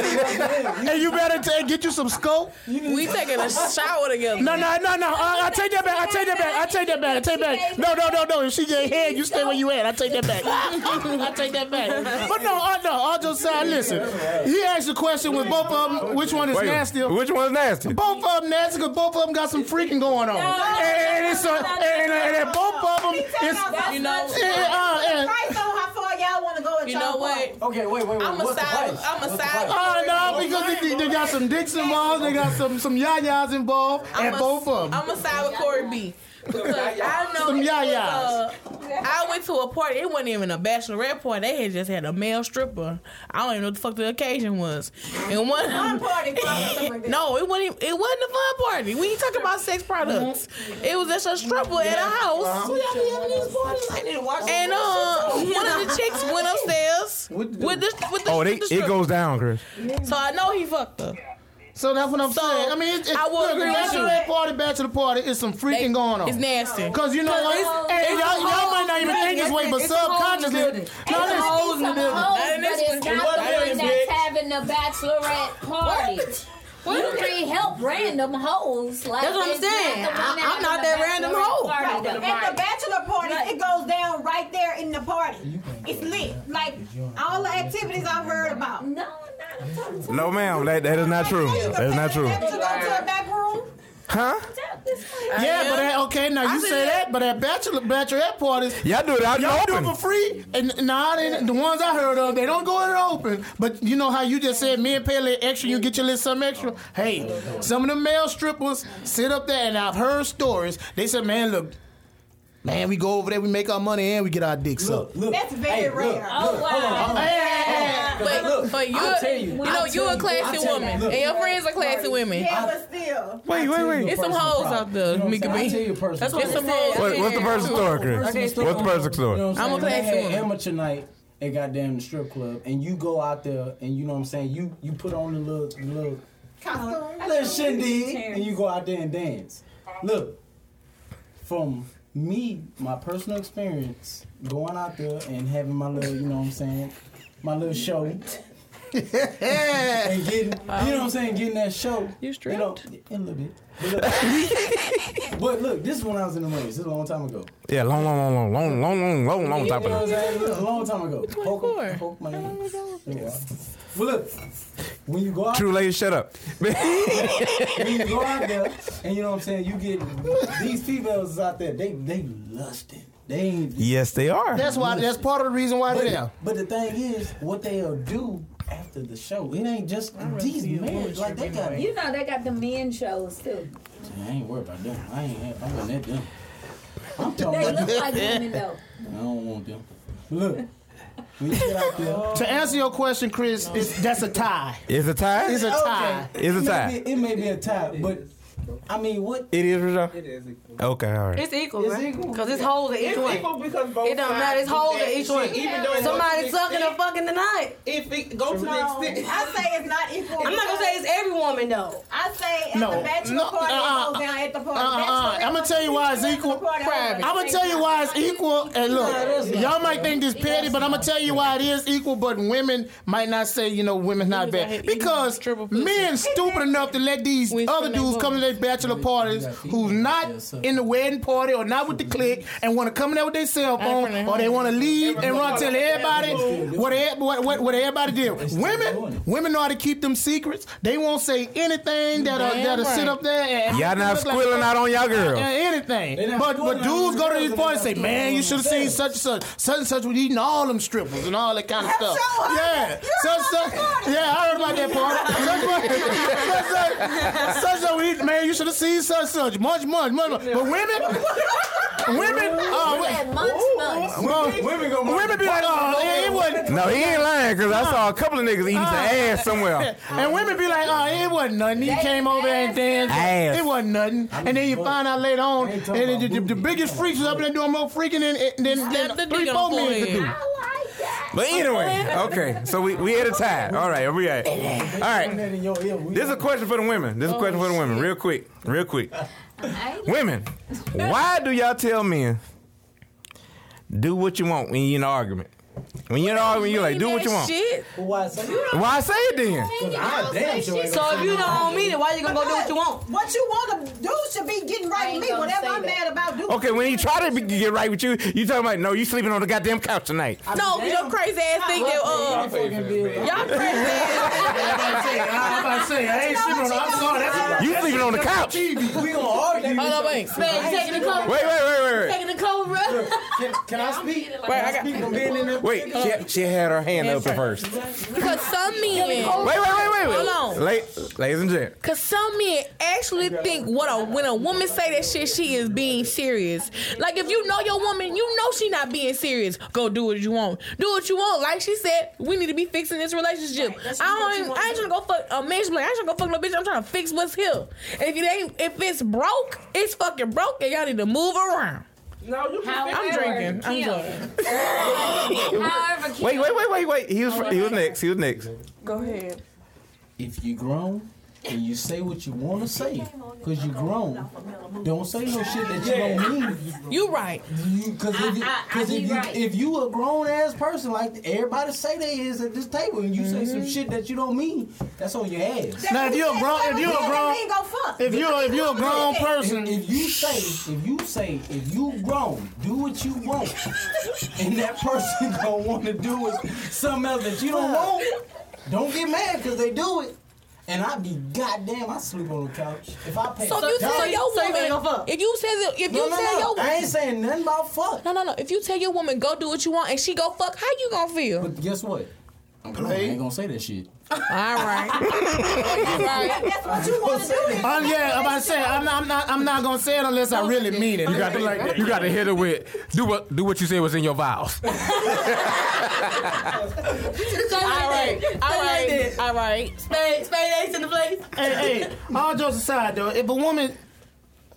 and you better t- get you some scope.
We taking a shower together.
No, no, no, no. I, I take that back. I take that back. I take that back. I take that back. No, no, no, no. If she get head, you stay where you at. I take that back. I take that back. But no, I, no. All just side. Listen, he asked the question with both of them. Which one is
Wait,
nastier?
Which one's nasty?
Both of them nasty because both of them got some freaking going on. And, and it's a, and, and, and, and both of them is.
You know,
Yeah, uh, uh,
Christ on how far y'all want to go at
you
y'all
know what?
party.
Okay, wait, wait, wait.
I'm a
What's the
side.
price?
I'm a
What's the
side.
price?
Oh no! Because they, they got some dicks involved, they got some some yayas involved,
I'm
and
a-
both of them.
I'm a side with Corey B. Because I know
Some
uh,
yayas.
I went to a party. It wasn't even a bachelorette party. They had just had a male stripper. I don't even know what the fuck the occasion was. And one
Fun party, probably.
No, it wasn't. Even, it wasn't a fun party. We ain't talking about sex products.
Mm-hmm.
It was just a stripper at a house.
Y'all be having these parties. I need to Uh-huh. watch
And uh, one of the chicks went upstairs with the with the, with the
Oh, they, it
stripper.
goes down, Chris.
So I know he fucked her.
So that's what I'm
So,
saying. I mean, it's, it's,
I will
look,
agree with you.
bachelorette party, bachelor party, it's some freaking
They-
going on.
It's nasty.
Cause you know what?
it's-
Hey,
it's
y'all,
a
y'all
whole
might not even think this
building.
way, but
It's a whole
subconsciously,
building.
no,
It's
listen,
hoes in the building.
Not in
but
this
it's not the one that's having the bachelorette party. You can't help random hoes. Like
That's what I'm
it's not
saying.
the one
I-
having
I'm not
the
that random
bachelorette
hoe.
party,
Oh, Right.
though.
At the bachelor party, it goes down right there in the party. It's lit. Like all the activities I've heard about.
No, not. I'm talking to
No, ma'am, that, that is not true.
You can
That is
pay
not
the
true.
extra, go to a back room.
Huh?
Yeah, but at, okay, now you say that, but at bachelor bachelorette parties,
Y'all do it out in the
y'all do it
open.
for free. And now they, the ones I heard of, they don't go in the open. But you know how you just said, me and pay a little extra, you get your little something extra. Hey, some of the male strippers sit up there, and I've heard stories. They said, man, look. Man, we go over there, we make our money, and we get our dicks up.
Look,
That's very
hey,
rare.
Look,
Oh,
look, hold on, hold on.
But,
Look,
but you,
I'll tell
you,
you.
know,
I'll
you
tell
a
you.
classy
I'll tell you.
woman,
Look.
and your friends are classy women.
Yeah, but still.
Wait, wait, wait.
It's some hoes out there, Mika
i tell
B.
you a personal
That's
problem.
what some hoes.
What, what's the first story, Chris?
Okay,
What's the first
You know
story?
what I'm
I'm a
saying?
classy
They had
woman.
amateur night at goddamn the strip club, and you go out there, and you know what I'm saying. You you put on the little the little
Costume.
little shindig, and you go out there and dance. Look, from me, my personal experience, going out there and having my little, you know what I'm saying, my little show. and getting, you know what I'm saying, getting that show.
You
You know, a little bit. But look, but look, this is when I was in the Marines. This is a long time ago.
Yeah, long, long, long, long, long, long, long, long
You
top
know what I'm
of it.
saying? A long time ago. Poke,
24.
poke my hand. Yeah. But look, when you go out
True lady, shut up.
when you go out there, and you know what I'm saying, you get these females is out there, they they lusting. They ain't
yes, they are.
That's why. That's part of the reason why they're there.
but, but the thing is, what they'll do after the show, it ain't just these men. Like they got
You know they got the men shows too.
I ain't worried about them. I ain't I wasn't at them. I'm talking
They
about
look like women though.
I don't want them. Look. When you get out there,
To answer your question, Chris, it's, that's a tie.
Is it tie?
It's a
Oh,
tie.
Okay.
It's a
It may
tie.
be- It may be a tie, but I mean, what?
It is, Rashad? It is. Okay, all right.
It's equal,
It's
right?
equal.
Because it's holes at each
It's
one.
equal because both
It don't
sides
matter. It's
do
holes
that
at each
shit,
one.
Even though it goes to
Somebody
the
sucking
extent-
a fucking tonight.
If it go to
No,
the extent,
I say it's not equal.
I'm not gonna say it's every woman though.
I say at
No,
the bachelor
no,
party,
uh-uh,
it goes down at the party.
uh-uh, uh-uh. I'ma tell you why it's equal.
I'm
I'm gonna tell you why it's equal. And look, y'all might think this petty, but I'm gonna tell you why it is equal. But women might not say, you know, women's not bad because men stupid enough to let these other dudes come to their bachelor parties who's not in the wedding party or not with the clique and want to come in there with their cell phone or they want to leave and run tell everybody what, e- what, what, what everybody did. Women, women know how to keep them secrets. They won't say anything that'll that'll sit up there. And
Y'all not squealing out on y'all
yeah,
girls.
They
anything.
not
But but
scoring
dudes
on
go to
themselves
these
and
parties
they
and say,
not
man, you should
scoring
have
on
seen such and such, such and such was eating all them strippers and all that kind of stuff. Yeah, such such. Yeah, I heard about that part. Such such- such such was eating. Man, you should have seen such such. Much much much. much. But women. Women, uh,
Look at months, months.
Women go.
women be like, oh, yeah, it wasn't.
No, he ain't lying because I saw a couple of niggas eating some ass somewhere.
And women be like, oh, it wasn't nothing. He came over and danced.
Ass.
It wasn't nothing. And then you find out later on,
They ain't
and
talking
the, the,
about
the
booty.
biggest freaks was up there doing more freaking than, than,
Slap the
than three,
dick on
four
the
men could
forehead.
do.
But anyway, okay, so we, we at a tie. All right, we at. All right, this is a question for the women. This is a question for the women, real quick, real quick. Women, why do y'all tell men do what you want when you in an argument? When you're in an argument, you're like, do what you want.
Shit.
Why say that?
Why say it then?
I damn sure ain't
So Oh, if you don't mean it, why you gonna go do what you want?
What you want to do should be getting
I
right
ain't
with me.
gonna
Whatever
say
I'm
that.
mad about, do.
Okay, when you try to be, get right with you, you talking about no, you sleeping on the goddamn couch tonight.
No, your crazy ass think that uh,
fucking bill.
y'all crazy ass.
I'm about to say, I ain't sleeping on I'm sorry. That's
You sleeping on the couch. Wait,
We gonna argue.
Hold on, wait.
Man, you taking the coat?
wait, wait, wait,
Taking the coat, bro?
Can, can I speak? Can
I
I
got-
speak from being in there?
wait. Wait, she, she had her hand up at first. Wait,
Cause some men.
wait, wait, wait, wait.
Hold on.
La- ladies and gentlemen.
Cause some men actually think what a when a woman say that shit, she is being serious. Like if you know your woman, you know she not being serious. Go do what you want. Do what you want. Like she said, we need to be fixing this relationship. I don't. even- I ain't trying to go fuck a man's like I ain't trying to go fuck no bitch. I'm trying to fix what's here. If it ain't, if it's broke, it's fucking broke, and y'all need to move around.
no, you can
However,
I'm drinking. I'm
Kim-
drinking.
However, Kim-
Wait, wait, wait, wait, wait. He was he was next. He was next.
Go ahead.
If you grown and you say what you want to say, cause you grown, don't say no shit that you don't mean.
You right.
You, cause if you,
I- I- I
cause
be
if, you
right.
if you a grown ass person like everybody say they is at this table, and you say some shit that you don't mean, that's on your ass.
a, now, if you're a grown, if you're a grown,
go fuck.
if you're if you're a grown
If,
Mm.
person,
if you say, if you say, if you grown, do what you want, and that person gonna want to do it, something else that you don't want, don't get mad because they do it. And I be goddamn, I sleep on the couch. If I pay
So if you
Y'all-
tell your woman, if you tell the, if
No,
you
no,
tell
no.
your woman,
I ain't saying nothing about fuck.
No, no, no. If you tell your woman go do what you want and she go fuck, how you gonna feel?
But guess what? I'm grown, I ain't gonna say that shit.
All right.
That's what you want to do.
Oh yeah, I'm about to say I'm not, I'm not I'm not gonna say it unless I really mean it.
You got, to, you got to hit her with do what do what you said was in your vows.
All right.
All right. All right.
Spade, spade ace in the place.
hey, hey, all jokes aside though, if a woman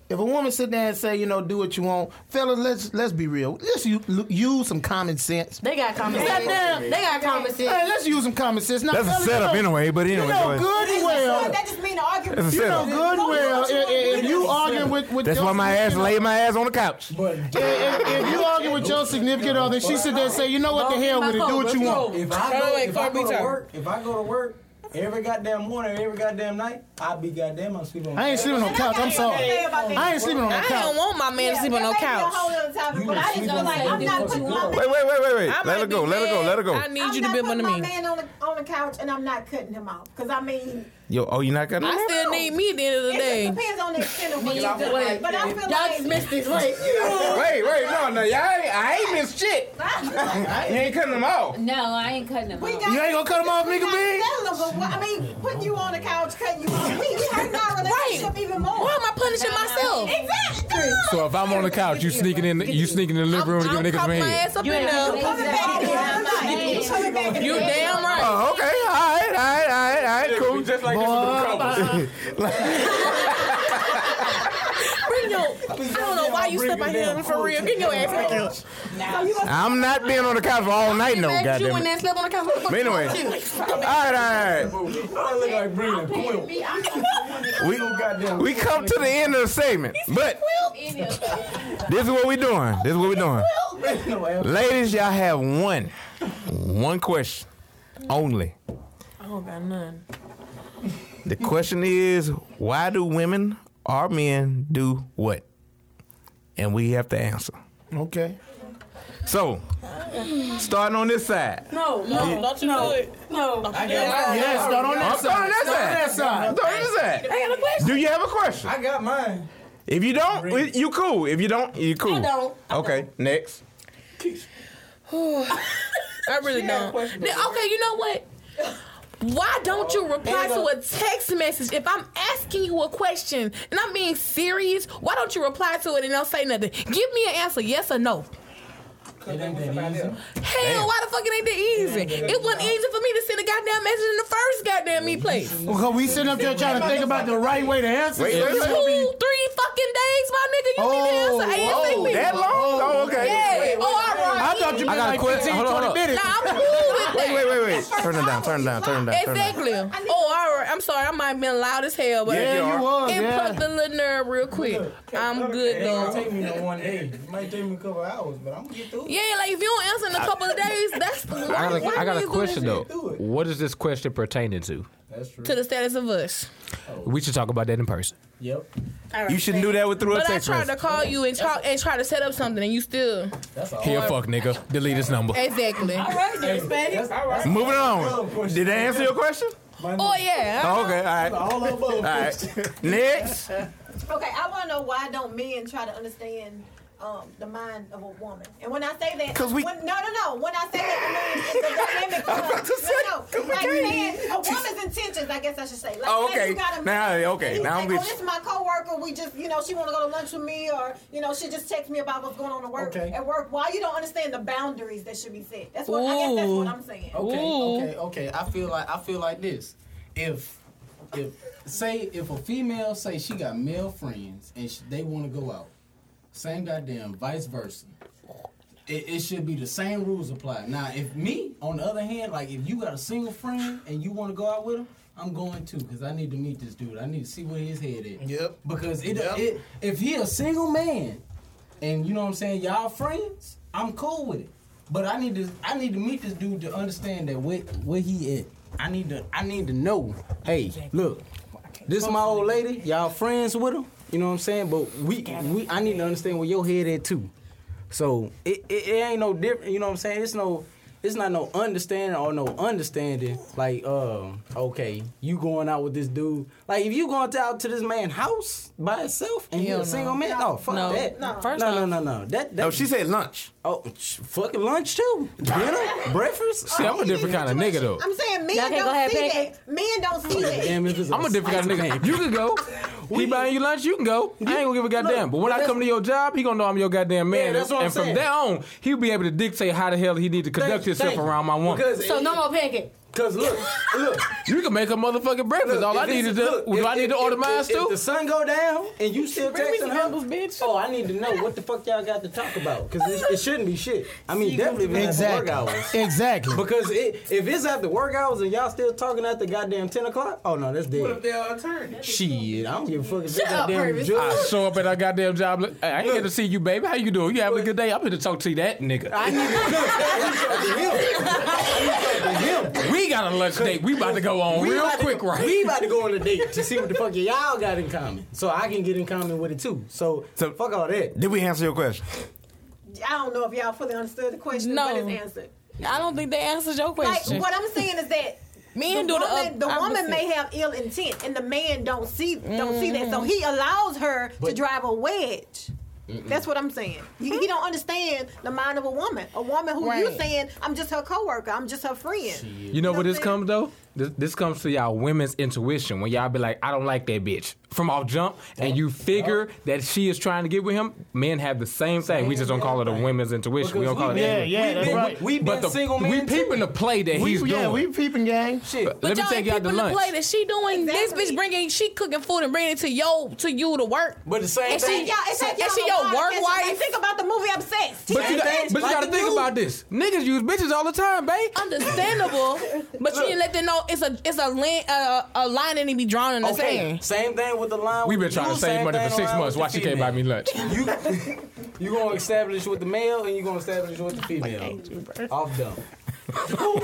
if a woman sit there and say, you know, do what you want, fellas, let's let's be real. Let's u- l- use some common sense.
They got common
Goddamn,
sense. They got common sense.
Hey, let's use some common sense. Now,
That's a
fellas, you
setup
know-
anyway, but
you
anyway, go
know
ahead.
good and well.
That just mean an argument.
That's a
You know
setup.
good and well. If, if you arguing with, with
That's
your
why my ass
significant
laid my ass on the couch.
if, if- if you argue with your significant other, and she sit there and say, you know what, the hell with it, do what you want.
If I go, if I go to work, if I go to work every goddamn morning, every goddamn night, I be goddamn, I'm sleeping on the
I ain't sleeping on the couch. I'm sorry. I ain't sleeping on the
I
couch.
don't want my man to sleep on no couch.
I just feel like I'm not putting my
Wait, wait, wait, wait, wait.
I
Let
might
her go.
be
Let her go.
mad.
Let her go.
I need
I'm
you to
not
be one
putting
of
my
me.
man on the, on the couch and I'm not cutting him off. Because I mean,
Yo, oh, you not gonna?
I still need me at the end of the
it
day.
just depends on the extent of what
Me
you're
either way.
doing. But I feel
Y'all
like.
just missed this. Wait.
Wait, wait, no, no, y'all ain't, I ain't missed shit. You ain't cutting them off.
No, I ain't cutting them.
We
off.
got-
You ain't gonna cut him off,
we
Mika
got
B?
settled, but what- I mean, putting you on the couch, cutting you off. We we hurting our relationship even more.
Why am I punishing myself?
Exactly.
So if I'm on the couch, you sneaking in, you sneaking in the living room to give
I'm
niggas
popping
some
my
head.
ass up
You
in
ain't
there.
Coming back in the other night. You coming back in
You
the other
damn
night.
right.
Oh, okay, all right, all right, all right, all right, cool.
Just like this with the
Bring your. I don't know why you slept my hand for real. Get your ass back here.
I'm not being on the couch for all night, no,
Back you
goddamn
and
it.
then slept on the couch. What the fuck
But
you
anyway,
want to do?
all right, all right.
I look like Brina Quill.
We we come to the end of the segment, but this is what we doing. This is what we doing. Ladies, y'all have one, one question only.
I don't got none.
The question is, why do women or men do what? And we have to answer.
Okay.
So, starting on this side.
No, no,
Don't you do it?
no.
Yes, start on
I'm
that
starting
side.
on that
Start on
side.
that side.
Starting on that side.
I got a question.
Do you have a question?
I got mine.
If you don't, we- you cool. If you don't, you cool.
don't.
Okay, next.
I really don't. Then- okay, you know what? Why don't you reply to a text message if I'm asking you a question and I'm being serious? Why don't you reply to it and don't say nothing? Give me an answer, yes or no.
It ain't that easy.
Hell, why the fuck it ain't that easy? It wasn't easy for me to send a goddamn message in the first goddamn me place.
Because we sitting up there trying to think about the right way to answer
Wait,
it.
wait,
Two,
wait.
three fucking days, my nigga. You
Oh,
need to answer
Oh,
ASAP.
that long? Oh, okay.
yeah. oh, all right.
I thought you meant
got a
like
question.
15,
Hold on,
20
hold on.
minutes.
Nah, I'm cool with that.
Wait, wait, wait, wait. Turn it down. Turn it down. Turn it down. Turn it down.
Exactly. Oh, all right. I'm sorry. I might have been loud as hell, but
Yeah,
Yeah, you was.
It
Yeah.
plugged the little nerve real quick. I'm good
It ain't gonna
though.
take me no one day. It might take me a couple hours, but I'm gonna get through it.
Yeah, like if you don't answer in a couple of days, that's why,
I got,
why
a, I got
niggas
a
do
question
this
though. What is this question pertaining to?
That's true.
To the status of us.
We should talk about that in person.
Yep.
You shouldn't do that with through a
But I
text
tried to
message.
call you and talk and try to set up something, and you still
That's all.
Here, fuck nigga, delete his number.
exactly.
That's, all right.
Moving on. Did that answer your question?
Oh yeah.
Oh, okay, all right.
All of
All right. Next.
Okay, I want to know why don't men try to understand um, the mind of a woman? And when I say that,
'Cause we-
when, no, no, no. When I say that, I mean it's the dynamic.
to
Of,
say,
no,
'cause we
no. Like
can't.
saying a woman's intentions, I guess I should say. Like,
Oh,
say
okay.
You got a
Now,
man,
okay,
he's
now I'm
like,
with
oh,
you.
this is my coworker. We just, you know, she want to go to lunch with me, or you know, she just text me about what's going on at work.
Okay.
At work, why you don't understand the boundaries that should be set? That's what I guess. That's what I'm saying.
Okay,
Ooh.
okay, okay. I feel like I feel like this. If if say if a female say she got male friends and sh they want to go out, same goddamn vice versa. It, it should be the same rules apply. Now, if me on the other hand, like if you got a single friend and you want to go out with him, I'm going too because I need to meet this dude. I need to see where his head is.
Yep.
Because it, it if he a single man and you know what I'm saying, y'all friends, I'm cool with it. But I need to I need to meet this dude to understand that where where he at. I need to I need to know. Hey, look, this is my old lady, y'all friends with him, you know what I'm saying? But we we I need to understand where your head at too. So it, it, it ain't no different, you know what I'm saying? It's no it's not no understanding or no understanding. Like, um, okay, you going out with this dude. Like, if you going out to this man house by himself and he
Hell
a
no.
single man, no, fuck
No.
that.
No.
No,
First
no, no,
off-
no, no. That, that
No, she said lunch.
Oh, sh- fucking lunch too. Dinner, breakfast.
See, I'm a different kind of nigga though.
I'm saying men
Y'all
don't
can't go ahead,
see
pancake.
that. Men don't see that.
Damn, if it's
I'm a different kind of nigga. You can go. He buying you lunch, you can go. I ain't gonna give a goddamn. But when I come to your job, he gonna know I'm your goddamn man.
that's what I'm
and from
saying.
there on, he'll be able to dictate how the hell he need to conduct
Thank-
himself
thank you.
around my woman.
Because
So no more pancake.
Cause look, look.
you can make a motherfucking breakfast.
Look,
All I
if
need to
it's-
do,
look,
do
if-
I need to
if-
order
if-
mines
if
too?
the sun go down and you still
Bring me
texting
some
her,
apples, bitch.
oh, I need to know what the fuck y'all got to talk about because it, it shouldn't be shit. I mean, definitely if it's after work
Exactly.
hours.
Exactly.
Because it, if it's after work hours and y'all still talking after goddamn ten o'clock, oh no, that's
What if
dead.
they're attorney?
Shit, I don't give a fuck if they
Shut up,
goddamn
Purvis.
I
judge.
show up at our goddamn job. like, "Hey, I ain't here to see you, baby. How you doing? You having a good day? I'm here to talk to that nigga.
I need to talk to him. I need to talk to him.
We got a lunch date. We about to go on
We
real
about to
quick,
go-
right?
We about to go on a date to see what the fuck y'all got in common, so I can get in common with it too. So,
So-
fuck all that.
Did we answer your question?
I don't know if y'all fully understood the question,
No.
but it's answered.
I don't think that answers your
Like
question.
what I'm saying is that
Men
the
do the
woman,
oth-
the woman
opposite.
may have ill intent, and the man don't see don't see that,
Mm-hmm.
so he allows her to drive a wedge. That's what I'm saying. You, he don't understand the mind of a woman. A woman who you
Mm-hmm. Right.
saying, I'm just her coworker, I'm just her friend.
You know where this
what I'm
comes though? This, this comes to y'all women's intuition when y'all be like, I don't like that bitch from off jump, and you figure that she is trying to get with him. Men have the same thing. We just don't call it a women's intuition. we don't call it.
Yeah,
that.
yeah, that's
been,
right.
We, we been
But the,
single men
we
too.
peeping the play that
We,
he's
yeah,
doing.
we peeping gang.
Shit.
Let me
y'all
take
ain't
y'all to
peeping the
lunch.
play that she doing. This
Exactly.
bitch bringing, she cooking food and bringing it to yo to you to work.
But the same
And
saying.
thing.
Y'all, it's like
Yeah,
y'all
she
a
your
wild
work
catch.
wife.
Like, think about the movie Obsessed.
But you, got,
Same thing,
but you
like
gotta
the
think
dude.
about this. Niggas use bitches all the time, babe.
Understandable, but you didn't let them know it's a it's a line uh, a line that need to be drawn in the
okay.
sand.
Same thing with the line.
We've been
with
trying
you,
to save
same
money for
thing
six
around
months.
with
Why
the
she can't buy me lunch?
female. You, you gonna establish with the male and you gonna establish with the female. Off dumb.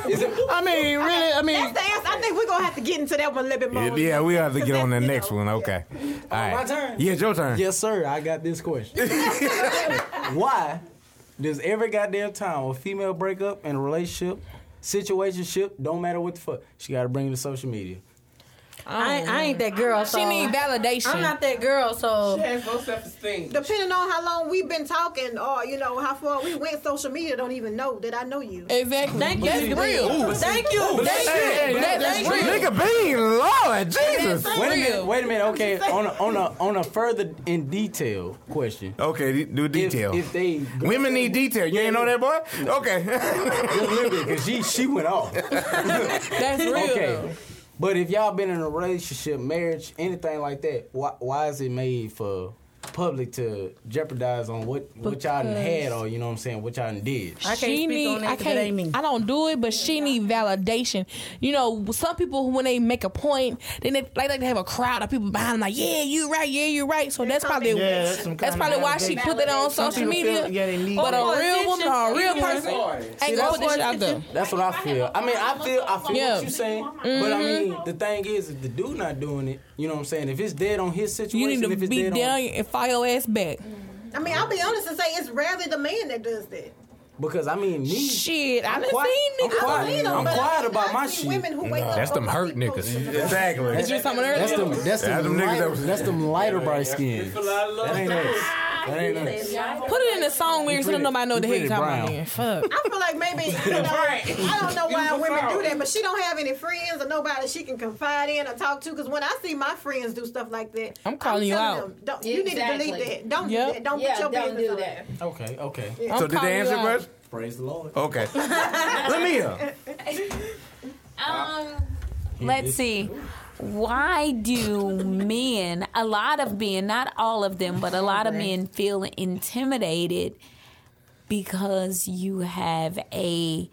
Is it?
I mean, really, I mean,
That's the answer. I think we're gonna have to get into that one a little bit
Oh,
more.
Yeah, yeah, we have to get on the next one. Okay. All
my
right.
turn?
Yeah, it's your turn.
Yes, sir. I got this question. Why does every goddamn time a female breakup and a relationship, situationship, don't matter what the fuck, she gotta bring it to social media?
I, ain't- I ain't that girl. So
She need validation.
I'm not that girl. So
She has no self esteem.
Depending on how long we've been talking, or you know how far we went, social media don't even know that I know you.
exactly.
Thank
That's
you.
real.
thank you.
That's real. That- that's real.
Nigga Bean, Lord Jesus.
That's
Wait a minute.
real.
Wait a minute. Okay, on a, on a on a further in detail question.
Okay, do detail.
If, if they
Women need detail. You ain't know that, boy? Okay.
because she she went off.
That's real. though.
Okay. But if y'all been in a relationship, marriage, anything like that, why why is it made for public to jeopardize on what what y'all done had or you know what I'm saying what y'all done did?
I can't
she
speak
need,
on that
I
'cause it ain't me.
can't. I don't do it, but she need validation. You know, some people when they make a point, then they like, like they have a crowd of people behind them, like, yeah, you right, yeah, you right. So that's probably
Yeah, that's some
that's
kind
probably
of
why she put that on social
people
media.
feel- yeah, they need
but
that.
a real woman or a real person
Sorry.
ain't gonna put that shit out there.
That's what I feel. I mean, I feel I feel
Yeah.
what you saying, but I mean the thing is if the dude not doing it, you know what I'm saying. If it's dead on his situation,
You need
if
to
it's
be
dead
down
on
and fire your ass back.
I mean, I'll be honest and say it's rarely the man that does that.
because I mean me.
Shit, I done
quiet-
seen
I'm
niggas.
quiet.
I believe 'em,
I'm
but I-
quiet about
I
my
see
shit.
Women who wake up
That's them
from
hurt
sleep
niggas.
post-
exactly.
That's just something earlier.
That's them. That's
Yeah,
them.
them niggas
lighter,
that-
that's them lighter bright skin.
It's a lot of love.
That ain't us. That ain't us.
Put it in the song lyrics so
pretty-
nobody know
you
the heck
pretty
talking about.
brown.
then. Fuck.
I feel like maybe you know, I don't know why women do that, but she don't have any friends or nobody she can confide in or talk to. Because when I see my friends do stuff like that,
I'm calling you
telling
out.
Them, don't, you need to
Exactly.
delete that. Don't
Yep.
do that. Don't put your
don't
business
do
on it.
that.
Okay. Okay.
I'm
So did
calling
they
you
answer your
out.
question?
Praise the Lord.
Okay. Let me hear.
Um, let's see. Why do men, a lot of men, not all of them, but a lot of men feel intimidated because you have a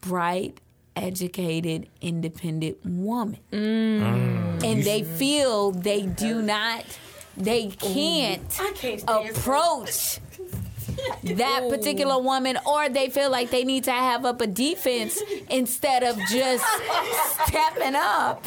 bright, educated, independent woman? And they feel they do not, they can't
I can't stand
approach that particular woman or they feel like they need to have up a defense instead of just stepping up.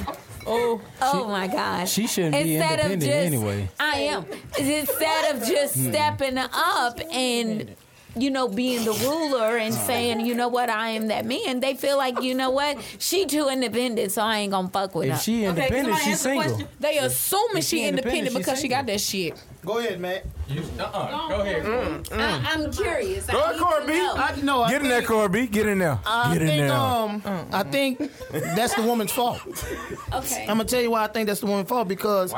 Oh,
Oh my gosh.
she shouldn't be independent
just,
anyway.
I am. Instead of just stepping up and you know, being the ruler and saying, you know what, I am that man. They feel like, you know what, she too independent, so I ain't gonna fuck with
If
her.
she Okay, independent, somebody she ask a single. question.
They assuming
she independent because she got that shit.
Go ahead, man.
You, uh-uh. Go ahead.
I, am curious.
Go ahead, Corby.
I know. I
Get in there,
think-
Corby. Get in there.
I
Get in
think
there.
um, I think that's the woman's fault.
Okay.
I'm gonna tell you why I think that's the woman's fault because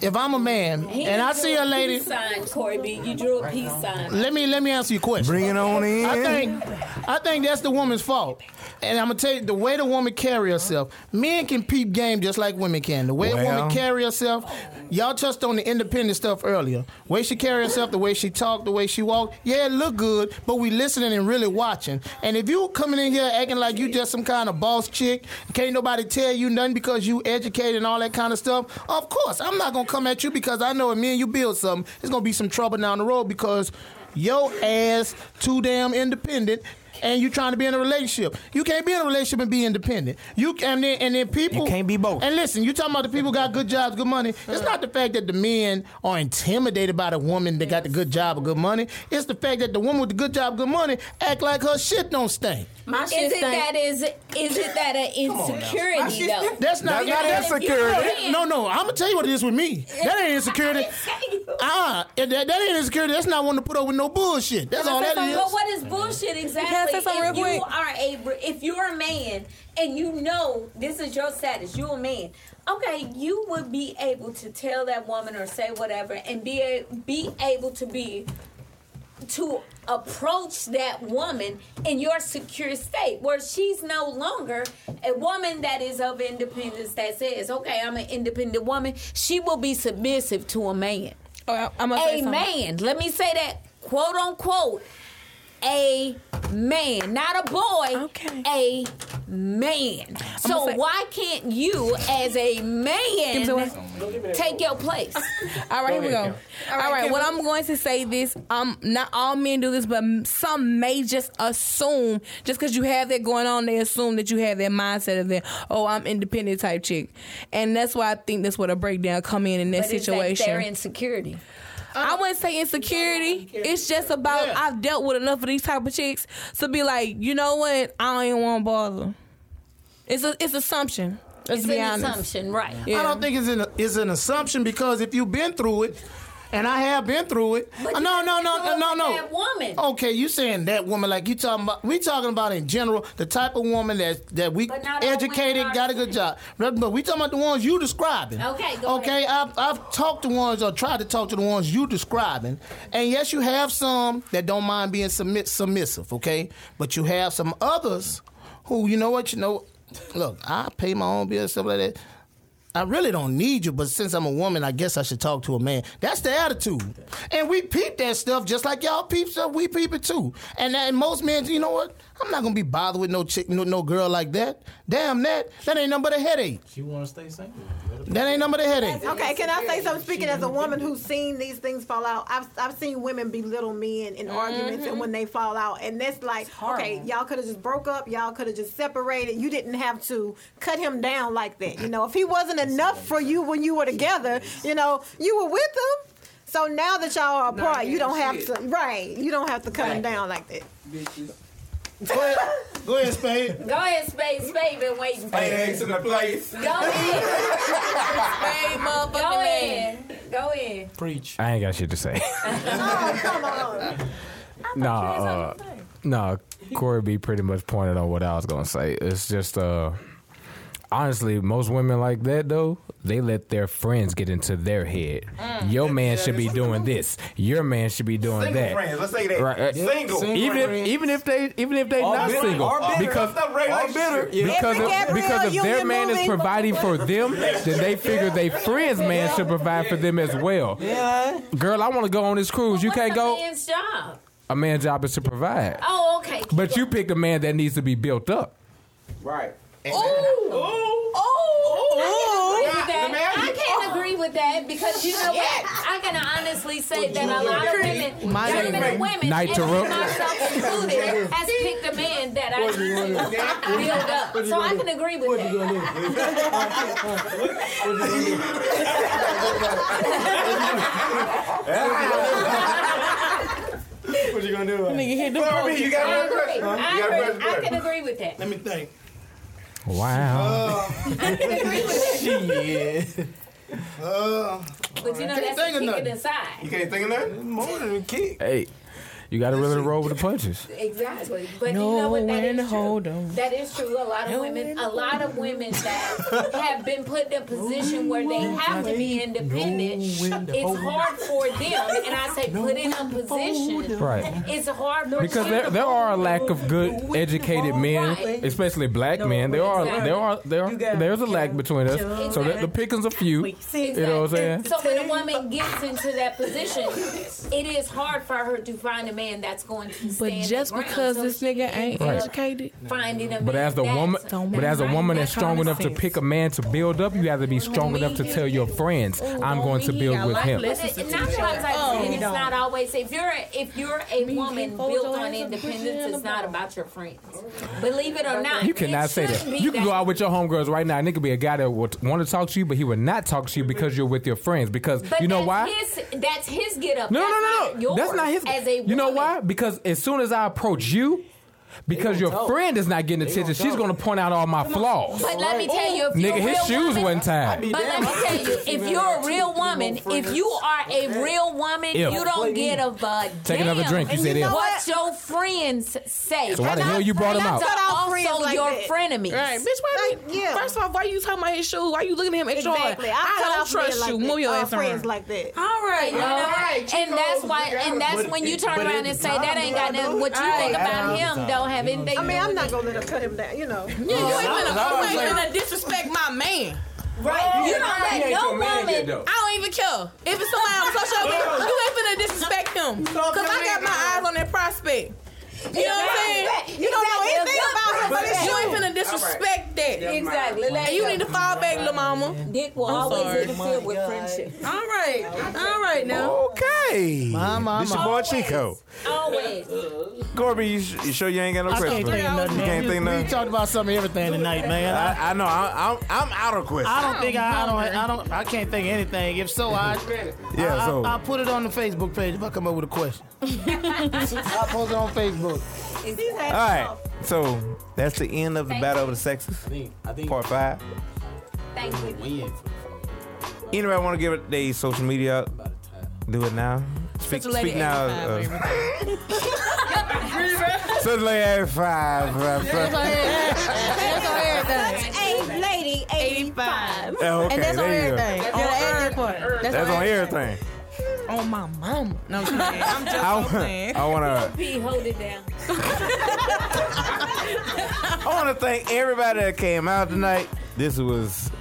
if I'm a man
He
and I
drew
see a lady,
Peace sign, Corby. You drew a peace sign.
Let me let me answer your question. Bring it on in. I think I think that's the woman's fault. And I'm gonna tell you the way the woman carry herself. Men can peep game just like women can. The way a
Well.
woman carry herself, y'all touched on the independent stuff earlier. Way she carry herself, the way she talk, the way she walk. Yeah, it look good, but we listening and really watching. And if you coming in here acting like you just some kind of boss chick, can't nobody tell you nothing because you educated and all that kind of stuff. Of course, I'm not gonna come at you because I know if me and you build something, it's gonna be some trouble down the road because your ass too damn independent and you trying to be in a relationship. You can't be in a relationship and be independent. You and then and then people can't be both. And listen, you talking about the people got good jobs, good money. It's not the fact that the men are intimidated by the woman that got the good job or good money. It's the fact that the woman with the good job, good money act like her shit don't stink.
My
shit
is it
stink.
that is is it that an
My
insecurity
shit
though?
stink. That's not that's
You
insecurity.
know,
No, no, I'm gonna tell you what it is with me. That ain't insecurity. Uh, that, that ain't insecurity. That's not wanting to put up with no bullshit. That's
Can I
all
say
that
something?
is.
But what is bullshit exactly?
Can I say something
if
real
you
quick?
are a, if you're a man and you know this is your status, you're a man. Okay, you would be able to tell that woman or say whatever, and be a, be able to be to approach that woman in your secure state where she's no longer a woman that is of independence that says okay i'm an independent woman she will be submissive to a man
Oh, I'ma say
a
something.
man let me say that quote unquote a man not a boy okay a man so
say-
why can't you as a
Give me
man take your place
All right,
Go
here we
ahead,
go. All right,
Kim.
what I'm going to say this, um, not all men do this, but m- some may just assume just because you have that going on, they assume that you have that mindset of that, oh, I'm independent type chick, and that's why I think that's where the breakdown come in in that
But is that
situation.
their insecurity.
I wouldn't say insecurity. It's just about I've dealt with enough of these type of chicks to be like, you know what, I don't even want to bother. It's a it's assumption. Let's
It's
be
an
honest.
assumption, right?
I don't think it's an it's an assumption because if you've been through it, and I have been through it.
But
Uh,
you
no,
haven't
no,
been
no,
through
no,
it
no.
with that woman.
Okay, you saying that woman like you talking about? We talking about in general the type of woman that that we
But not all
educated,
women are
got a good job. But but we talking about the ones you describing.
Okay, go
okay. I've I've talked to ones or tried to talk to the ones you describing, and yes, you have some that don't mind being submit submissive. Okay, but you have some others who you know what you know. Look, I pay my own bills and stuff like that. I really don't need you, but since I'm a woman, I guess I should talk to a man. That's the attitude. And we peep that stuff just like y'all peep stuff, we peep it too. And, and most men, you know what? I'm not gonna be bothered with no chick, no, no girl like that. Damn that. That ain't nothing but a headache.
She want to stay single.
That ain't nothing but a headache.
Okay, can I say something? Speaking as a woman who's seen these things fall out, I've, I've seen women belittle men in arguments,
Mm-hmm.
and when they fall out, and that's like, okay, y'all could have just broke up, y'all could have just separated. You didn't have to cut him down like that. You know, if he wasn't enough for you when you were together, you know, you were with him. So now that y'all are apart, you don't have to, right? You don't have to cut him down like that.
Go ahead, go ahead, Spade.
Go ahead, Spade. Spade been waiting for you.
eggs in the place.
Go ahead.
Spade, motherfucking
Go
man.
in. Go in.
Preach. I ain't got shit to say.
Oh, come on.
No, uh, no. Corby pretty much pointed on what I was gonna say. It's just, uh, honestly, most women like that though. They let their friends get into their head.
Mm.
Your man should be doing this. Your man should be doing
Single
that. uh,
friends, let's say that. Single.
Even if,
friends.
even if they even if they
Or
not
bitter,
single
or bitter.
because
That's not regulation.
or bitter,
Yeah.
because
Every
if,
Gabrielle
because if their
Union
man is
movie.
providing for them, then they figure their friends man should provide for them as well.
Yeah.
Girl, I want to go on this cruise. You can't
a
go.
man's job.
A man's job is to provide.
Oh, okay.
But you picked a man that needs to be built up.
Right.
Oh,
Ooh.
oh, I
Nah, man,
can't agree with that. I
you-
can't agree with that because you know what? I can honestly say that a lot of women,
My
women,
name-
and women,
Night to
and
Rook.
myself included, has picked a man that I
What you gonna do?
build up.
What you
So I
gonna
can
do?
agree with that.
What you gonna do?
Nigga hit the
Flower B,
post.
you got
I
one
agree.
question?
I
You got a
agree.
question?
I
Go ahead.
can
agree with that.
Let me think.
Wow.
Shit. Uh,
But you know,
Can't
that's
think
a
of
kick it
nothing.
inside.
you can't think of nothing? More than a kick.
Hey, you got to really roll with the punches.
Exactly. But
No
you know what that
one
is
hold
true.
'em.
That is true. A lot of women a lot of women that have been put in a position where they have to be independent.
one to
It's
hold 'em.
hard for them and I say put in a position.
Right.
It's hard for
Because
them.
there, there are a lack of good educated men, especially black men. There are there are there are, there's a lack between us. So the, the pickings are few. You know what I'm saying?
So when a woman gets into that position, it is hard for her to find a man that's going to
But
stand
just
the ground.
because
So
this nigga ain't
Right.
educated,
finding a
But
man
as the
that's-
woman, but as a woman that's strong enough to pick a man to build up, you have to be strong enough to tell your friends,
oh,
"I'm going to build with him."
But it- Not a lot of times,
Oh,
and it's
no.
not always. If you're a, if you're a woman
people
built
don't
on
have to push
independence,
it
it's not about your friends. Believe it or not,
You
it
cannot say
shouldn't
that.
be
You can go out with your homegirls right now, and it could be a guy that would want to talk to you, but he would not talk to you because you're with your friends. Because
But
you know
that's
why?
His, that's his get up.
No, no,
That's
no, no, no.
yours
That's not his.
As a
you know why? Because as soon as I approach you, because your friend is not getting attention, she's going to point out all my flaws.
But let me tell you, if you're
Nigga, his
real
shoes
woman-
wasn't tied.
But let me tell you, if you're a real woman, if you are a real woman,
If.
you don't get a uh,
Take another
damn
drink, you said if.
What your friends say.
So why the hell you brought him
That's
out?
also your frenemies.
Right, bitch. Why? yeah. First off, why you talking about his shoes? Why you looking at him extra hard?
Exactly. I cut
don't
off
trust
men like
you.
that.
Move your
All
ass
friends
around.
like that.
All right, you know,
All
right,
and
Chico's
that's why,
together.
and that's
But
when you
it-
turn
but
around
at
and
the
say
time,
that ain't
I
got nothing.
know-
What you
I
think
know
about
at the
him
time.
don't have anything.
I mean,
to do
I'm
with
not gonna let her cut him down. You know.
Yeah, you ain't
I was-
finna,
I was
you ain't
like-
finna disrespect my man.
Right. You don't
Right.
let
He ain't
no
your man
woman-
yet, though. I don't even care. If it's somebody I'm social with, you ain't finna disrespect him. Cause I got my eyes on that prospect. You know what I'm saying?
Exactly.
You don't know
Exactly.
anything
A good
about him, but
prospect.
you ain't finna
All
disrespect
right.
that.
Never mind. Exactly. Let
And you
go.
need to fall back, little mama.
Dick will
I'm
always
sorry.
interfere with friendship.
All right, all right now.
Okay.
My, my,
this your
my.
boy Chico.
Always.
Corby, you, sh- you sure you ain't got no
I
questions?
can't think of nothing.
You
man.
can't think
We-
nothing.
We talked about something everything tonight, man. I-
I, I know. I, I'm I'm out of questions.
I don't think I, I don't I don't I can't think of anything. If so, I
Yeah,
I,
so-
I, will put it on the Facebook page if I come up with a question. I post it on Facebook.
All right. So that's the end of the battle of the sexes. part five.
Thank you.
Anybody want to give it their social media? out? Do it now. Speak,
Such a lady
speak now.
eighty-five,
Uh, such a lady eighty-five. uh,
Eight lady, eighty-five.
Yeah, okay,
and that's on
there you go.
everything. On everything.
That's on everything.
On my mama. No, I'm just kidding. I'm just
I
so playing.
want. I want to.
P, hold it down.
I want to thank everybody that came out tonight. This was.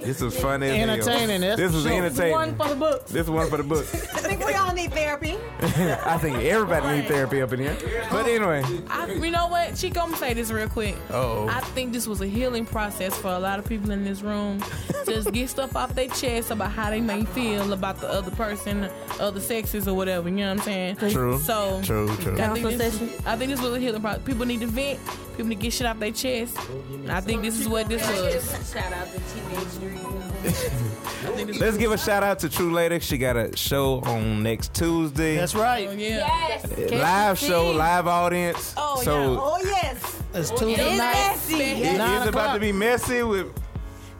this was funny. as hell.
Entertaining, that's
This was
for sure.
entertaining.
One
for the books.
This one for the books.
I think we all need therapy.
I think everybody needs therapy up in here. But anyway.
I, you know what, Chico? I'm gonna say this real quick.
Uh-oh.
I think this was a healing process for a lot of people in this room. Just get stuff off their chest about how they may feel about the other person, other sexes, or whatever. You know what I'm saying?
True.
So
True, true.
I think, this, I think this was a healing process. People need to vent. People need to get shit off their chest. And I think this is what this was.
Shout out to Teenage Dream.
Let's give a shout out to True Lady. She got a show on next Tuesday.
That's right.
Yes.
Live show, live audience.
Oh,
so
Oh yes.
It's
It's
Tuesday night.
messy.
it is about to be messy with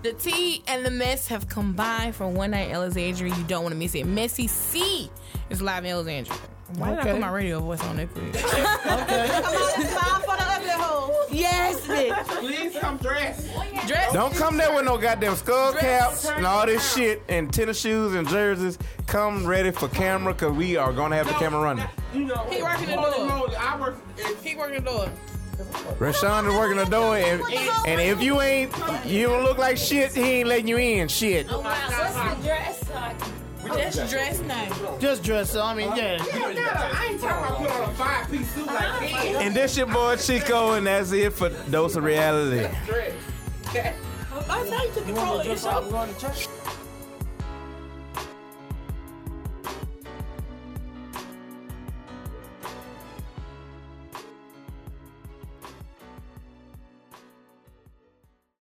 The T and the mess have combined for one night in Alexandria. You don't want to miss it. Messy C is live in Alexandria. Why did I
Okay.
put my radio voice on that quick?
Come on, it's time for the ugly hole.
Yes, bitch.
Please come dress.
Dress.
Don't come there with no goddamn skull caps and all this shit and tennis shoes and jerseys. Come ready for camera because we are gonna have the camera running.
You know.
He working the
holy
door.
moly, I work. If
Keep working the door.
Rashawn is working the door and, and if you ain't you don't look like shit, he ain't letting you in. Shit.
Oh, wow. What's the dress? So I can-
That's dress night.
Just dress. So, I mean, yeah.
you got a, I ain't talking about put on a Uh-huh. five piece suit like this.
And this your boy Chico and that's it for Dose of Reality.
Dress.
I know you took control of your show.
Going to church.